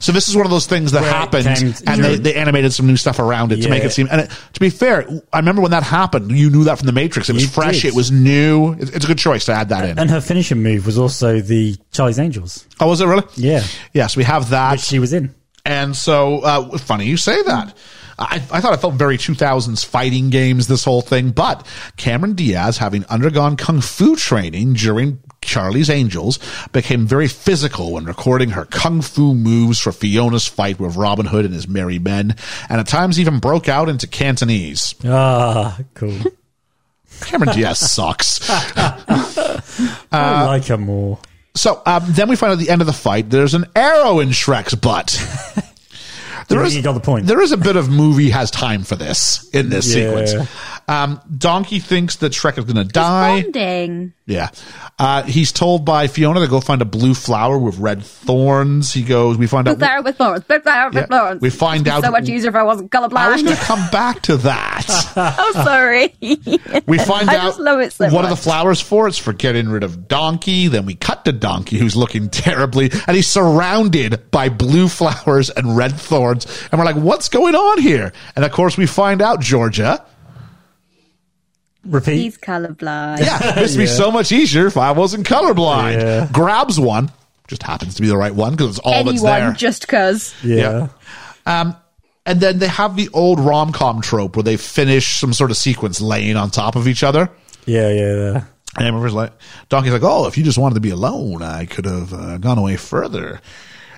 S4: So this is one of those things that
S5: Where it
S4: happened,
S5: came-
S4: and they, they animated some new stuff around it to make
S5: Yeah.
S4: it seem. And it, to be fair, I remember when that happened. You knew that from the Matrix. It was
S5: You
S4: fresh.
S5: did.
S4: It was new. It's, it's a good choice to add that in.
S5: And her finishing move was also the Charlie's Angels.
S4: oh, was it really?
S5: Yeah.
S4: Yes, we have
S5: Which
S4: that.
S5: she was in.
S4: And so, uh, funny you say that. I, I thought it felt very 2000s fighting games, this whole thing. But Cameron Diaz, having undergone kung fu training during Charlie's Angels, became very physical when recording her kung fu moves for Fiona's fight with Robin Hood and his merry men, and at times even broke out into Cantonese.
S5: Ah, cool.
S4: Cameron Diaz (laughs) sucks.
S5: Uh, I like her more.
S4: So um, then we find out at the end of the fight, there's an arrow in Shrek's
S5: (laughs)
S4: butt. There is,
S5: You got the point.
S4: There is a bit of movie has time for this in this
S5: Yeah.
S4: sequence. Um, Donkey thinks that Shrek is going to die.
S8: Bonding.
S4: Yeah. Uh, he's told by Fiona to go find a blue flower with red thorns. He goes, we find out.
S8: There with Florence. There with
S4: Yeah.
S8: Florence.
S4: We find
S8: It'd be
S4: out-
S8: So much easier if I wasn't
S4: I was going to
S8: colorblind.
S4: come back to that.
S8: (laughs) I'm sorry.
S4: (laughs) We find
S8: I
S4: out
S8: just love it so
S4: what are the
S8: much.
S4: flowers for? It's for getting rid of Donkey. Then we cut to Donkey, who's looking (laughs) terribly, and he's surrounded by blue flowers and red thorns. And we're like, what's going on here? And of course, we find out, Georgia. (laughs)
S5: Repeat.
S8: He's colorblind.
S4: Yeah, this would be so much easier if I wasn't colorblind.
S5: Yeah.
S4: Grabs one, just happens to be the right one because it's all that's there.
S8: Anyone just cause.
S5: yeah.
S4: Yeah. Um, and then they have the old rom com trope where they finish some sort of sequence laying on top of each other.
S5: Yeah, yeah, yeah.
S4: And I remember it's like, Donkey's like, oh, if you just wanted to be alone, I could have uh, gone away further.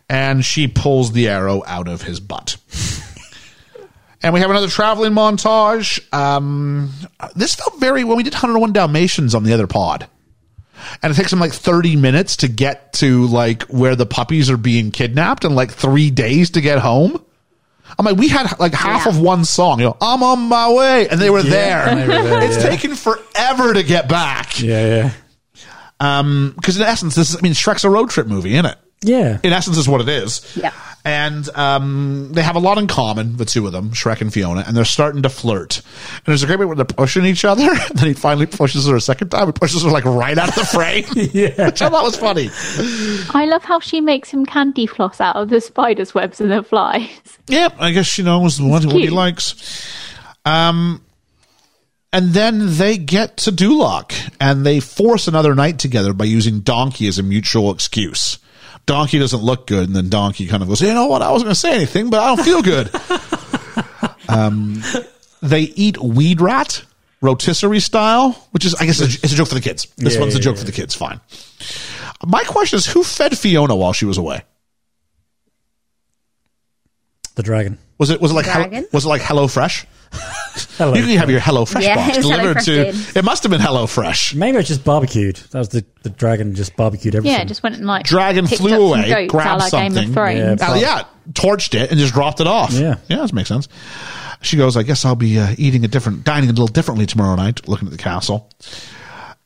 S4: And she pulls the arrow out of his butt. (laughs) and we have another traveling montage. Um, this felt very, when we did 101 Dalmatians on the other pod. And it takes them like 30 minutes to get to like where the puppies are being kidnapped and like three days to get home. I'm like, we had like half
S8: Yeah.
S4: of one song, you know, I'm on my way. And they were there.
S5: they were there,
S4: (laughs) it's
S5: yeah.
S4: taken forever to get back
S5: Yeah, yeah.
S4: because in essence, this is, I mean, Shrek's a road trip movie, isn't it?
S5: Yeah.
S4: In essence, is what it is.
S8: Yeah.
S4: And um, they have a lot in common, the two of them, Shrek and Fiona, and they're starting to flirt. And there's a great bit where they're pushing each other. (laughs) And then he finally pushes her a second time. He pushes her like right out of the frame,
S5: Yeah.
S4: which I thought was funny.
S6: I love how she makes him candy floss out of the spider's webs and the flies.
S4: Yeah, I guess she knows what, what he
S6: cute.
S5: Hmm.
S4: likes. Um, and then they get to Duloc and they force another night together by using Donkey as a mutual excuse. Donkey doesn't look good, and then Donkey kind of goes, "You know what? I wasn't going to say anything, but I don't feel
S5: (laughs)
S4: good." um, they eat weed rat rotisserie style, which is, I guess, it's a, it's a joke for the kids. This
S5: Yeah,
S4: one's a
S5: yeah,
S4: joke for the kids. Fine. My question is, who fed Fiona while she was away?
S5: The dragon.
S4: Was it was it like Hello-
S8: Dragon?
S4: was it like Hello Fresh?
S5: Hello.
S4: You can have your Hello Fresh (laughs)
S8: Yeah,
S4: box
S8: it was
S4: delivered
S8: HelloFresh
S4: to.
S8: did.
S4: It must have been Hello Fresh.
S5: Maybe it's just barbecued. That was the, the dragon just barbecued everything.
S6: Yeah, just went and like
S4: Dragon
S6: picked
S4: flew
S6: up some
S4: away,
S6: goats
S4: grabbed
S6: a la Game
S4: something.
S6: of Thrones.
S5: Yeah.
S4: Uh, yeah, torched it and just dropped it off.
S5: Yeah.
S4: yeah, that makes sense. She goes, I guess I'll be uh, eating a different, dining a little differently tomorrow night. Looking at the castle.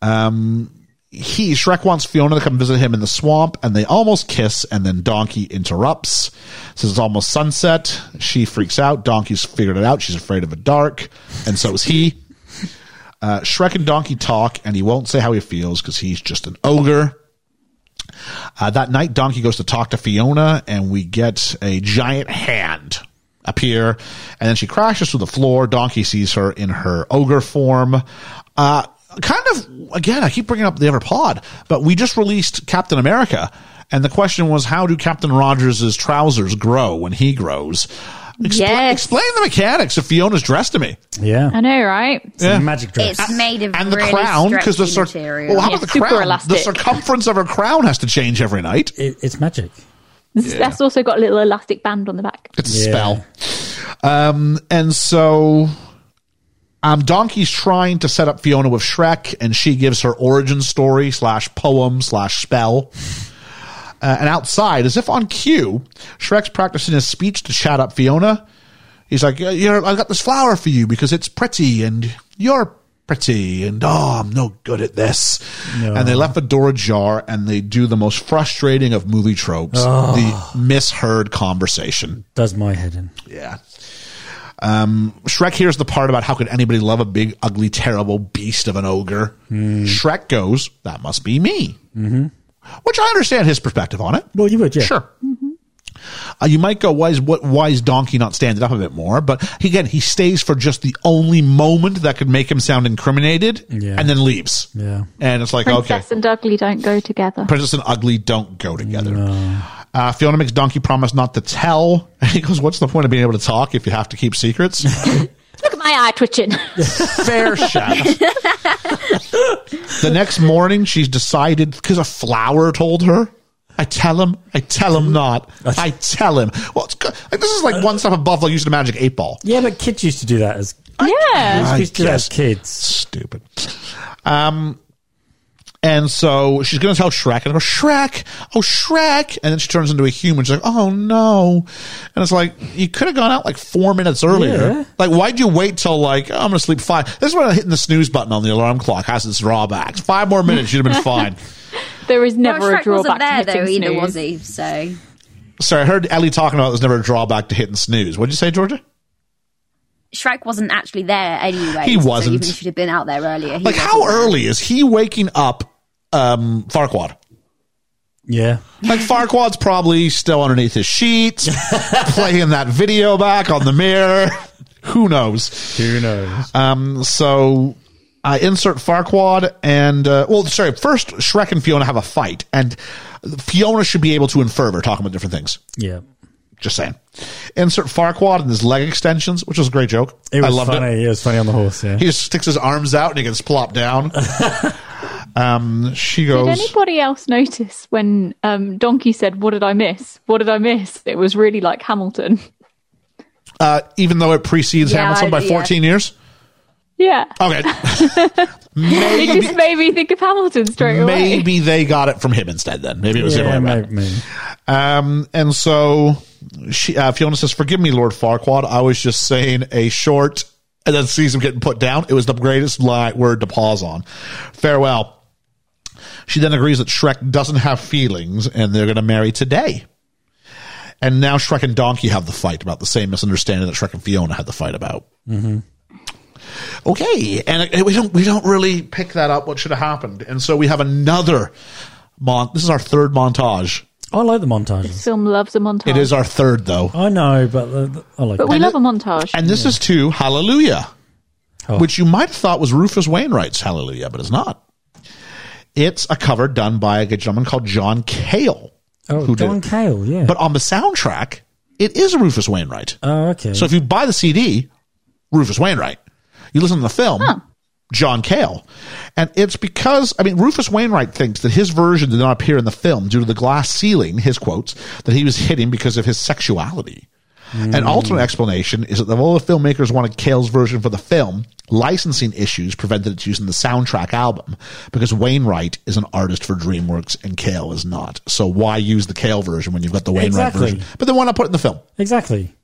S4: Um, he Shrek wants Fiona to come visit him in the swamp, and they almost kiss, and then Donkey interrupts. Says it's almost sunset. She freaks out. Donkey's figured it out. She's afraid of the dark, and so is he. Uh, Shrek and Donkey talk, and he won't say how he feels because he's just an ogre. Uh, that night, Donkey goes to talk to Fiona, and we get a giant hand appear, and then she crashes to the floor. Donkey sees her in her ogre form. Uh, kind of, again, I keep bringing up the other pod, but we just released Captain America, and the question was how do Captain Rogers' trousers grow when he grows? Expl-
S8: Yes.
S4: Explain the mechanics of Fiona's dress to me.
S5: yeah.
S6: I know, right?
S5: It's a magic dress.
S8: It's made of
S4: and the
S8: really
S4: crown because the,
S8: stretchy
S4: cir-
S8: material.
S4: well, how
S6: Yeah,
S4: about the
S6: super
S4: crown? The
S6: elastic.
S4: circumference of her crown has to change every night.
S5: It, it's magic.
S6: That's- That's also got a little elastic band on the back.
S4: It's
S5: Yeah.
S4: a spell. Um, and so um, Donkey's trying to set up Fiona with Shrek, and she gives her origin story slash poem slash spell. Uh, and outside, as if on cue, Shrek's practicing his speech to chat up Fiona. He's like, "Yeah, you're, I got this flower for you because it's pretty and you're pretty and oh, I'm no good at this. And they left the door ajar and they do the most frustrating of movie tropes, the misheard conversation.
S5: Does my head in.
S4: Yeah. Um, Shrek hears the part about how could anybody love a big, ugly, terrible beast of an ogre. Shrek goes, that must be me. Mm-hmm. Which I understand his perspective on it.
S5: Well, you would, yeah.
S4: Sure. Uh, you might go, why is, what, why is Donkey not standing up a bit more? But again, he stays for just the only moment that could make him sound incriminated
S5: Yeah.
S4: and then leaves.
S5: Yeah.
S4: And it's like, okay.
S6: Princess and ugly don't go together.
S4: Princess and Ugly don't go together. Uh, Fiona makes Donkey promise not to tell. (laughs) And he goes, What's the point of being able to talk if you have to keep secrets?
S6: Look at my eye twitching.
S4: Fair shot. the next morning, she's decided because a flower told her. I tell him, I tell him not. I tell him. Well, it's good. Like, this is like one step above like using a magic eight ball.
S5: Yeah, but kids used to do that as,
S6: (laughs) yeah.
S5: used to do that as kids.
S4: Stupid. Um, And so she's going to tell Shrek, and I go, Shrek, oh, Shrek. And then she turns into a human. She's like, oh, no. And it's like, you could have gone out like four minutes earlier.
S5: Yeah.
S4: Like, why'd you wait till like, oh, I'm going to sleep five? This is when hitting the snooze button on the alarm clock has its drawbacks. Five more minutes, you'd have been fine.
S6: There is never
S8: well,
S6: a
S8: Shrek wasn't
S6: drawback
S8: there
S6: to hitting
S8: though
S6: snooze.
S8: either, was he? So
S4: Sorry, I heard Ellie talking about there's never a drawback to hitting snooze. What'd you say, Georgia?
S8: Shrek wasn't actually there anyway.
S4: He
S8: So even
S4: wasn't.
S8: if he should have been out there earlier. he
S4: Like, how
S8: wasn't.
S4: early is he waking up um, Farquad?
S5: Yeah.
S4: Like Farquad's probably still underneath his sheets,
S5: (laughs)
S4: playing that video back on the mirror. Who knows?
S5: Who knows?
S4: Um, so I insert Farquad and uh, well, sorry. First, Shrek and Fiona have a fight, and Fiona should be able to infer we're talking about different things.
S5: Yeah.
S4: Just saying. Insert Farquad and his leg extensions, which was a great joke.
S5: It was
S4: I loved
S5: funny.
S4: it.
S5: It. was funny on the horse. Yeah.
S4: He just sticks his arms out and he gets plopped
S5: (laughs)
S4: down. um, she goes.
S6: Did anybody else notice when um, Donkey said, "What did I miss? What did I miss?" It was really like Hamilton. (laughs)
S4: uh, even though it precedes
S8: Yeah,
S4: Hamilton by
S8: yeah.
S4: 14 years.
S6: Yeah,
S4: Okay.
S6: it
S4: maybe,
S6: just made me think of Hamilton straight away.
S4: maybe they got it from him instead then. Maybe it was the
S5: yeah,
S4: other way around.
S5: mate, mate.
S4: Um, and so she, uh, Fiona says, Forgive me, Lord Farquaad. I was just saying a short, and then sees him getting put down. It was the greatest lie, word to pause on. Farewell. She then agrees that Shrek doesn't have feelings and they're going to marry today. And now Shrek and Donkey have the fight about the same misunderstanding that Shrek and Fiona had the fight about. Okay, and uh, we don't we don't really pick that up. What should have happened? And so we have another mon. This is our third montage.
S5: I like the montages.
S6: Film loves a montage.
S4: It is our third though.
S5: I know, but the, the- I like.
S6: but we
S5: it.
S6: love a montage.
S4: And this is to Hallelujah,
S5: Oh.
S4: which you might have thought was Rufus Wainwright's Hallelujah, but it's not. It's a cover done by a gentleman called John Cale.
S5: oh,
S4: who did
S5: Don
S4: it.
S5: Cale. Yeah.
S4: But on the soundtrack, it is Rufus Wainwright.
S5: oh, okay.
S4: So if you buy the CD, Rufus Wainwright, you listen to the film, John Cale. And it's because, I mean, Rufus Wainwright thinks that his version did not appear in the film due to the glass ceiling, his quotes, that he was hitting because of his sexuality. An alternate explanation is that although the filmmakers wanted Cale's version for the film, licensing issues prevented its use in the soundtrack album because Wainwright is an artist for DreamWorks and Cale is not. So why use the Cale version when you've got the Wainwright
S5: Exactly.
S4: version? But then why not put it in the film?
S5: exactly.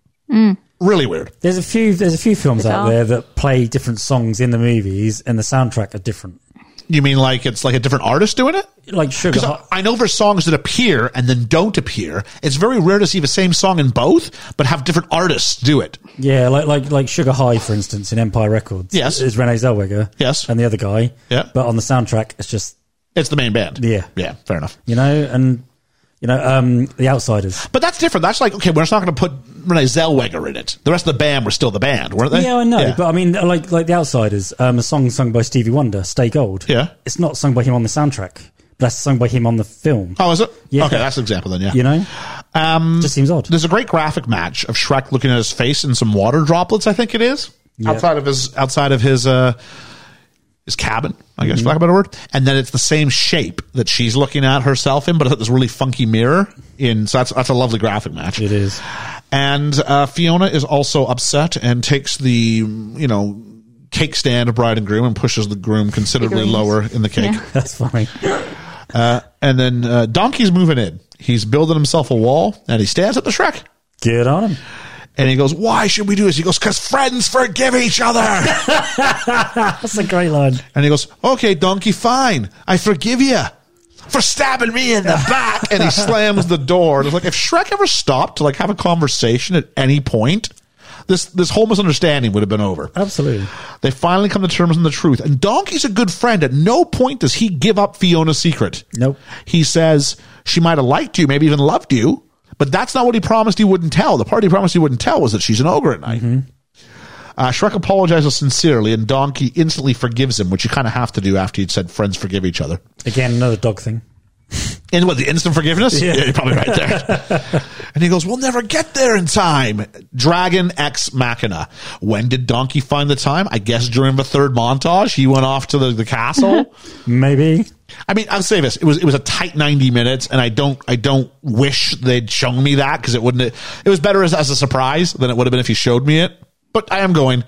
S4: Really weird.
S5: There's a few. There's a few films out
S6: Bizarre.
S5: there that play different songs in the movies, and the soundtrack are different.
S4: You mean like it's like a different artist doing it?
S5: Like Sugar.
S4: Because
S5: Hi-
S4: I, I know for songs that appear and then don't appear, it's very rare to see the same song in both, but have different artists do it.
S5: Yeah, like like like Sugar High, for instance, in Empire Records.
S4: Yes.
S5: is Renee Zellweger.
S4: Yes.
S5: and the other guy.
S4: Yeah.
S5: but on the soundtrack, it's just
S4: It's the main band.
S5: Yeah.
S4: Yeah, fair enough.
S5: you know, and you know, um, the Outsiders.
S4: But that's different. That's like, okay, we're just not going to put Renee Zellweger in it. The rest of the band were still the band, weren't they?
S5: Yeah, I know, but I mean, like like the Outsiders, um, a song sung by Stevie Wonder, "Stay Gold."
S4: Yeah.
S5: it's not sung by him on the soundtrack, but that's sung by him on the film.
S4: Oh, is it?
S5: Yeah.
S4: Okay, that's an example then, yeah.
S5: You know, um, just seems odd.
S4: There's a great graphic match of Shrek looking at his face and some water droplets, I think it is. Outside of his outside of his uh his cabin, I guess for lack of a better word. And then it's the same shape that she's looking at herself in, but it's this really funky mirror in so that's that's a lovely graphic match.
S5: It is. (laughs)
S4: And uh, Fiona is also upset and takes the you know cake stand of bride and groom and pushes the groom considerably
S6: Figurines.
S4: lower in the cake.
S5: That's funny.
S4: And then uh, Donkey's moving in. He's building himself a wall and he stands up to Shrek.
S5: Good on him.
S4: And he goes, Why should we do this? He goes, Because friends forgive each other.
S5: That's a great line.
S4: and he goes, Okay, donkey, fine. I forgive you for stabbing me in the back. and he slams the door. And it's like, if Shrek ever stopped to like have a conversation at any point, this, this whole misunderstanding would have been over.
S5: Absolutely.
S4: They finally come to terms on the truth. And Donkey's a good friend. At no point does he give up Fiona's secret.
S5: Nope.
S4: He says she might have liked you, maybe even loved you, but that's not what he promised he wouldn't tell. The part he promised he wouldn't tell was that she's an ogre at night. Uh, Shrek apologizes sincerely, and Donkey instantly forgives him, which you kind of have to do after you'd said friends forgive each other.
S5: Again, another dog thing.
S4: And what, the instant forgiveness? Yeah, you're probably right there. and he goes, We'll never get there in time. Dragon X Machina. When did Donkey find the time? I guess during the third montage, he went off to the, the castle.
S5: Maybe.
S4: I mean, I'll say this: it was it was a tight ninety minutes, and I don't I don't wish they'd shown me that because it wouldn't. It was better as, as a surprise than it would have been if you showed me it. But I am going.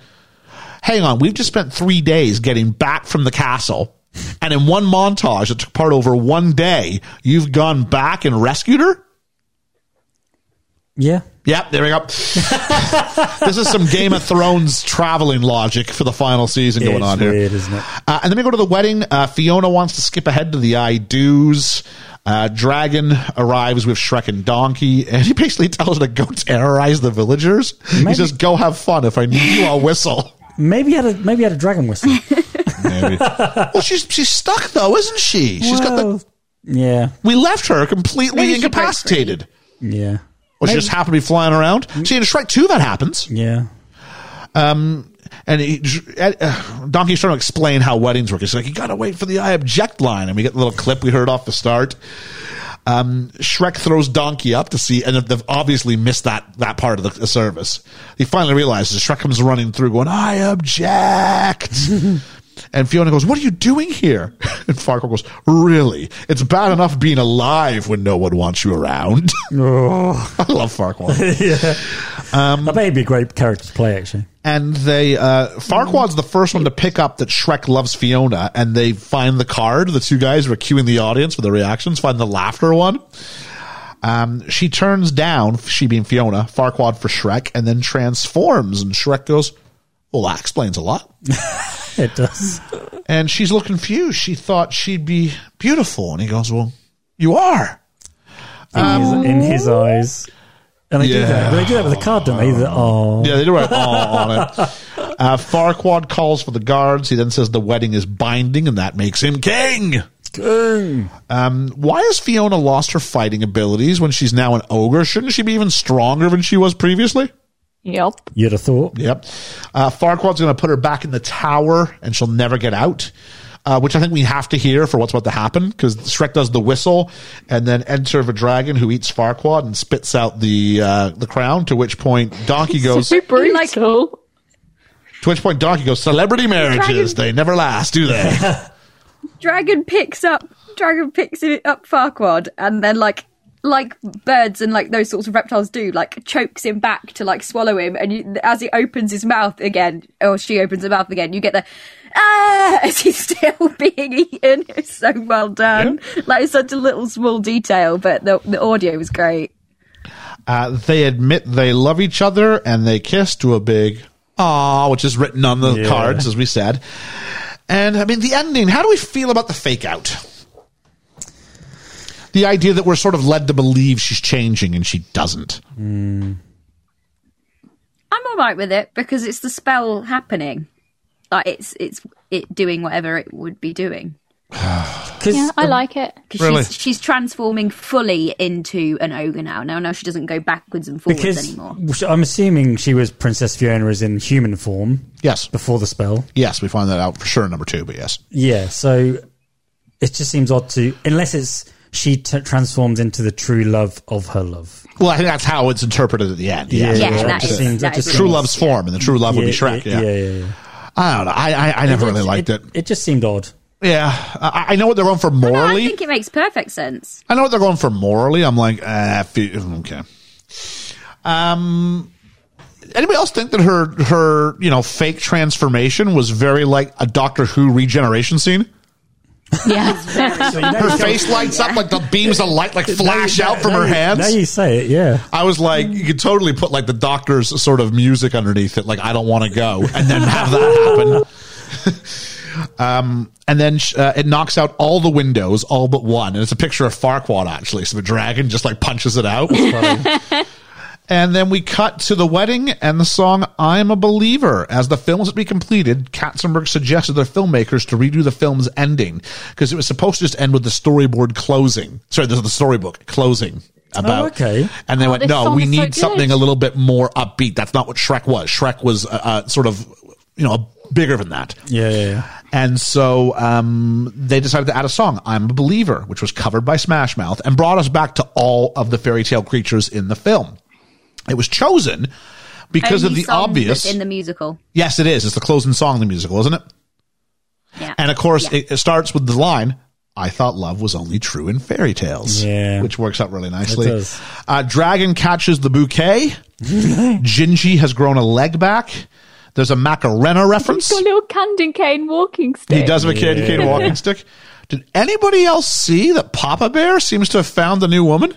S4: Hang on, we've just spent three days getting back from the castle and in one montage that took part over one day, you've gone back and rescued her?
S5: Yeah.
S4: Yep, there we go. (laughs) this is some Game of Thrones traveling logic for the final season going
S5: It's
S4: on
S5: weird,
S4: here.
S5: isn't it?
S4: Uh, and then we go to the wedding. Uh, Fiona wants to skip ahead to the I do's. Uh, Dragon arrives with Shrek and Donkey, and he basically tells her to go terrorize the villagers. He
S5: Maybe-
S4: says, "Go have fun. If I need you, I'll whistle."
S5: Maybe had a maybe had a dragon
S8: (laughs)
S5: whistle.
S4: Maybe. (laughs) well, she's she's stuck though, isn't she? She's got the.
S5: Well, yeah,
S4: We left her completely
S8: Maybe she broke free.
S4: incapacitated,
S5: yeah,
S4: or she just happened to be flying around. See, in Shrek Two, that happens. (laughs)
S5: yeah.
S4: Um, and he, uh, Donkey's trying to explain how weddings work. He's like, you got to wait for the I object line. And we get the little clip we heard off the start. Um, Shrek throws Donkey up to see, and they've obviously missed that, that part of the, the service. He finally realizes Shrek comes running through going, I object. and Fiona goes, What are you doing here? (laughs) And Farquhar goes, Really? It's bad enough being alive when no one wants you around. (laughs) I love Farquhar. Um,
S5: I bet he'd be a great character to play. Actually,
S4: and they uh Farquaad's the first one to pick up that Shrek loves Fiona, and they find the card. The two guys who are queuing the audience for the reactions, find the laughter one. Um, she turns down, she being Fiona, Farquaad for Shrek, and then transforms, and Shrek goes, "Well, that explains a lot."
S5: it does.
S4: And she's a little confused. She thought she'd be beautiful, and he goes, "Well, you are."
S5: In,
S8: Um,
S5: his, in his eyes, and they do
S4: Yeah.
S5: that. They do that with a card, don't they? That- oh,
S4: Yeah, they do write "aw" on it. Uh, Farquaad calls for the guards. He then says the wedding is binding, and that makes him king.
S5: King.
S4: Um, Why has Fiona lost her fighting abilities when she's now an ogre? Shouldn't she be even stronger than she was previously?
S6: Yep.
S5: you'd have thought.
S4: Yep. Uh, Farquaad's going to put her back in the tower and she'll never get out, uh, which I think we have to hear for what's about to happen because Shrek does the whistle and then enter the dragon who eats Farquaad and spits out the uh, the crown, to which point
S6: (laughs)
S4: Donkey goes,
S6: So brutal.
S4: to which point Donkey goes, celebrity marriages, they never last, do they?
S8: Dragon picks up Dragon picks it up Farquad and then like like birds and like those sorts of reptiles do, like chokes him back to like swallow him, and you, as he opens his mouth again, or she opens her mouth again, you get the ah (laughs) as he's still being eaten. It's so well done. Like it's such a little small detail, but the the audio was great.
S4: Uh, they admit they love each other and they kiss to a big "ah," which is written on the
S5: Yeah.
S4: cards, as we said. And I mean, the ending. How do we feel about the fake out? The idea that we're sort of led to believe she's changing and she doesn't.
S8: I'm all right with it because it's the spell happening, like it's it's it doing whatever it would be doing.
S5: 'Cause
S6: Yeah, I like it.
S8: Because
S4: Really?
S8: she's, she's transforming fully into an ogre now. Now, now she doesn't go backwards and forwards
S5: because
S8: anymore.
S5: I'm assuming she was Princess Fiona is in human form
S4: Yes,
S5: before the spell.
S4: yes, we find that out for sure. in Number two, but yes,
S5: Yeah, so it just seems odd to unless it's she t- transforms into the true love of her love.
S4: well, I think that's how it's interpreted at the end. Yes.
S8: Yeah,
S5: that
S8: that
S5: just
S8: is-
S5: seems-
S8: that
S5: that just
S8: is-
S4: True
S5: seems-
S4: love's form, and the true love would be Shrek. Yeah,
S5: yeah, yeah, yeah.
S4: I don't know. I I, I never really liked it.
S5: It just seemed odd.
S4: Yeah, I, I know what they're going for
S8: No, I
S4: morally.
S8: think it makes
S5: (laughs)
S8: perfect sense.
S4: I know what they're going for morally. I'm like, eh, fe- okay. Um, anybody else think that her her you know fake transformation was very like a Doctor Who regeneration scene?
S8: Yeah.
S5: So you know-
S4: Her face lights up like the beams of light like flash out from
S5: now
S4: her
S5: you- Now
S4: hands.
S5: you say it, yeah.
S4: I was like, you could totally put like the Doctor's sort of music underneath it, like I don't want to go, and then have that happen. (laughs) and then sh- uh, it knocks out all the windows, all but one. And it's a picture of Farquaad actually. So the dragon just like punches it out. and then we cut to the wedding and the song "I'm a Believer." As the films would be completed, Katzenberg suggested their filmmakers to redo the film's ending because it was supposed to just end with the storyboard closing. Sorry, the, the storybook closing. About
S5: okay.
S4: and they
S6: Oh,
S4: went
S6: this
S4: no,
S6: song
S4: we
S6: is so
S4: need something a
S6: good."
S4: little bit more upbeat. That's not what Shrek was. Shrek was uh, uh, sort of you know bigger than that.
S5: Yeah, yeah, yeah.
S4: And so um, they decided to add a song, I'm a Believer, which was covered by Smash Mouth and brought us back to all of the fairy tale creatures in the film. It was chosen because
S8: Only
S4: of the
S8: song
S4: obvious.
S8: that's in the musical.
S4: yes, it is. It's the closing song of the musical, isn't it?
S8: Yeah.
S4: And of course,
S8: Yeah.
S4: it, it starts with the line. I thought love was only true in fairy tales,
S5: Yeah.
S4: which works out really nicely.
S5: does.
S4: Uh, Dragon catches the bouquet. Gingy has grown a leg back. There's a Macarena reference.
S6: Got a little candy cane walking stick.
S4: He does have a candy cane walking stick. Did anybody else see that Papa Bear seems to have found the new woman?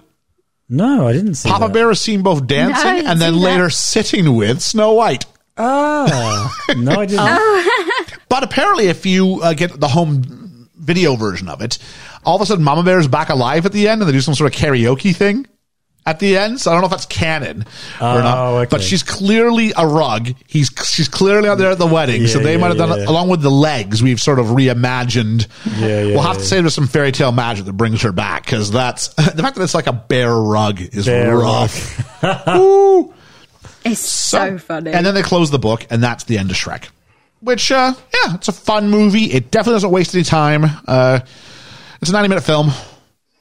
S5: No, I didn't see
S4: Papa
S5: that.
S4: Bear is seen both
S8: No, I
S4: dancing
S8: didn't
S4: and then
S8: see that.
S4: later sitting with Snow White.
S5: Oh, no,
S4: (laughs)
S5: I didn't.
S4: Ah. But apparently, if you uh, get the home video version of it, all of a sudden Mama Bear is back alive at the end, and they do some sort of karaoke thing at the end. So I don't know if that's canon or not.
S5: Oh, okay.
S4: But she's clearly a rug. He's she's clearly out there at the wedding. so
S5: Yeah,
S4: they
S5: yeah,
S4: might have done
S5: yeah.
S4: it along with the legs. We've sort of reimagined.
S5: Yeah, yeah,
S4: we'll have
S5: yeah.
S4: to say there's some fairy tale magic that brings her back because that's (laughs) the fact that it's like a bear rug is
S5: Bear
S4: rough. Ooh.
S8: It's so, funny.
S4: And then they close the book, and that's the end of Shrek. Which, uh, yeah, it's a fun movie. It definitely doesn't waste any time. Uh, it's a 90 minute film.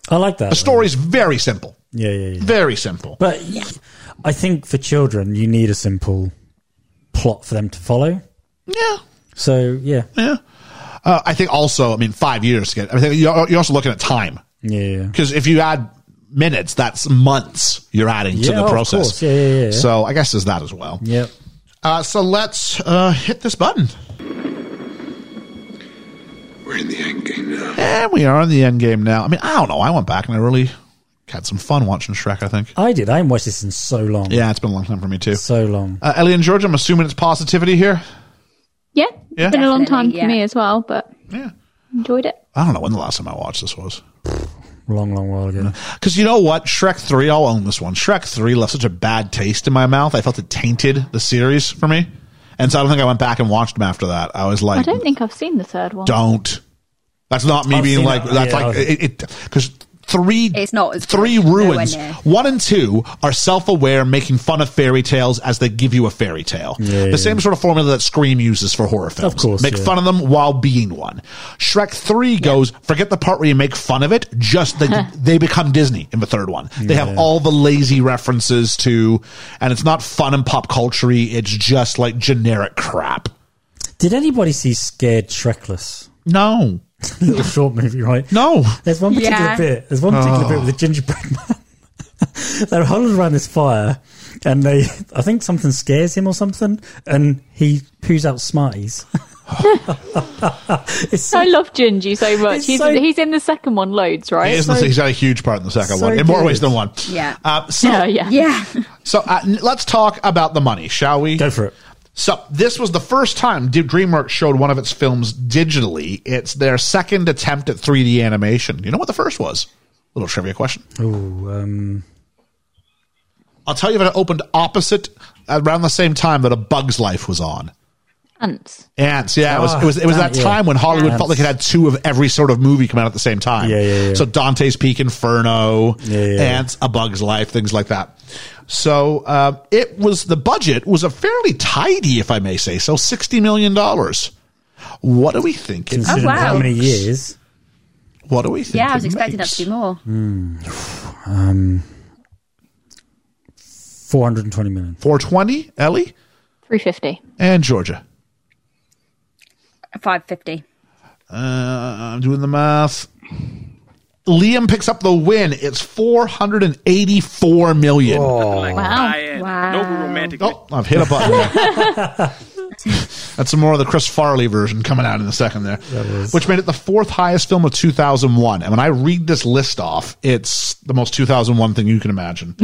S5: I like that.
S4: The story's very simple.
S5: Yeah, yeah, yeah.
S4: Very simple.
S5: But I think for children, you need a simple plot for them to follow.
S4: yeah.
S5: So yeah,
S4: Yeah. Uh, I think also, I mean, five years. to get- I think you're, you're also looking at time.
S5: yeah, yeah.
S4: Because if you add minutes, that's months you're adding to
S5: Yeah,
S4: the
S5: of
S4: process.
S5: course. Yeah, yeah, yeah, yeah.
S4: So I guess there's that as well.
S5: Yep.
S4: Uh, so let's uh, hit this button.
S3: We're in the end game now.
S4: And we are in the end game now. I mean, I don't know. I went back and I really had some fun watching Shrek, I think.
S5: I did. I haven't watched this in so long.
S4: Yeah, it's been a long time for me too.
S5: so long.
S4: Uh, Ellie and George, I'm assuming it's positivity here.
S6: Yeah,
S4: Yeah.
S6: it's been a long time
S8: Definitely,
S6: for
S8: yeah.
S6: me as well, but
S4: Yeah.
S6: enjoyed it.
S4: I don't know when the last time I watched this was.
S5: Long, long while ago.
S4: Because you know what? Shrek 3, I'll own this one. Shrek 3 left such a bad taste in my mouth. I felt it tainted the series for me. And so I don't think I went back and watched them after that. I was
S6: I
S4: like,
S6: don't think I've seen the third one.
S4: don't. That's not me
S5: I've
S4: being
S5: seen
S4: like,
S5: it.
S4: that's
S5: Yeah,
S4: like,
S5: I've-
S4: it, because three,
S8: It's not as
S4: three
S8: good. Nowhere
S4: ruins.
S8: near.
S4: One and two are self aware, making fun of fairy tales as they give you a fairy tale. the
S5: yeah.
S4: same sort of formula that Scream uses for horror films.
S5: course,
S4: Make
S5: yeah.
S4: fun of them while being one. Shrek 3 goes, forget the part where you make fun of it, just they, they become Disney in the third one. They have all the lazy references to, and it's not fun and pop culture it's just like generic crap.
S5: Did anybody see Scared Shrekless? (laughs)
S4: No.
S5: Little short movie, right?
S4: No.
S5: There's one particular
S8: Yeah.
S5: bit. There's one particular bit with the gingerbread (laughs) man. They're huddled around this fire, and they, I think something scares him or something, and he poos out Smarties. (laughs) it's so
S6: I love Gingy so much.
S5: It's
S6: He's,
S5: so-
S6: he's in the second one loads, right?
S4: He is in the- he's got a huge part in the second
S5: so
S4: one, in more
S5: good.
S4: ways than one.
S8: Yeah.
S4: Uh, so
S6: yeah, yeah.
S8: yeah.
S4: so uh, n- let's talk about the money, shall we?
S5: (laughs) go for it.
S4: So this was the first time Di- DreamWorks showed one of its films digitally. It's their second attempt at 3D animation. You know what the first was? Little trivia question.
S5: Oh, um,
S4: I'll tell you that it opened opposite around the same time that A Bug's Life was on.
S6: Ants.
S4: Ants, yeah, it was
S5: Ah,
S4: it was, it was
S5: damn,
S4: that
S5: yeah.
S4: time when Hollywood felt
S5: Ants.
S4: like it had two of every sort of movie come out at the same time.
S5: Yeah, yeah, yeah.
S4: So Dante's Peak Inferno,
S5: Yeah, yeah, yeah.
S4: Ants, A Bug's Life, things like that. So uh, it was the budget was a fairly tidy, if I may say so, sixty million dollars. What do we think? It,
S5: considering
S8: Oh, wow.
S5: how many years?
S4: what do we think?
S8: Yeah, I was
S4: it
S8: expecting that
S4: makes?
S8: to be more.
S5: Four hundred and twenty (laughs) million.
S4: Four twenty, Ellie
S6: 350.
S4: and Georgia.
S8: 550.
S4: Uh, I'm doing the math. Liam picks up the win. It's four hundred and eighty-four million.
S3: Like,
S6: Wow.
S3: I,
S8: Wow.
S3: Noble romantic.
S4: Oh, I've hit a button.
S5: (laughs)
S4: there. That's some more of the Chris Farley version coming out in a second there, which made it the fourth highest film of 2001. And when I read this list off, it's the most 2001 thing you can
S5: (laughs)
S4: imagine.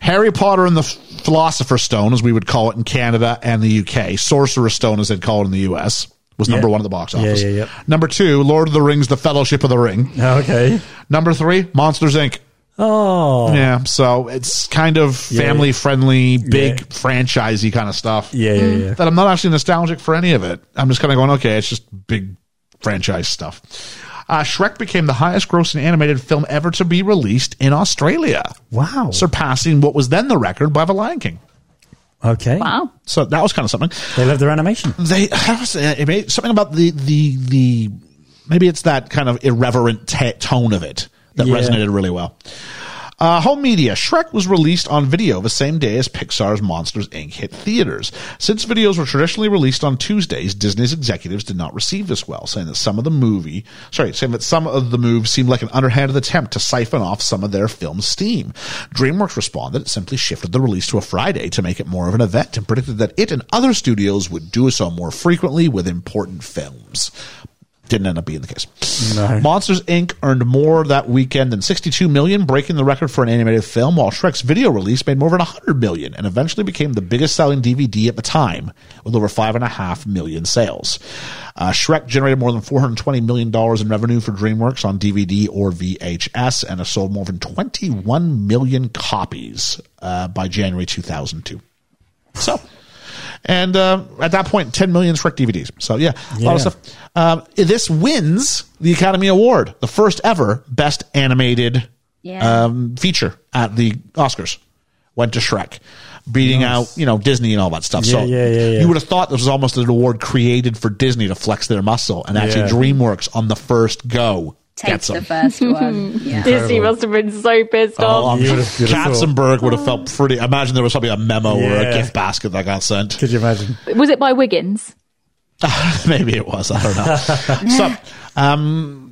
S4: Harry Potter and the Philosopher's Stone, as we would call it in Canada and the UK, Sorcerer's Stone, as they'd call it in the US, was number
S5: Yeah.
S4: one at the box
S5: Yeah,
S4: office.
S5: yeah, yeah.
S4: Number two, Lord of the Rings, The Fellowship of the Ring.
S5: Oh, Okay.
S4: Number three, Monsters Inc.
S5: Oh,
S4: Yeah, so it's kind of
S5: Yeah.
S4: family friendly, big
S5: Yeah.
S4: franchisey kind of stuff.
S5: yeah, yeah, yeah.
S8: Mm.
S4: That I'm not actually nostalgic for any of it. I'm just kind of going, okay, it's just big franchise stuff. Uh, Shrek became the highest grossing animated film ever to be released in Australia,
S5: Wow.
S4: surpassing what was then the record by The Lion King.
S5: okay.
S6: Wow.
S4: So that was kind of something.
S5: They love their animation.
S4: They (sighs) uh, it made something about the the the maybe it's that kind of irreverent t- tone of it that
S5: Yeah.
S4: resonated really well. Uh, home media. Shrek was released on video the same day as Pixar's Monsters Inc. hit theaters. Since videos were traditionally released on Tuesdays, Disney's executives did not receive this well, saying that some of the movie, sorry, saying that some of the move seemed like an underhanded attempt to siphon off some of their film's steam. DreamWorks responded, it simply shifted the release to a Friday to make it more of an event and predicted that it and other studios would do so more frequently with important films. Didn't end up being the case. Monsters Inc. earned more that weekend than 62 million, breaking the record for an animated film, while Shrek's video release made more than 100 million and eventually became the biggest selling DVD at the time, with over 5.5 million sales. Uh, Shrek generated more than $420 million in revenue for DreamWorks on DVD or VHS and has sold more than 21 million copies uh, by January 2002. So. And uh, at that point, 10 million Shrek DVDs. So, yeah, a lot
S5: Yeah.
S4: of stuff. Um, this wins the Academy Award, the first ever Best Animated
S8: Yeah.
S4: um, feature at the Oscars. Went to Shrek, beating out you know Disney and all that stuff. so
S5: Yeah, yeah, yeah, yeah.
S4: you would have thought this was almost an award created for Disney to flex their muscle, and actually
S5: Yeah.
S4: DreamWorks on the first go
S8: Take
S4: gets
S8: the
S4: them.
S5: (laughs)
S8: first one. Yeah.
S6: Disney must have been so pissed
S4: Oh,
S6: off.
S4: I'm
S5: You
S4: sure
S5: would've- you'd've thought.
S4: Katzenberg would have felt pretty. I imagine there was probably a memo or a
S5: Yeah.
S4: gift basket that got sent.
S5: Could you imagine?
S4: Oh.
S6: Was it by Wiggins?
S4: (laughs) Maybe it was. I don't
S8: (laughs)
S4: know. so, um,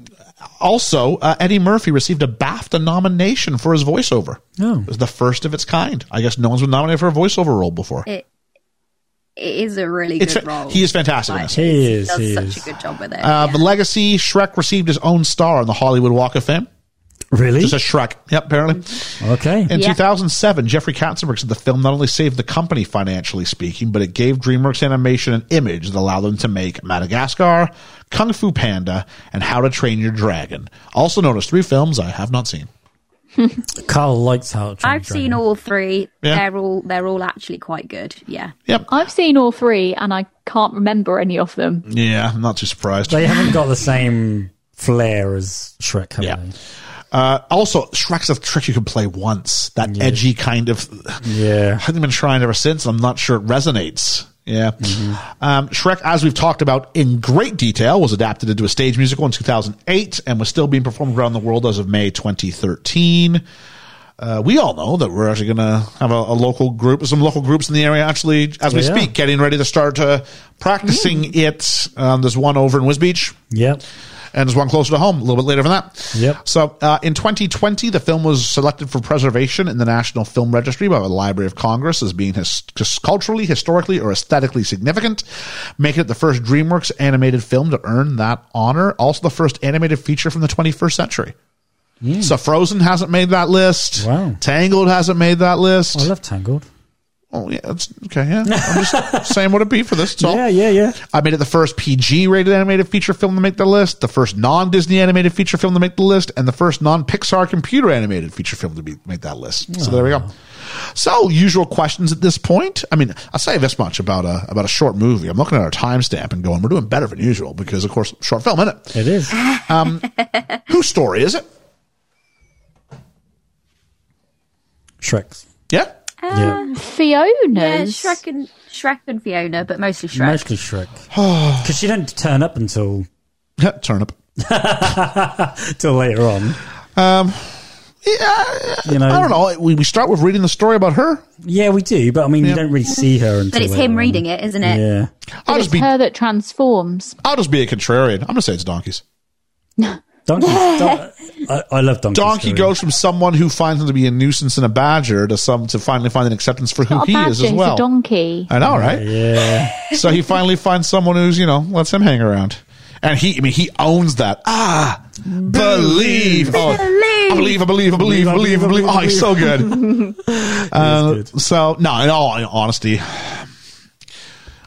S4: also, uh, Eddie Murphy received a BAFTA nomination for his voiceover.
S5: Oh.
S4: It was the first of its kind. I guess no one's been nominated for a voiceover role before.
S8: It, it is a really
S4: It's
S8: good
S4: fa-
S8: role.
S4: he is fantastic in
S8: Like,
S4: this.
S5: He
S8: he's-
S5: is,
S8: Does
S5: he
S8: such
S5: is.
S8: a good job with it.
S4: Uh,
S8: yeah.
S4: The legacy Shrek received his own star on the Hollywood Walk of Fame.
S5: Really?
S4: Just a Shrek. Yep, apparently.
S5: okay.
S4: In
S8: Yeah.
S4: 2007, Jeffrey Katzenberg said the film not only saved the company financially speaking, but it gave DreamWorks Animation an image that allowed them to make Madagascar, Kung Fu Panda, and How to Train Your Dragon. Also known as three films I have not seen.
S5: Carl likes how it
S8: I've seen all three.
S4: Yeah.
S8: They're all they're all actually quite good. Yeah.
S4: Yep.
S6: I've seen all three and I can't remember any of them.
S4: Yeah, I'm not too surprised.
S8: (laughs)
S5: They haven't got the same flair as Shrek, have
S4: Yeah. Uh, also, Shrek's a trick you can play once. That edgy kind of.
S5: they? Yeah.
S4: I've been trying ever since. I'm not sure it resonates. Yeah.
S5: Mm-hmm.
S4: Um, Shrek, as we've talked about in great detail, was adapted into a stage musical in 2008 and was still being performed around the world as of May 2013. Uh, we all know that we're actually going to have a, a local group, some local groups in the area actually, as we
S5: Yeah. Mm-hmm.
S4: speak, getting ready to start uh, practicing it. Um, there's one over in Whiz Beach
S5: Yep.
S4: and there's one closer to home a little bit later than that.
S5: Yep.
S4: So uh, in 2020, the film was selected for preservation in the National Film Registry by the Library of Congress as being his- just culturally, historically, or aesthetically significant, making it the first DreamWorks animated film to earn that honor. Also, the first animated feature from the 21st century. So Frozen hasn't made that list.
S5: Hmm. Wow.
S4: Tangled hasn't made that list.
S5: I love Tangled.
S4: oh yeah, that's okay. Yeah, I'm
S5: (laughs)
S4: just saying what it'd be for this.
S8: Oh.
S4: That's all.
S5: Yeah, yeah, yeah.
S4: I made it the first PG rated animated feature film to make the list, the first non Disney animated feature film to make the list, and the first non Pixar computer animated feature film to be, make that list. So there we go. So usual questions at this point. I mean, I'll say this much about a about a short movie. I'm looking at our timestamp and going, we're doing better than usual because, of course, short film, isn't it?
S5: It is.
S4: Whose story is it?
S5: Shrek's.
S4: Yeah,
S8: Ah.
S5: yeah.
S8: Yeah,
S6: Fiona's.
S8: Uh, Shrek and Shrek and Fiona, but mostly Shrek.
S5: Mostly Shrek.
S4: Oh.
S5: Because she didn't turn up until
S4: turnip.
S5: until later on.
S4: Yeah,
S5: You know.
S4: I don't know. We, we start with reading the story about her.
S5: Yeah, we do, but I mean,
S4: Yeah.
S5: you don't really see her until.
S8: but it's
S5: later
S8: him
S5: on.
S8: reading it, isn't it?
S5: Yeah.
S4: I'll
S6: It's
S4: just be
S6: her that transforms.
S4: I'll just be a contrarian. I'm gonna say it's donkeys.
S8: (laughs)
S5: Donkey. Don- I, I love Donkey.
S4: Donkey
S5: Story.
S4: goes from someone who finds him to be a nuisance and a badger to some to finally find an acceptance for who
S6: Not a
S4: he
S6: Oh, badger,
S4: is as
S6: he's
S4: well.
S6: a donkey.
S4: I know, right?
S5: Yeah.
S4: So he finally finds someone who's you know lets him hang around, and he I mean he owns that. Ah, believe, Oh, I believe, I believe, I believe, I believe, I believe. Oh, he's so good.
S6: (laughs)
S4: Uh,
S5: good.
S4: so no, in all honesty,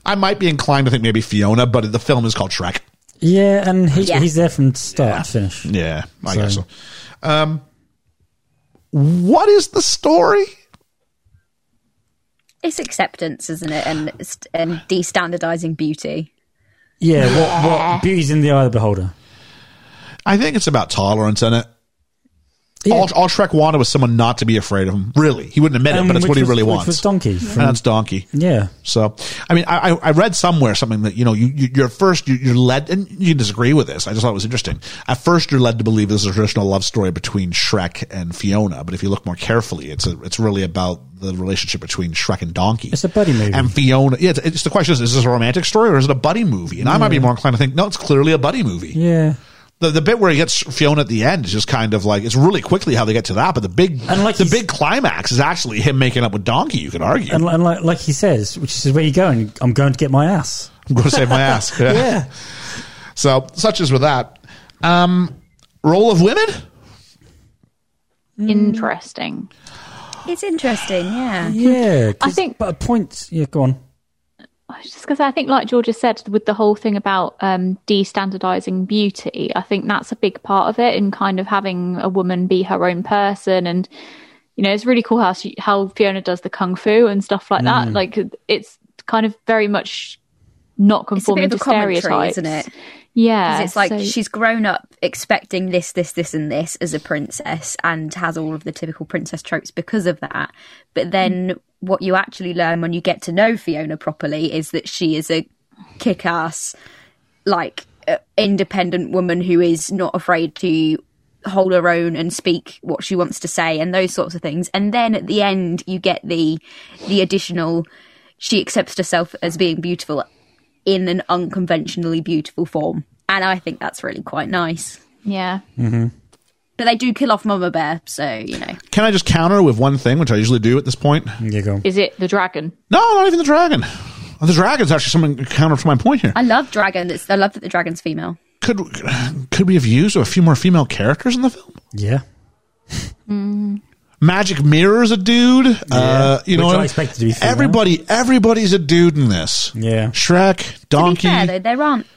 S4: I might be inclined to think maybe Fiona, but the film is called Shrek.
S5: Yeah, and he,
S8: Yeah.
S5: he's there from start to finish.
S4: Yeah, I guess so.
S5: So-
S4: Um, what is the story?
S8: It's acceptance, isn't it? And st- and destandardizing beauty.
S5: Yeah.
S8: (laughs)
S5: What, what beauty's in the eye of the beholder.
S4: I think it's about tolerance in it. All, all Shrek wanted was someone not to be afraid of him. Really, he wouldn't admit it,
S5: Um,
S4: but it's
S5: which
S4: what he
S5: was-
S4: really
S5: which
S4: wants.
S5: was Donkey
S4: And
S5: from-
S4: that's Donkey.
S5: Yeah.
S4: So, I mean, I, I I read somewhere something that you know you, you you're first you, you're led, and you can disagree with this. I just thought it was interesting. At first, you're led to believe this is a traditional love story between Shrek and Fiona, but if you look more carefully, it's a, it's really about the relationship between Shrek and Donkey.
S5: It's a buddy movie.
S4: And Fiona, yeah. It's, it's the question is: Is this a romantic story or is it a buddy movie? And I might be
S5: Yeah.
S4: more inclined to think no, it's clearly a buddy movie.
S5: Hmm. yeah.
S4: The, the bit where he gets Fiona at the end is just kind of like it's really quickly how they get to that, but the big
S5: And like
S4: the
S5: he's-
S4: big climax is actually him making up with Donkey. You could argue. (laughs)
S5: And, li- and like, like he says, which is where you going? I'm going to get my ass.
S4: I'm going to save my ass.
S5: (laughs)
S4: Yeah. (laughs) So such is with that. Um, role of women.
S6: Interesting.
S8: It's interesting, yeah.
S5: Yeah. 'cause-
S6: I think-
S5: But a point. Yeah, go on.
S6: I was just because I think, like Georgia said, with the whole thing about um, destandardizing beauty, I think that's a big part of it, and kind of having a woman be her own person. And you know, it's really cool how she, how Fiona does the kung fu and stuff like that. Like it's kind of very much not
S8: It's a
S6: conforming
S8: bit of a
S6: to
S8: commentary,
S6: stereotypes,
S8: isn't it?
S6: Yeah,
S8: Because it's like
S6: so-
S8: she's grown up expecting this, this, this, and this as a princess and has all of the typical princess tropes because of that.
S6: Mm.
S8: But then what you actually learn when you get to know Fiona properly is that she is a kick ass, like, uh, independent woman who is not afraid to hold her own and speak what she wants to say and those sorts of things and then at the end you get the the additional she accepts herself as being beautiful in an unconventionally beautiful form. And I think that's really quite nice.
S6: yeah.
S8: But they do kill off Mama Bear, so, you know.
S4: Can I just counter with one thing, which I usually do at this point?
S5: Yeah, go on.
S6: Is it the dragon?
S4: No, not even the dragon. The dragon's actually something counter to my point here.
S8: I love Dragon. It's, I love that the dragon's female.
S4: Could could we have used a few more female characters in the film?
S5: Yeah.
S4: Magic Mirror's a dude. Uh, you
S5: Which
S4: know,
S5: I expected to be female.
S4: everybody, everybody's a dude in this.
S5: Yeah.
S4: Shrek, Donkey,
S8: To be fair, though, there aren't.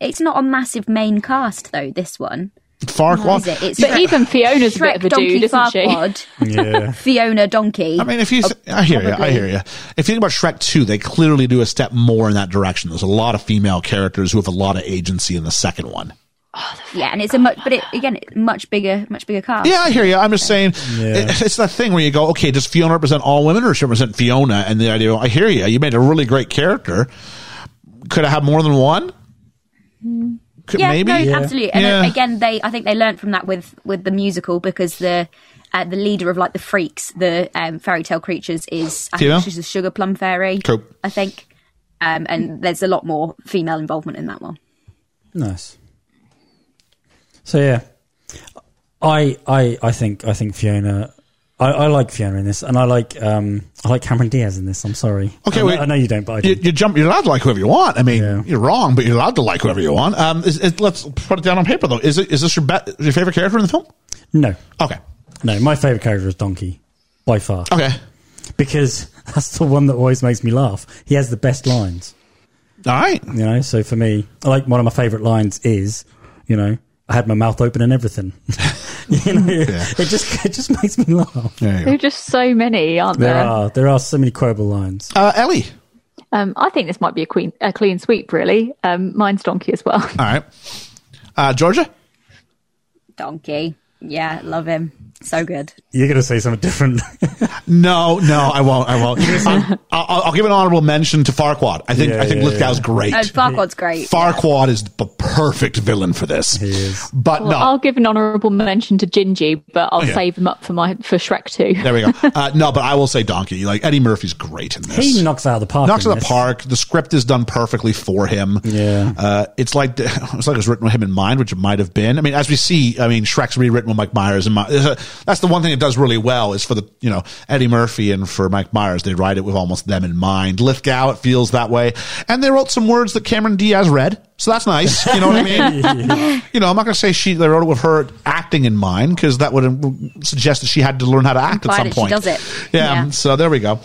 S8: It's not a massive main cast, though, this one.
S4: Farquaad.
S8: Is it? It's
S6: But
S8: Shrek-
S6: even Fiona's a bit
S8: Shrek,
S6: of a
S8: Donkey,
S6: dude, isn't she?
S8: Farquaad,
S4: (laughs)
S5: Yeah.
S8: Fiona, Donkey.
S4: I mean, if you, th- I hear you, I
S8: Oh, probably.
S4: hear you. If you think about Shrek 2, they clearly do a step more in that direction. There's a lot of female characters who have a lot of agency in the second one.
S8: yeah, and it's a much, but it, again, it, much bigger, much bigger cast.
S4: Yeah, I hear you. I'm just saying,
S5: Yeah.
S4: it- it's that thing where you go, okay, does Fiona represent all women or does she represent Fiona? And the idea, I hear you. You made a really great character. Could I have more than one? Could,
S8: yeah,
S4: maybe.
S8: no, absolutely. And
S4: Yeah.
S8: then, again, they I think they learned from that with with the musical because the uh, the leader of like the freaks, the um, fairy tale creatures, is I
S4: Fiona?
S8: think she's a sugar plum fairy.
S4: Cool.
S8: I think, um, and there's a lot more female involvement in that one.
S5: (laughs) Nice. So yeah, I I I think I think Fiona. I, I like Fiona in this, and I like um I like Cameron Diaz in this. I'm sorry.
S4: Okay,
S5: I, know-
S4: wait.
S5: I know you don't, but I do.
S4: You, you jump. You're allowed to like whoever you want. I mean,
S5: Yeah.
S4: you're wrong, but you're allowed to like whoever you want. Um, is, is, let's put it down on paper though. Is it is this your bet, your favorite character in the film?
S5: no,
S4: Okay,
S5: no. My favorite character is Donkey by far
S4: okay.
S5: because (laughs) that's the one that always makes me laugh. He has the best lines.
S4: All right.
S5: You know, so for me, like one of my favorite lines is, you know, I had my mouth open and everything. (laughs) you know, it just it just makes me laugh.
S4: There you
S6: There
S4: go.
S6: are just so many, aren't
S5: There
S6: there?
S5: are there are so many quotable lines.
S4: Uh, Ellie.
S6: Um, I think this might be a, queen, a clean sweep, really. Um, mine's donkey as well.
S4: All right. Uh, Georgia.
S8: Donkey, yeah, love him, so good.
S5: You're gonna say something different.
S4: No, no, I won't. I
S6: (laughs)
S4: won't. I'll, I'll, I'll give an honorable mention to Farquad. I think
S5: Yeah,
S4: I think
S5: yeah,
S4: Lithgow's
S5: yeah.
S4: great.
S6: Uh,
S8: And Uh, Farquaad's great.
S4: Farquad is the perfect villain for this. He
S5: is.
S4: But (laughs)
S6: Well,
S4: no,
S6: I'll give an honourable mention to Gingy, but I'll
S4: yeah.
S6: save him up for my for Shrek Two.
S4: there we go. Uh, no, but I will say Donkey. Like Eddie Murphy's great in this.
S5: (laughs) he knocks it out of the park.
S4: Knocks
S5: in
S4: of the
S5: this.
S4: Park. The script is done perfectly for him.
S5: Yeah.
S4: uh, it's like (laughs) it's like it was written with him in mind, which it might have been. I mean, as we see, I mean, Shrek's rewritten with Mike Myers, and My, that's the one thing it does really well is for the you know Eddie Murphy and for Mike Myers, they write it with almost them in mind. Lithgow, it feels that way, and they wrote some words that Cameron Diaz read, so that's nice. You know what I
S5: (laughs)
S4: mean? you know, I'm not going to say she they wrote it with her acting in mind because that would um, suggest that she had to learn how to act
S8: Implied
S4: at some
S8: that she
S4: point.
S8: does it.
S4: Yeah,
S8: Yeah.
S4: So there we go.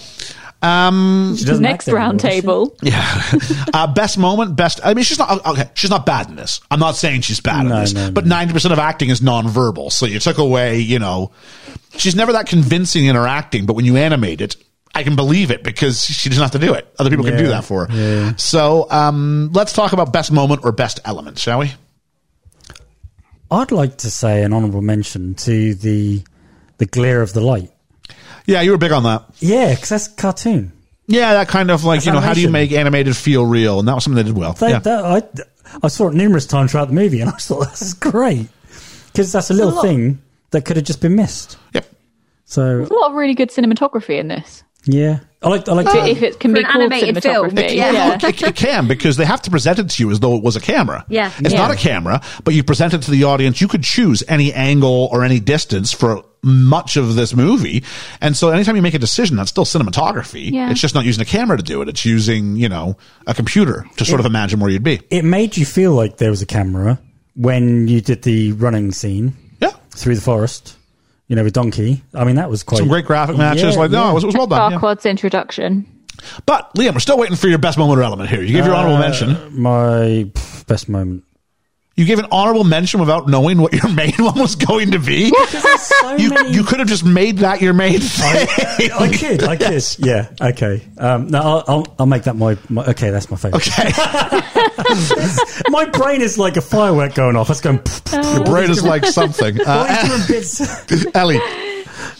S5: She doesn't
S6: Next
S5: act
S6: round
S5: anymore, does she?
S6: table.
S4: Yeah. (laughs) uh, best moment, best. I mean, she's not uh, okay. She's not bad in this. I'm not saying she's bad
S5: No,
S4: in this,
S5: no, no.
S4: but ninety percent of acting is nonverbal. So you took away, you know, she's never that convincing in her acting. But when you animate it, I can believe it because she doesn't have to do it. Other people can do
S5: Yeah.
S4: that for her. So um, let's talk about best moment or best element, shall we?
S5: I'd like to say an honourable mention to the the glare of the light.
S4: Yeah, you were big on that.
S5: Yeah, because that's cartoon.
S4: Yeah, that kind of like
S5: That's
S4: you know how do you
S5: animation.
S4: make animated feel real, and that was something they did well.
S5: They,
S4: yeah.
S5: that- I, I saw it numerous times throughout the movie, and I thought this is great because that's a little
S6: lot-
S5: thing that could have just been missed.
S4: Yep.
S5: So
S6: There's a lot of really good cinematography in this.
S5: yeah, I like I like
S6: If
S5: to,
S6: it- if it can
S8: For
S6: be
S8: an
S6: called
S8: animated film,
S6: cinematography.
S8: yeah.
S4: Well, no, it, it can because they have to present it to you as though it was a camera.
S8: Yeah.
S4: It's
S8: Yeah.
S4: not a camera, but you present it to the audience. You could choose any angle or any distance for much of this movie. And so anytime you make a decision, that's still cinematography.
S6: Yeah.
S4: It's just not using a camera to do it. It's using, you know, a computer to sort of imagine where you'd be.
S5: it made you feel like there was a camera when you did the running scene
S4: Yeah.
S5: through the forest. You know, with donkey. I mean, that was quite
S4: Some great graphic matches.
S5: Yeah,
S4: like, no,
S5: yeah.
S4: it was, it was well done. yeah.
S6: Farquad's introduction.
S4: But Liam, we're still waiting for your best moment or element here. You gave your honorable
S5: Uh,
S4: mention.
S5: my pff, best (laughs) moment.
S4: You gave an honorable mention without knowing what your (laughs) main one was going to be.
S5: So
S4: You,
S5: many.
S4: you could have just made that your main thing. (laughs)
S5: (laughs) I kid, I kid. Yeah, okay. Um, no, I'll, I'll, I'll make that my, my. Okay, that's my favorite.
S4: Okay.
S5: my brain is like a firework going off. It's going. (laughs) pff, pff,
S4: Your brain is like (laughs) something.
S5: all these
S4: Uh,
S5: different bits.
S4: Ellie,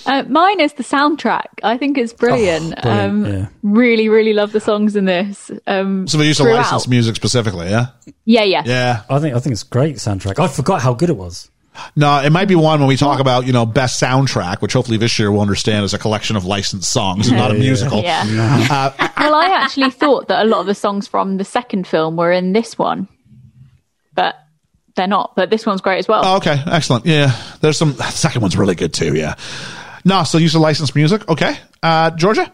S6: Uh, mine is the soundtrack. I think it's brilliant.
S5: Oh, brilliant,
S6: um,
S5: yeah.
S6: Really, really love the songs in this. Um,
S4: so they use to
S6: throughout.
S4: license music specifically, yeah?
S6: Yeah, yeah.
S4: Yeah.
S5: I think I think it's a great soundtrack. I forgot how good it was.
S4: No, it might be one when we talk about, you know, best soundtrack, which hopefully this year we'll understand is a collection of licensed songs and not a
S5: Yeah.
S4: musical. Uh,
S6: Yeah. well, I actually thought that a lot of the songs from the second film were in this one, but they're not. But this one's great as well.
S4: Oh, okay. Excellent. Yeah. There's some, the second one's really good too. Yeah. No, so use of licensed music. Okay. Uh, Georgia?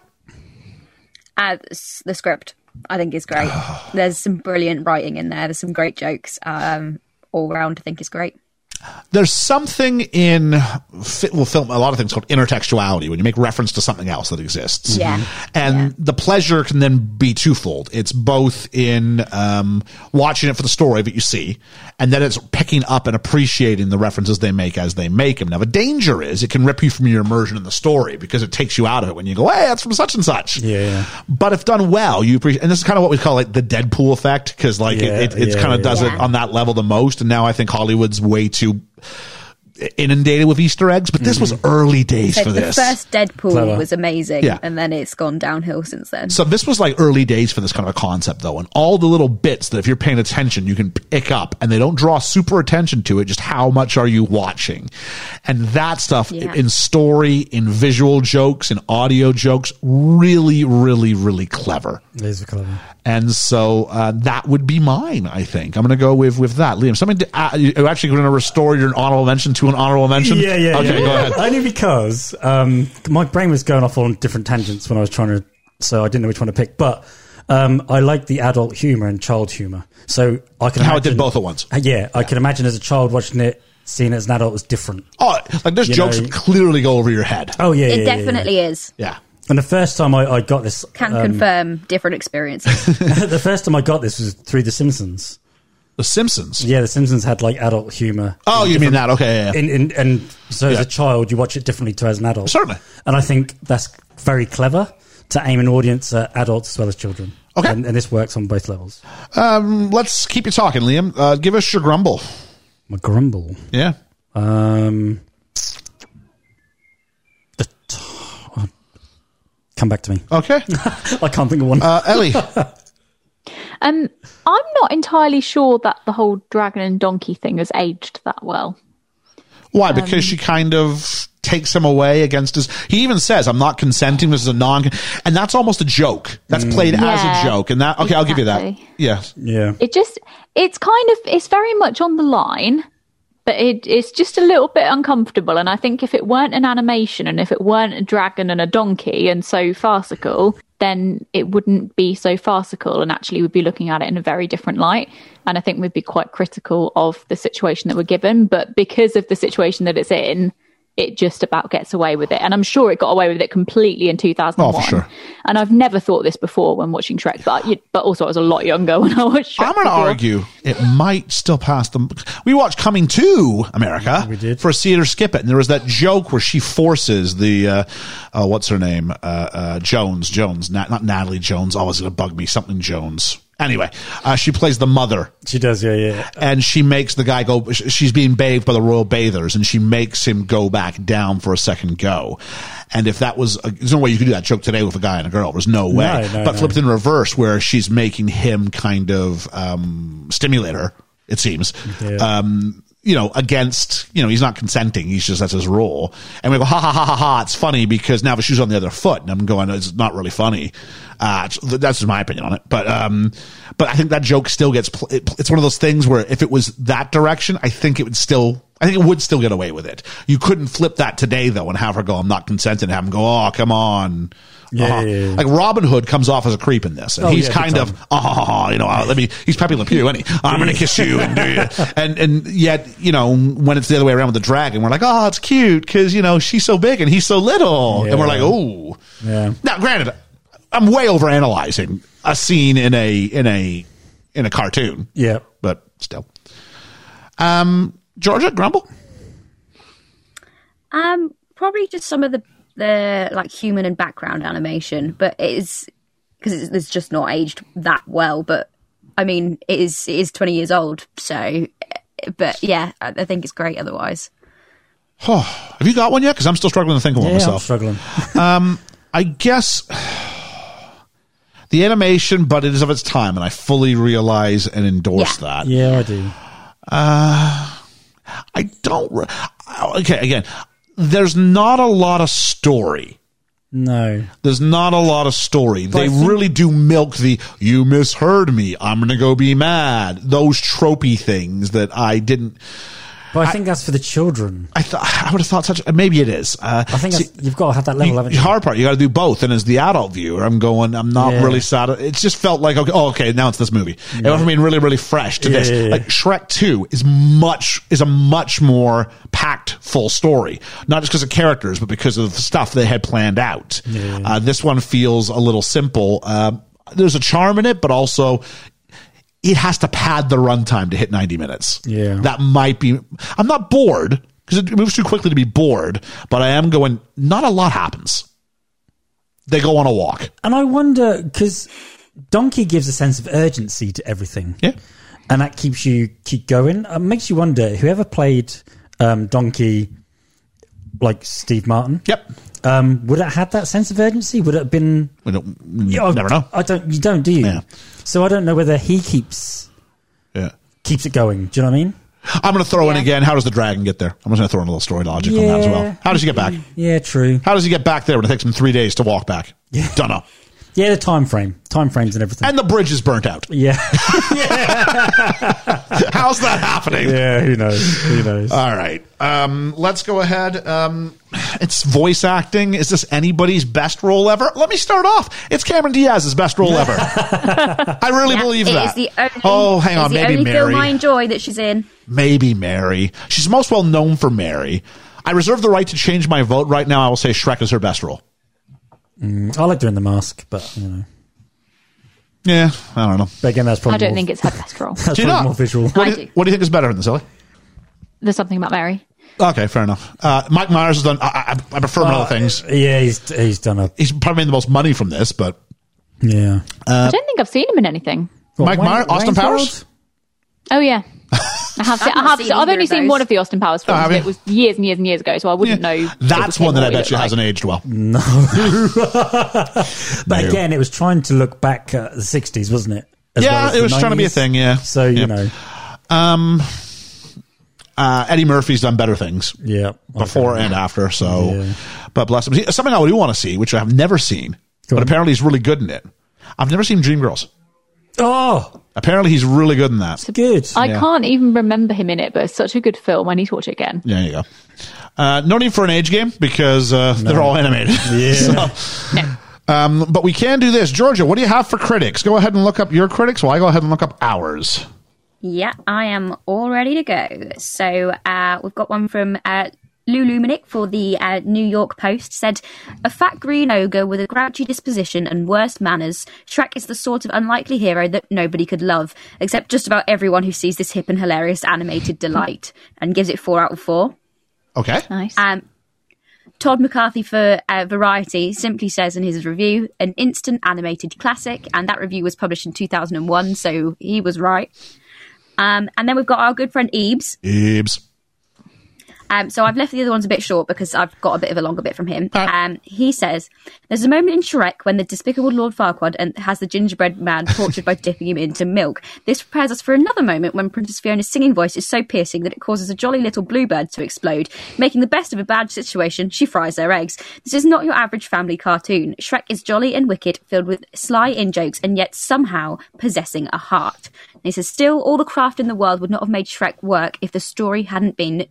S8: Uh, s- the script, I think,
S4: (sighs)
S8: is great. There's some brilliant writing in there. There's some great jokes. Um, all round, I think is great.
S4: there's something in fi- well film a lot of things called intertextuality when you make reference to something else that exists
S5: Mm-hmm.
S8: Yeah. Mhm.
S4: and
S8: Yeah.
S4: the pleasure can then be twofold it's both in um, watching it for the story that you see and then it's picking up and appreciating the references they make as they make them now the danger is it can rip you from your immersion in the story because it takes you out of it when you go hey that's from such and such
S5: Yeah, yeah.
S4: but if done well you appreciate and this is kind of what we call like the deadpool effect because like
S5: Yeah,
S4: it, it, it
S5: yeah,
S4: kind of
S5: yeah.
S4: does it
S8: Yeah.
S4: on that level the most and now i think hollywood's way too inundated with Easter eggs, but this was
S5: Mm-hmm.
S4: early days
S8: So
S4: for
S8: the
S4: this.
S8: first Deadpool
S5: Clever.
S8: was amazing,
S4: Yeah.
S8: and then it's gone downhill since then.
S4: so this was like early days for this kind of a concept though, and all the little bits that if you're paying attention, you can pick up and they don't draw super attention to it. Just how much are you watching? And that stuff
S8: Yeah.
S4: in story, in visual jokes, in audio jokes, really, really, really clever.
S5: These are clever.
S4: And so uh, that would be mine. I think I'm going to go with with that. Liam, something to, uh, you're actually going to restore your honorable mention to an honorable mention.
S5: Yeah, yeah.
S4: Okay,
S5: yeah.
S4: go ahead.
S5: (laughs) Only because um, my brain was going off on different tangents when I was trying to, so I didn't know which one to pick. But um, I like the adult humor and child humor, so I can
S4: How it
S5: imagine,
S4: did both at once.
S5: Uh, Yeah, I can imagine as a child watching it, seeing it as an adult was different.
S4: Oh, like there's
S5: You
S4: jokes
S5: know-
S4: that clearly go over your head.
S5: Oh yeah,
S8: it
S5: yeah, yeah,
S8: definitely is.
S4: Yeah.
S5: yeah. And the first time I, I got this, (laughs)
S8: Can
S4: Um,
S8: confirm different experiences.
S4: (laughs)
S5: the first time I got this was through The Simpsons.
S4: The Simpsons.
S5: Yeah, The Simpsons had like adult humor.
S4: Oh, you mean that? Okay. Yeah. yeah.
S5: in, in, and so as
S4: Yeah.
S5: a child, you watch it differently to as an adult.
S4: Certainly.
S5: And I think that's very clever to aim an audience at adults as well as children.
S4: Okay.
S5: And, and this works on both levels.
S4: Um, let's keep you talking, Liam. Uh, give us your grumble.
S5: My grumble.
S4: Yeah.
S5: Um, the t- oh, come back to me.
S4: Okay.
S5: I can't think of one.
S4: Uh,
S6: (laughs)
S4: Ellie.
S6: Um, I'm not entirely sure that the whole dragon and donkey thing has aged that well. Um,
S4: Why? Because she kind of takes him away against his. He even says, "I'm not consenting. This is a non." And that's almost a joke. That's played as
S6: Yeah.
S4: a joke. And that. Okay, I'll give you that.
S6: Exactly.
S4: Yes.
S5: yeah.
S6: It just, it's kind of, it's very much on the line, but it, it's just a little bit uncomfortable. And I think if it weren't an animation and if it weren't a dragon and a donkey and so farcical, then it wouldn't be so farcical and actually we'd be looking at it in a very different light. And I think we'd be quite critical of the situation that we're given. But because of the situation that it's in, it just about gets away with it. And I'm sure it got away with it completely in 2001.
S4: Oh, for sure.
S6: And I've never thought this before when watching Shrek, but, you- but also I was a lot younger (laughs) when I watched Shrek.
S4: I'm going to
S6: before.
S4: argue it might still pass them. We watched Coming to America we
S5: did.
S4: for See It or Skip It, and there was that joke where she forces the uh, uh, oh, what's her name uh, uh, Jones Jones not, not Natalie Jones. Always going to bug me something Jones. Anyway, uh, she plays the mother.
S5: She does, yeah, yeah.
S4: And she makes the guy go. sh- She's being bathed by the royal bathers, and she makes him go back down for a second go. And if that was, a, there's no way you could do that joke today with a guy and a girl. There's no way.
S5: no,
S4: but
S5: no.
S4: flipped in reverse, where she's making him kind of um, stimulate her. It seems.
S5: Yeah.
S4: Um, you know, against, you know, he's not consenting. He's just, that's his rule. And we go, ha ha ha ha ha. It's funny because now the shoe's on the other foot. And I'm going, it's not really funny. Uh, it's- th- that's just my opinion on it. But, um, but I think that joke still gets, pl- it, it's one of those things where if it was that direction, I think it would still, I think it would still get away with it. You couldn't flip that today though and have her go, I'm not consenting. Have him go, oh, come on.
S5: Yeah,
S4: Uh-huh.
S5: yeah, yeah.
S4: Like Robin Hood comes off as a creep in this. And
S5: Oh,
S4: he's
S5: yeah, big
S4: kind of,
S5: time.
S4: oh, ha, ha, ha, you know, uh, let me, he's Pepe Le Pew, and he, I'm going to kiss you and do you. And, and yet, you know, when it's the other way around with the dragon, we're like, oh, it's cute because, you know, she's so big and he's so little. And we're
S5: Yeah.
S4: like, oh.
S5: Yeah.
S4: Now, granted, I'm way over analyzing a scene in a, in a, in a cartoon,
S5: Yeah.
S4: but still. Um, Georgia, grumble?
S8: Um, probably just some of the the like human and background animation, but it is because it's, it's just not aged that well. But I mean, it is it is twenty years old, so. eh, But yeah, I I think it's great otherwise.
S4: Have you got one yet? Because I'm still struggling to think of one
S5: Yeah, I'm
S4: myself.
S5: struggling.
S4: I guess (sighs) the animation, but it is of its time, and I fully realize and endorse that.
S5: Yeah, I do.
S4: I don't. Re- okay, again, there's not a lot of story.
S5: No.
S4: There's not a lot of story. they
S5: I think-
S4: really do milk the "you misheard me," "I'm gonna go be mad," those tropey things that I didn't.
S5: But I think that's for the children.
S4: I thought I would have thought such. Maybe it is. Uh,
S5: I think
S4: see-
S5: that's, you've got to have that level,
S4: you-
S5: haven't
S4: the
S5: you?
S4: hard part you got to do both and as the adult viewer i'm going i'm not
S5: Yeah.
S4: really sad it just felt like okay oh, okay now it's this movie it went from being really really fresh to
S5: Yeah,
S4: this
S5: yeah, yeah.
S4: like shrek 2 is much is a much more packed full story not just because of characters but because of stuff they had planned out uh, this one feels a little simple um, there's a charm in it but also it has to pad the runtime to hit 90 minutes.
S5: Yeah.
S4: That might be, I'm not bored because it moves too quickly to be bored, but I am going, not a lot happens. They go on a walk.
S5: And I wonder because Donkey gives a sense of urgency to everything.
S4: Yeah.
S5: and that keeps you keep going. It makes you wonder whoever played um, Donkey, like Steve Martin,
S4: Yep.
S5: um, would it have had that sense of urgency? Would it have been?
S4: We don't, you
S5: I-
S4: never know.
S5: I don't. You don't, do you?
S4: Yeah.
S5: So I don't know whether he keeps
S4: Yeah.
S5: keeps it going. Do you know what I mean?
S4: I'm going to throw in again. How does the dragon get there? I'm just going to throw in a little story logic on that as
S5: Yeah.
S4: well. How does he get back?
S5: Yeah, true.
S4: How does he get back there when it takes him three days to walk back? Yeah. Don't know.
S5: Yeah, the time frame, time frames, and (laughs) everything.
S4: And the bridge is burnt out.
S5: yeah,
S4: (laughs) How's that happening?
S5: yeah. Who knows? Who knows?
S4: All right. Um, let's go ahead. Um, (sighs) it's voice acting. Is this anybody's best role ever? Let me start off. It's Cameron Diaz's best role
S8: (laughs)
S4: ever. I really
S8: Yeah,
S4: believe
S8: it
S4: that.
S8: is the only,
S4: oh, hang
S8: it's
S4: on.
S8: the
S4: Maybe
S8: only
S4: Mary.
S8: film I enjoy that she's in.
S4: maybe Mary. She's most well known for Mary. I reserve the right to change my vote right now. I will say Shrek is her best role.
S5: I like doing the mask, but you know.
S4: Yeah, I don't know.
S5: But again, that's probably
S6: I don't
S5: more,
S6: think it's her best
S4: (laughs)
S6: role.
S5: that's
S4: Do you
S5: probably
S4: not?
S5: more visual.
S4: What,
S6: I
S4: do you,
S6: do.
S4: what do you think is better than this, Ellie?
S6: There's something about Mary.
S4: Okay, fair enough. Uh, Mike Myers has done. I, I, I prefer him in other things.
S5: Yeah, he's he's done a
S4: He's probably made the most money from this, but
S5: yeah.
S4: Uh,
S6: I don't think I've seen him in anything.
S4: Mike Myers, Austin Powers. (laughs)
S6: Oh yeah. I have seen, I
S8: not
S6: have
S8: seen
S6: seen, I've
S8: either
S6: only
S8: of
S6: seen
S8: those.
S6: one of the Austin Powers films.
S4: Oh, have
S6: but
S4: you?
S6: it was years and years and years ago, so I wouldn't know. it was
S4: That's
S6: him
S4: one that
S6: or
S4: I
S6: what he
S4: bet you
S6: looked
S4: hasn't aged
S6: like.
S5: (laughs)
S4: well.
S5: But
S4: No.
S5: again, it was trying to look back at the '60s, wasn't it? As
S4: Yeah,
S5: well as
S4: it
S5: the
S4: was trying to be a
S5: 90s.
S4: thing, yeah.
S5: So
S4: Yeah.
S5: you know,
S4: Uh, Eddie Murphy's done better things
S5: yeah.
S4: before and after. So,
S5: Yeah.
S4: but bless him. See, Something I do want to see, which I have never seen,
S5: Go
S4: but
S5: on.
S4: apparently he's really good in it. I've never seen Dreamgirls.
S5: Oh,
S4: Apparently he's really good in that.
S5: good.
S6: I
S4: Yeah.
S6: can't even remember him in it, but it's such a good film. I need to watch it again.
S4: There you go. Uh, no need for an age game because uh, they're all animated.
S5: (laughs)
S4: (laughs)
S5: yeah.
S4: um, but we can do this. Georgia, what do you have for critics? Go ahead and look up your critics while I go ahead and look up ours.
S8: Yeah, I am all ready to go. So uh, we've got one from uh, Lou Luminick for the uh, New York Post said, "A fat green ogre with a grouchy disposition and worse manners, Shrek is the sort of unlikely hero that nobody could love, except just about everyone who sees this hip and hilarious animated delight and gives it four out of four.
S4: Okay.
S6: Nice.
S8: Um, Todd McCarthy for uh, Variety simply says in his review, an instant animated classic, and that review was published in 2001, so he was right. Um, and then we've got our good friend Ebes.
S4: Ebes.
S8: Um, so I've left the other ones a bit short because I've got a bit of a longer bit from him. Um, he says, "There's a moment in Shrek when the despicable Lord Farquaad and has the gingerbread man tortured by dipping him into milk. This prepares us for another moment when Princess Fiona's singing voice is so piercing that it causes a jolly little bluebird to explode, making the best of a bad situation. She fries their eggs. This is not your average family cartoon. Shrek is jolly and wicked, filled with sly in jokes, and yet somehow possessing a heart." And he says, "Still, all the craft in the world would not have made Shrek work if the story hadn't been."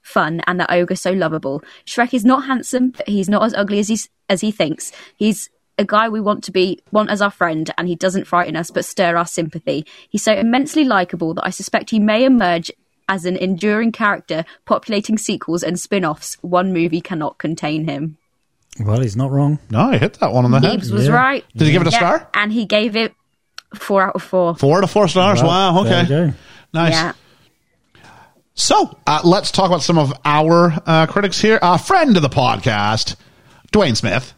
S8: fun and the ogre so lovable. Shrek is not handsome, but he's not as ugly as he as he thinks. He's a guy we want to be want as our friend and he doesn't frighten us but stir our sympathy. He's so immensely likable that I suspect he may emerge as an enduring character populating sequels and spin-offs. One movie cannot contain him.
S5: Well, he's not wrong.
S4: No, I hit that one on the head.
S8: Gibbs was right.
S4: Uh-huh. Did he give it a
S8: Yeah,
S4: star?
S8: And he gave it 4 out of 4.
S4: Four out of four stars.
S5: Well,
S4: wow.
S5: there
S4: Okay.
S5: you go.
S4: Nice.
S8: Yeah.
S4: So uh, let's talk about some of our uh, critics here. A friend of the podcast, Dwayne Smith,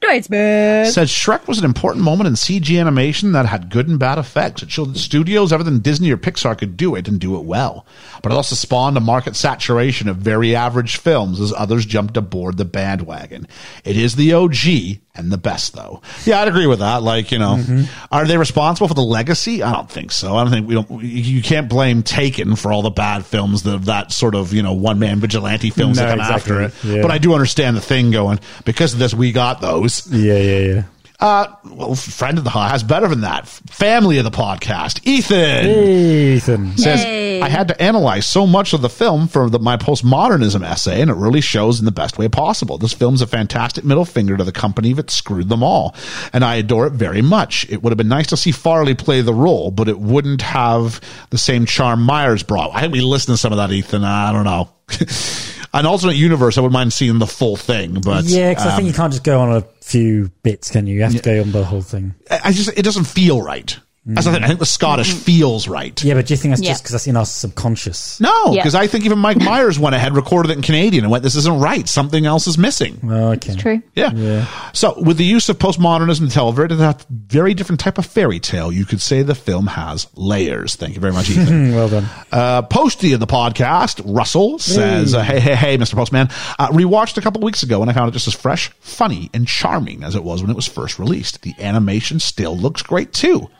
S8: Dwight Smith.
S4: said Shrek was an important moment in CG animation that had good and bad effects. It showed that studios other than Disney or Pixar could do it and do it well. But it also spawned a market saturation of very average films as others jumped aboard the bandwagon. It is the OG and the best, though. Mm-hmm. Yeah, I'd agree with that. Like, you know, are they responsible for the legacy? I don't think so. I don't think we don't. You can't blame Taken for all the bad films that that sort of you know one man vigilante films
S5: No,
S4: that come
S5: exactly.
S4: after it.
S5: Yeah.
S4: But I do understand the thing going because of this. We got those
S5: Yeah, yeah, yeah.
S4: uh, well, friend of the has better than that. Family of the podcast, Ethan
S5: Ethan.
S4: says
S8: Yay.
S4: I had to analyze so much of the film for the, my postmodernism essay, and it really shows in the best way possible. This film's a fantastic middle finger to the company that screwed them all, and I adore it very much. It would have been nice to see Farley play the role, but it wouldn't have the same charm Myers brought. I think we listened to some of that, Ethan. I don't know. (laughs) An alternate universe, I would mind seeing the full thing, but
S5: Yeah, because I
S4: um,
S5: think you can't just go on a few bits, can you? You have to go on the whole thing.
S4: I I just it doesn't feel right. That's the thing. I think the Scottish feels right.
S5: Yeah, but do you think that's
S6: Yeah.
S5: just because that's in our
S6: (laughs)
S5: subconscious?
S4: No,
S6: Yeah.
S4: because I think even Mike Myers went ahead, recorded it in Canadian, and went, "This isn't right. Something else is missing."
S5: Oh, okay.
S6: True.
S4: Yeah. So, with the use of postmodernism to tell a very, very different type of fairy tale, you could say the film has layers. Thank you very much, Ethan.
S5: Well done.
S4: Uh, Posty of the podcast, Russell says, uh, "Hey, hey, hey, Mr. Postman, uh, rewatched a couple weeks ago and I found it just as fresh, funny, and charming as it was when it was first released. The animation still looks great too.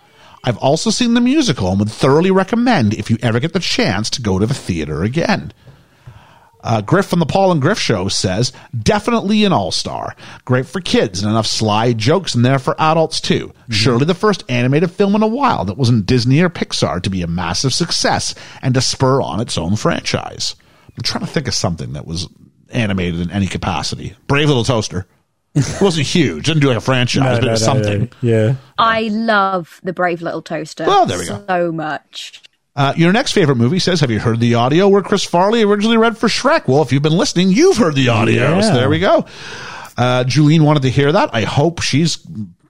S4: I've also seen the musical and would thoroughly recommend if you ever get the chance to go to the theater again." Uh, Griff from the Paul and Griff Show says, definitely an all star. Great for kids and enough sly jokes in there for adults too. Surely the first animated film in a while that wasn't Disney or Pixar to be a massive success and to spur on its own franchise. I'm trying to think of something that was animated in any capacity. Brave Little Toaster. It wasn't huge. Didn't do like a franchise, but it was something.
S5: Yeah.
S8: I love the brave little toaster.
S4: Well, there we go.
S8: So much.
S4: Uh, your next favorite movie says, Have you heard the audio where Chris Farley originally read for Shrek? Well, if you've been listening, you've heard the audio. So
S5: Yeah.
S4: there we go. Uh, Julene wanted to hear that. I hope she's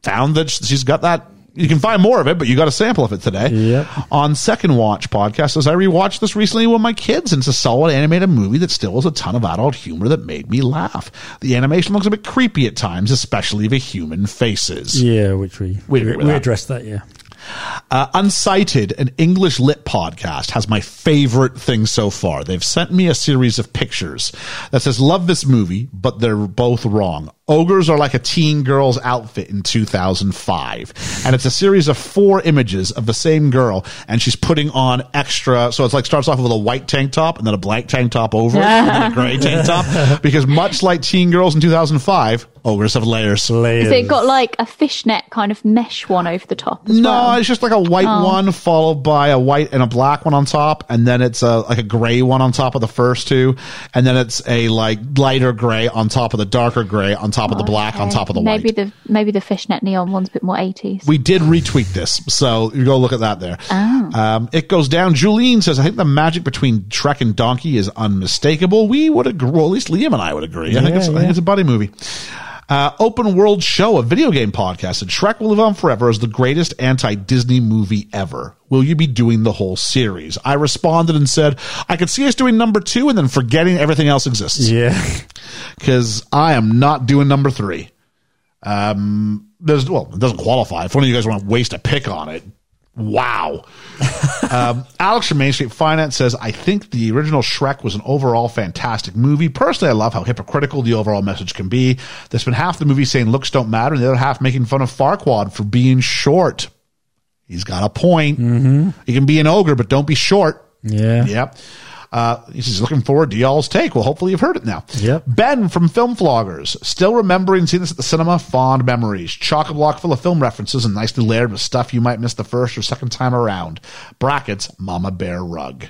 S4: found that she's got that. You can find more of it, but you got a sample of it today.
S5: Yep.
S4: On Second Watch podcast, says, I rewatched this recently with my kids, and it's a solid animated movie that still has a ton of adult humor that made me laugh. The animation looks a bit creepy at times, especially the human faces.
S5: Yeah, which we
S4: We
S5: we,
S4: agree
S5: we,
S4: with that.
S5: addressed that. Yeah.
S4: Uh, Uncited, an English lit podcast, has my favorite thing so far. They've sent me a series of pictures that says, Love this movie, but they're both wrong. Ogres are like a teen girl's outfit in 2005. And it's a series of four images of the same girl, and she's putting on extra. So it's like starts off with a white tank top and then a black tank top over it, and then a gray tank top. Because much like teen girls in 2005, ogres have layers.
S6: Has it got like a fishnet kind of mesh one over the top? As
S4: No,
S6: well? Oh.
S4: it's just like a white one followed by a white and a black one on top, and then it's a like a gray one on top of the first two, and then it's a like lighter gray on top of the darker gray on top of the black on
S6: Okay.
S4: top of the
S6: maybe
S4: white.
S6: the maybe the fishnet neon one's a bit more eighties.
S4: we did retweet this, so you go look at that there. Um, it goes down. Julene says, "I think the magic between Shrek and Donkey is unmistakable." We would agree. Well, at least Liam and I would agree. I think it's I think it's a buddy movie. uh, open world show, a video game podcast, and Shrek will live on forever as the greatest anti Disney movie ever. Will you be doing the whole series? I responded and said, I could see us doing number two and then forgetting everything else exists.
S5: Yeah. (laughs)
S4: because I am not doing number three. Um, there's well, it doesn't qualify. If one of you guys want to waste a pick on it, wow. um, Alex from Main Street Finance says, "I think the original Shrek was an overall fantastic movie. Personally, I love how hypocritical the overall message can be. There's been half the movie saying looks don't matter, and the other half making fun of Farquaad for being short. He's got a point. You can be an ogre, but don't be short.
S5: Yeah.
S4: Yep." Uh, he's just looking forward to y'all's take. Well, hopefully you've heard it now.
S5: Yep.
S4: Ben from Film Floggers. Still remembering seeing this at the cinema. Fond memories. Chock a block full of film references and nicely layered with stuff you might miss the first or second time around. Brackets, Mama Bear Rug.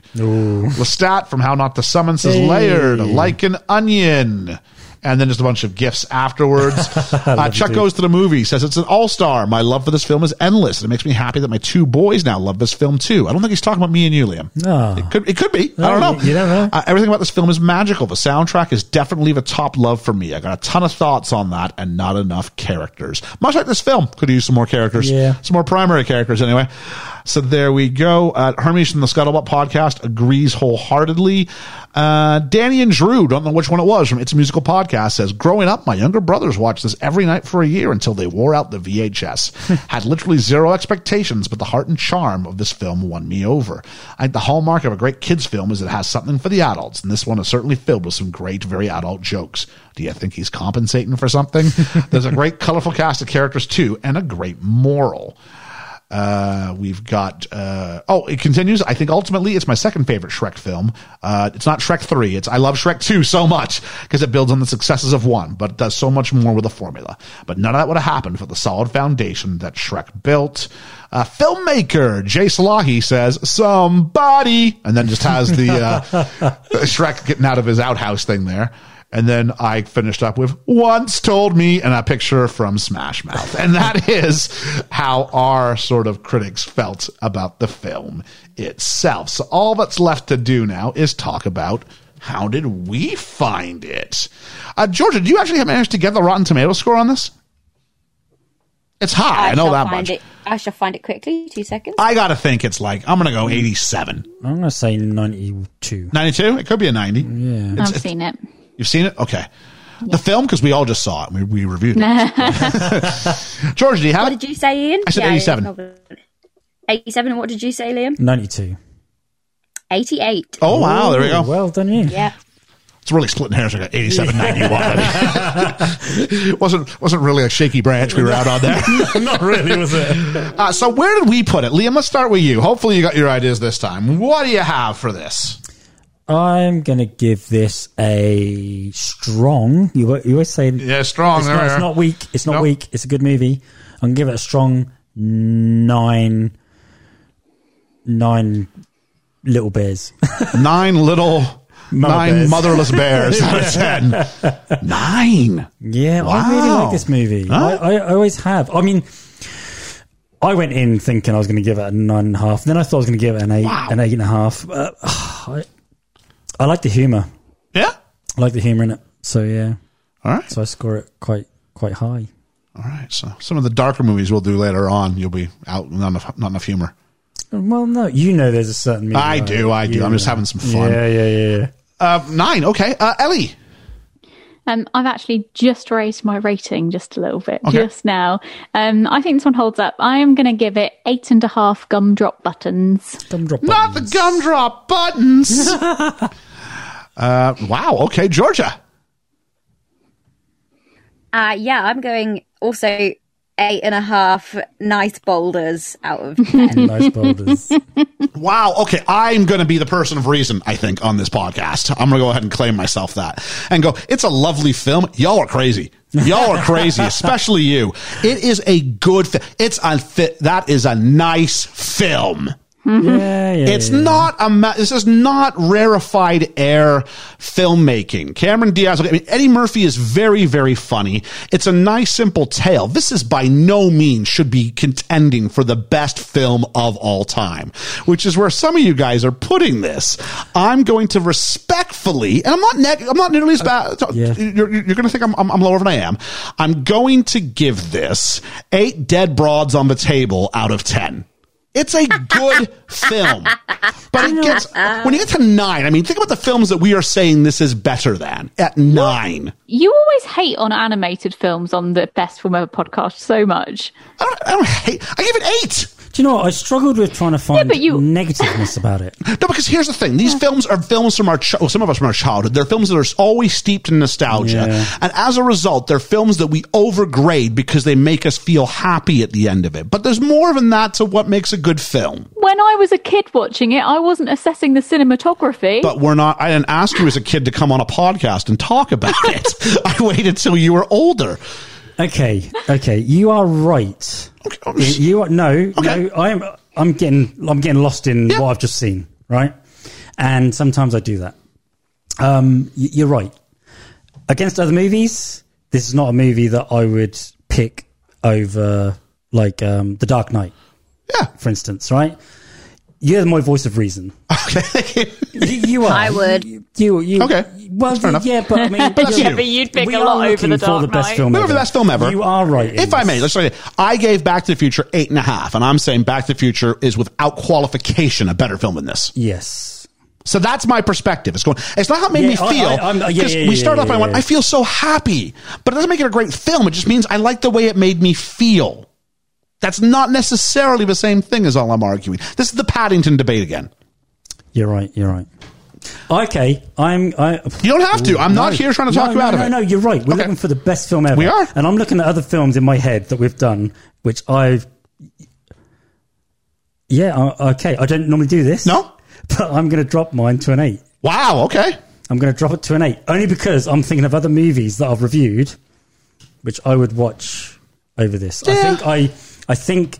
S4: Lestat from How Not to Summon says layered like an onion. And then just a bunch of gifts
S5: (laughs)
S4: afterwards. uh, Chuck goes to the movie, says it's an all star. My love for this film is endless. And it makes me happy that my two boys now love this film too. I don't think he's talking about me and you, Liam.
S5: No.
S4: It could, it could be. I
S5: No,
S4: don't know.
S5: you- you don't know.
S4: Uh, everything about this film is magical. The soundtrack is definitely the top love for me. I got a ton of thoughts on that and not enough characters. Much like this film, could use some more characters.
S5: Yeah.
S4: Some more primary characters, anyway. So there we go. Uh, Hermes from the Scuttlebutt podcast agrees wholeheartedly. Uh, Danny and Drew, don't know which one it was from It's a Musical Podcast, says, Growing up, my younger brothers watched this every night for a year until they wore out the VHS. Had literally zero expectations, but the heart and charm of this film won me over. I think the hallmark of a great kids' film is it has something for the adults, and this one is certainly filled with some great, very adult jokes. Do you think he's compensating for something? There's a great, colorful cast of characters, too, and a great moral. Uh, we've got, uh, oh, it continues. I think ultimately it's my second favorite Shrek film. Uh, it's not Shrek 3. It's, I love Shrek 2 so much because it builds on the successes of one, but it does so much more with a formula. But none of that would have happened without the solid foundation that Shrek built. Uh, filmmaker Jay Salahi says, somebody, and then just has the, uh, (laughs) Shrek getting out of his outhouse thing there. And then I finished up with once told me and a picture from Smash Mouth. And that is how our sort of critics felt about the film itself. So all that's left to do now is talk about how did we find it? Uh, Georgia, do you actually manage to get the Rotten Tomato score on this? It's high. I, know
S8: shall
S4: that
S8: find
S4: much.
S8: It, I shall find it quickly. Two seconds.
S4: I got to think it's like, I'm going to go 87.
S5: I'm going to say 92.
S4: 92? It could be a 90. Yeah.
S6: I've seen it.
S4: You've seen it? Okay. The film, because we all just saw it. and We, we reviewed it.
S5: (laughs)
S4: George, do you
S8: What
S4: have it?
S8: did you say, Ian?
S4: I said 87.
S8: probably. 87. And what did you say, Liam?
S5: 92.
S8: 88.
S4: Oh, wow. There we go.
S5: Well done, you.
S8: Yeah.
S4: It's really splitting hairs. I got 87, 91.
S5: (laughs)
S4: wasn't, wasn't really a shaky branch we were out on there.
S5: Not really, was it?
S4: Uh, so where did we put it? Liam, let's start with you. Hopefully you got your ideas this time. What do you have for this?
S5: I'm going to give this a strong. You, al- you always say
S4: Yeah, strong.
S5: it's,
S4: There
S5: not,
S4: we are.
S5: it's not weak. It's not
S4: Nope.
S5: weak. It's a good movie. I'm going to give it a strong nine. Nine little bears.
S4: Nine little, nine
S5: bears.
S4: motherless
S5: (laughs)
S4: bears out of ten. Nine.
S5: Yeah, I really
S4: Wow.
S5: like this movie. I, I, I always have. I mean, I went in thinking I was going to give it a nine and a half. Then I thought I was going to give it an eight, an eight and a half. Uh, (sighs) I, I like the humor.
S4: Yeah.
S5: I like the humor in it. So yeah,
S4: All right.
S5: so I score it quite quite high.
S4: All right. So some of the darker movies we'll do later on. You'll be out. Not enough, not enough humor.
S5: Well, no, you know, there's a certain. Movie
S4: I do, I do.
S5: you
S4: I'm just
S5: know.
S4: having some fun.
S5: Yeah, yeah, yeah. yeah.
S4: Uh, nine. Okay. Uh, Ellie.
S6: Um, I've actually just raised my rating just a little bit
S4: Okay.
S6: just now. Um, I think this one holds up. I am going to give it eight and a half gumdrop buttons.
S5: Gumdrop
S4: Not the
S5: buttons.
S4: gumdrop buttons. uh, wow. Okay. Georgia.
S8: Uh, yeah, I'm going also eight and a half nice boulders out (laughs)
S5: (laughs)
S8: of 10.
S5: Nice
S6: (laughs)
S5: boulders.
S4: Wow. Okay. I'm going to be the person of reason, I think, on this podcast. I'm going to go ahead and claim myself that and go, it's a lovely film. Y'all are crazy. Y'all are crazy, especially you. It is a good film. It's a fit. That is a nice film.
S5: yeah, yeah.
S4: It's
S5: yeah.
S4: not a. Ma- this is not rarefied air filmmaking. Cameron Diaz. I mean, Eddie Murphy is very, very funny. It's a nice, simple tale. This is by no means should be contending for the best film of all time, which is where some of you guys are putting this. I'm going to respectfully, and I'm not. Neg- I'm not nearly as bad.
S5: yeah.
S4: You're, you're going to think I'm, I'm, I'm lower than I am. I'm going to give this eight dead broads on the table out of ten. It's a good film, but it gets when you get to nine. I mean, think about the films that we are saying this is better than at nine.
S6: You always hate on animated films on the Best Film Ever podcast so much.
S4: I don't, I don't hate. I give it eight.
S5: Do you know what? I struggled with trying to find
S6: but you-
S5: negativeness about it.
S4: No, because here's the thing: these films are films from our ch- well, some of us from our childhood. They're films that are always steeped in nostalgia,
S5: Yeah.
S4: and as a result, they're films that we overgrade because they make us feel happy at the end of it. But there's more than that to what makes a good film.
S6: When I was a kid watching it, I wasn't assessing the cinematography.
S4: But we're not. I didn't ask you as a kid to come on a podcast and talk
S5: (laughs)
S4: about it. I waited till you were older.
S5: Okay, okay, you are right. You, you are no, no. I'm I'm getting I'm getting lost in what I've just seen, right? And sometimes I do that. Um, y- you're right. Against other movies, this is not a movie that I would pick over like um, The Dark Knight,
S4: Yeah. (laughs)
S5: for instance, right? You're my voice of reason.
S4: Okay.
S5: You, you are.
S8: I would.
S5: You, you,
S4: Okay.
S5: Well,
S4: Fair enough.
S5: yeah, but I
S4: (laughs)
S5: mean,
S4: That's
S6: yeah,
S4: you.
S6: but you'd pick
S5: we
S6: a
S5: are
S6: lot over
S5: looking
S6: the
S5: for
S6: Dark
S5: the best
S6: Knight.
S5: film
S4: Remember
S5: ever.
S4: the best film ever.
S5: You are right. in
S4: If I
S5: this.
S4: may, let's say I gave Back to the Future eight and a half, and I'm saying Back to the Future is without qualification a better film than this.
S5: Yes.
S4: So that's my perspective. It's going. It's not how it made
S5: Yeah,
S4: me
S5: I-
S4: feel.
S5: I- I'm- yeah, yeah,
S4: 'cause
S5: yeah,
S4: we started
S5: yeah,
S4: off and I
S5: yeah,
S4: went,
S5: yeah.
S4: I feel so happy, but it doesn't make it a great film. It just means I like the way it made me feel. That's not necessarily the same thing as all I'm arguing. This is the Paddington debate again.
S5: You're right. You're right. Okay, I'm. I,
S4: You don't have to. I'm not here trying to talk
S5: no,
S4: you
S5: no,
S4: out of
S5: no,
S4: it.
S5: No, you're right. We're
S4: Okay.
S5: looking for the best film ever.
S4: We are.
S5: and I'm looking at other films in my head that we've done, which I've. Yeah. uh, Okay. I don't normally do this.
S4: No?
S5: (laughs) But I'm going to drop mine to an eight.
S4: Wow. Okay.
S5: I'm going to drop it to an eight only because I'm thinking of other movies that I've reviewed, which I would watch over this. I think I, I think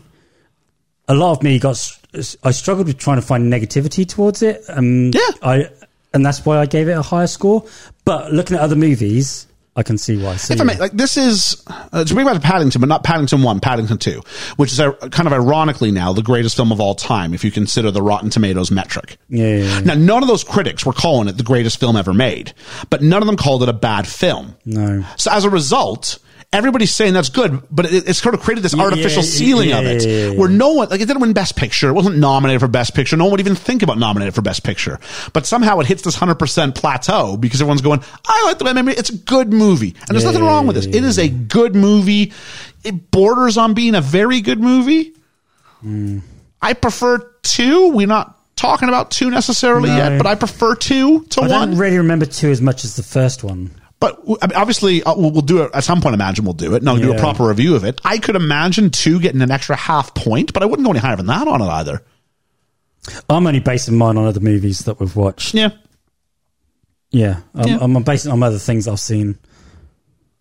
S5: a lot of me got. s- I struggled with trying to find negativity towards it. Um,
S4: Yeah.
S5: I, and that's why I gave it a higher score. But looking at other movies, I can see why. So
S4: If I may,
S5: yeah.
S4: like this is uh, to bring back to Paddington, but not Paddington One, Paddington Two, which is uh, kind of ironically now the greatest film of all time if you consider the Rotten Tomatoes metric.
S5: Yeah, yeah, yeah.
S4: Now, none of those critics were calling it the greatest film ever made, but none of them called it a bad film.
S5: no.
S4: So as a result, everybody's saying that's good, but it, it's sort of created this artificial
S5: yeah,
S4: ceiling
S5: yeah,
S4: of it,
S5: yeah, yeah, yeah.
S4: where no one like it didn't win Best Picture. It wasn't nominated for Best Picture. No one would even think about nominating it for Best Picture. But somehow it hits this hundred percent plateau because everyone's going, "I like the way I mean, it's a good movie," and there's nothing wrong with this. It is a good movie. It borders on being a very good movie. I prefer two. We're not talking about two necessarily
S5: No.
S4: yet, but I prefer two to
S5: I
S4: one.
S5: don't really remember two as much as the first one.
S4: But w- I mean, obviously, uh, we'll, we'll do it at some point. Imagine we'll do it, and I'll do a
S5: Yeah.
S4: proper review of it. I could imagine two getting an extra half point, but I wouldn't go any higher than that on it either.
S5: I'm only basing mine on other movies that we've watched.
S4: Yeah,
S5: Yeah, I'm,
S4: Yeah.
S5: I'm basing it on other things I've seen.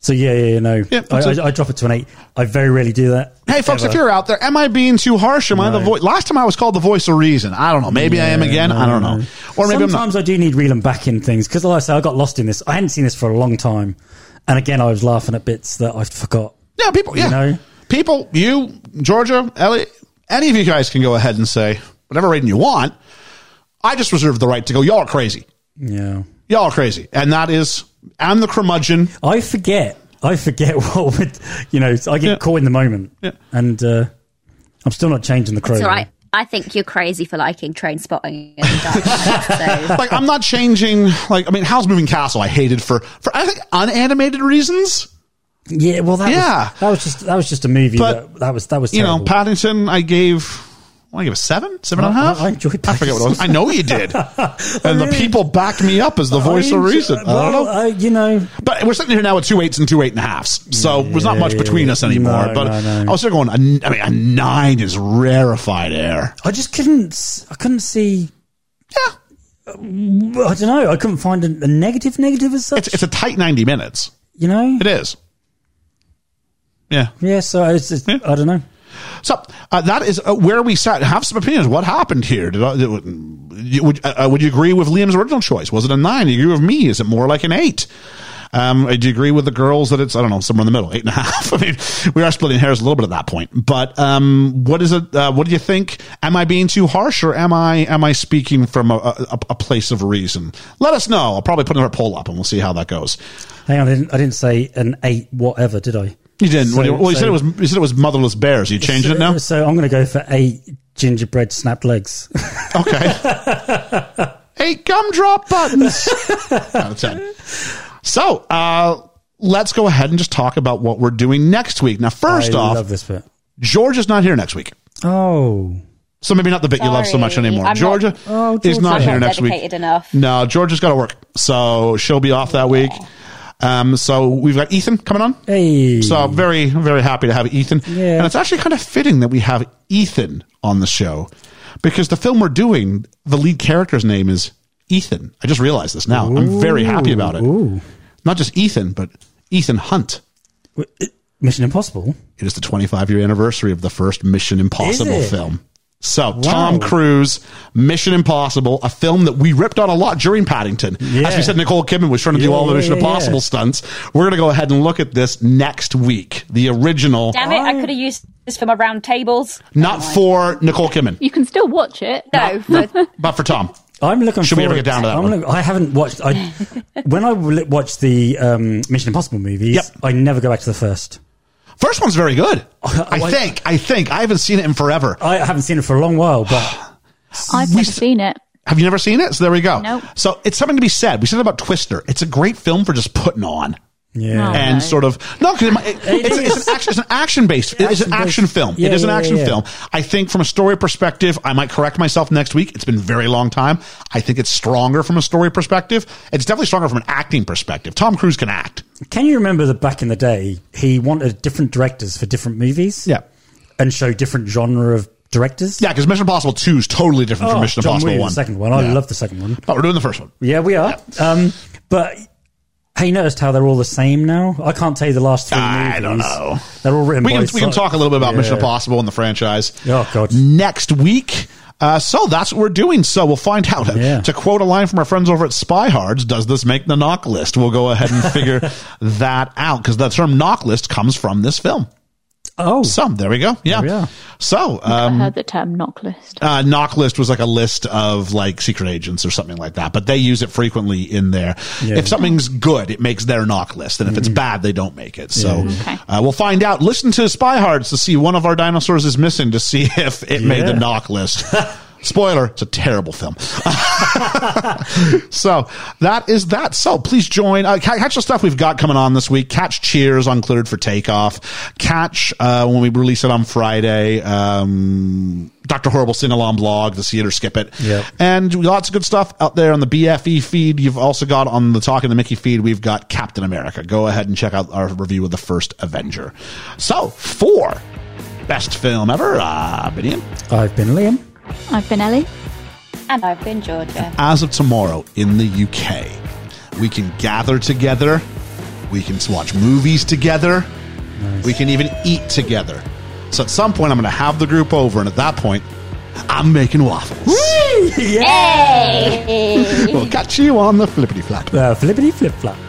S5: So yeah, yeah, yeah no,
S4: Yeah,
S5: I,
S4: so-
S5: I, I drop it to an eight. I very rarely do that.
S4: Hey, folks,
S5: Ever.
S4: if you're out there, am I being too harsh? Am I the
S5: No.
S4: voice? Last time I was called the voice of reason. I don't know. Maybe I am again. I don't know. Or maybe I'm not.
S5: sometimes I do need reeling back in things because, like I say, I got lost in this. I hadn't seen this for a long time, and again, I was laughing at bits that I forgot.
S4: Yeah, people. Yeah,
S5: know?
S4: people. You, Georgia, Elliot, any of you guys can go ahead and say whatever rating you want. I just reserve the right to go. Y'all are crazy.
S5: Yeah,
S4: Y'all are crazy, and that is. I'm the curmudgeon.
S5: I forget. I forget (laughs) what would you know. I get
S4: Yeah.
S5: caught in the moment,
S4: Yeah.
S5: and uh, I'm still not changing the crew.
S8: It's all right. I think you're crazy for liking train spotting. And Dark Knight, so.
S4: like I'm not changing. Like I mean, Howl's Moving Castle, I hated for for I think unanimated reasons.
S5: Yeah, well, that
S4: Yeah.
S5: was, that was just that was just a movie.
S4: But,
S5: that, that was that was
S4: You know,
S5: terrible.
S4: Paddington, I gave. Well, I gave a seven, seven and a
S5: I-
S4: half.
S5: I enjoyed
S4: I forget what it was. I
S5: Paddington.
S4: know you
S5: (laughs)
S4: did, and the
S5: really-
S4: people backed me up as the voice of
S5: enjoy-
S4: reason. I don't
S5: Well,
S4: know.
S5: uh, you know,
S4: But we're sitting here now with two eights and two eight and a halfs. So there's not much between us anymore.
S5: No,
S4: but
S5: no, no.
S4: I was still going. A, I mean, a nine is rarefied air.
S5: I just couldn't. s- I couldn't see.
S4: Yeah,
S5: I don't know. I couldn't find a, a negative negative as such.
S4: it's it's a tight ninety minutes.
S5: you know.
S4: It is. Yeah.
S5: Yeah. So it's, it's,
S4: Yeah.
S5: I don't know.
S4: So uh, that is uh, where we sat. Have some opinions. What happened here? Did I, did- would, uh, uh, would you agree with Liam's original choice? Was it a nine? Do you agree with me? Is it more like an eight? Um, do you agree with the girls that it's I don't know somewhere in the middle, eight and a (laughs) half? I mean, we are splitting hairs a little bit at that point. But um, what is it? Uh, what do you think? Am I being too harsh, or am I am I speaking from a, a, a place of reason? Let us know. I'll probably put another poll up, and we'll see how that goes.
S5: Hang on. I didn't. I didn't say an eight. Whatever did I?
S4: You didn't.
S5: So-
S4: well, you, well, you
S5: so-
S4: said it was you said it was motherless bears. Are you changing it now?
S5: So I'm going to go for eight, gingerbread snapped legs. (laughs)
S4: Eight gumdrop buttons out of 10. So, uh, let's go ahead and just talk about what we're doing next week. Now, first
S5: I
S4: off,
S5: love this bit.
S4: George is not here next week.
S5: Oh,
S4: So maybe not the bit you love so much
S8: Sorry.
S4: anymore.
S8: I'm not-
S4: Georgia
S5: Oh,
S4: is
S5: Georgia.
S4: not
S8: I'm
S4: here
S8: not
S4: next week.
S8: dedicated enough.
S4: No, Georgia's got to work. So she'll be off that week. Um, so we've got Ethan coming on.
S5: hey,
S4: So I'm very, very happy to have Ethan.
S5: Yeah.
S4: And it's actually kind of fitting that we have Ethan on the show because the film we're doing, the lead character's name is Ethan. I just realized this now. I'm very happy about it.
S5: Ooh.
S4: Not just Ethan, but Ethan Hunt.
S5: Mission Impossible.
S4: It is the 25 year anniversary of the first Mission Impossible
S5: it?
S4: film. So, Tom Cruise, Mission Impossible, a film that we ripped on a lot during Paddington. As
S5: Yeah.
S4: we said, Nicole Kidman was trying to do
S5: Yeah,
S4: all the
S5: yeah,
S4: Mission
S5: yeah, yeah.
S4: Impossible stunts. We're going to go ahead and look at this next week, the original,
S8: (laughs) Damn it, I could have used this for my round tables.
S4: not for Nicole Kidman,
S6: You can still watch it.
S8: (laughs) No, for
S4: but for Tom.
S5: I'm looking.
S4: Should we ever
S5: forward-
S4: get down to that
S5: I'm
S4: one?
S5: look- I haven't watched. I when I li- watch the um, Mission Impossible movies,
S4: Yep.
S5: I never go back to the first.
S4: First one's very
S5: (laughs)
S4: good. I
S5: I-
S4: think. I think. I haven't seen it in forever.
S5: I haven't seen it for a long
S4: (sighs)
S5: while, but
S6: I've never seen it.
S4: Have you never seen it? So there we go.
S6: Nope.
S4: So it's something to be said. We said about Twister. It's a great film for just putting on.
S5: yeah,
S6: No.
S4: and
S6: Right.
S4: sort of no because it, it, it's, it's an action it's an action based it's an
S5: Action-based.
S4: action film
S5: Yeah,
S4: it is an
S5: yeah,
S4: action
S5: yeah.
S4: film i think from a story perspective i might correct myself next week it's been a very long time i think it's stronger from a story perspective it's definitely stronger from an acting perspective tom cruise can act
S5: can you remember that back in the day he wanted different directors for different movies? and show different genre of directors.
S4: yeah because mission impossible 2 is totally different from
S5: Oh,
S4: mission
S5: John
S4: impossible
S5: Woo,
S4: 1
S5: The second one. I
S4: Yeah.
S5: love the second one.
S4: but we're doing the first one
S5: Yeah, we are. Um, but have you noticed how they're all the same now? I can't tell you the last three movies.
S4: I don't know.
S5: They're all written
S4: we
S5: by
S4: can, we can
S5: so-
S4: talk a little bit about Mission
S5: Yeah.
S4: Impossible and the franchise
S5: Oh, God.
S4: next week. Uh, so that's what we're doing. So we'll find out.
S5: Yeah.
S4: To quote a line from our friends over at Spy Hards, does this make the knock list? We'll go ahead and figure
S5: (laughs)
S4: that out because the term knock list comes from this film.
S5: Oh,
S4: So there we go. Yeah.
S5: we are.
S4: So um,
S6: I heard the term knock list.
S4: uh, knock list was like a list of like secret agents or something like that, but they use it frequently in there.
S5: Yeah. Mm-hmm.
S4: If something's good, it makes their knock list, and if it's bad, they don't make it. So
S6: Okay.
S4: uh, we'll find out. Listen to Spy Hards to see one of our dinosaurs is missing to see (laughs) if it made the
S5: Yeah.
S4: knock list. Spoiler, it's a terrible
S5: (laughs)
S4: film. so that is that. So please join. Uh, ca- catch the stuff we've got coming on this week. Catch Cheers on Cleared for Takeoff. Catch uh, when we release it on Friday. Um, Dr. Horrible Sing Along blog, the theater skip it.
S5: Yep.
S4: And lots of good stuff out there on the BFE feed. You've also got on the Talking to Mickey feed, we've got Captain America. Go ahead and check out our review of the first Avenger. So, for best film ever, uh, Binion.
S5: I've been Liam.
S6: I've been Ellie.
S8: and I've been Georgia.
S4: as of tomorrow in the UK, we can gather together, we can watch movies together, we can even eat together. So at some point, I'm going to have the group over, and at that point, I'm making waffles. (laughs)
S5: yeah.
S4: we'll catch you on the flippity flap.
S5: Uh, flippity flip flop.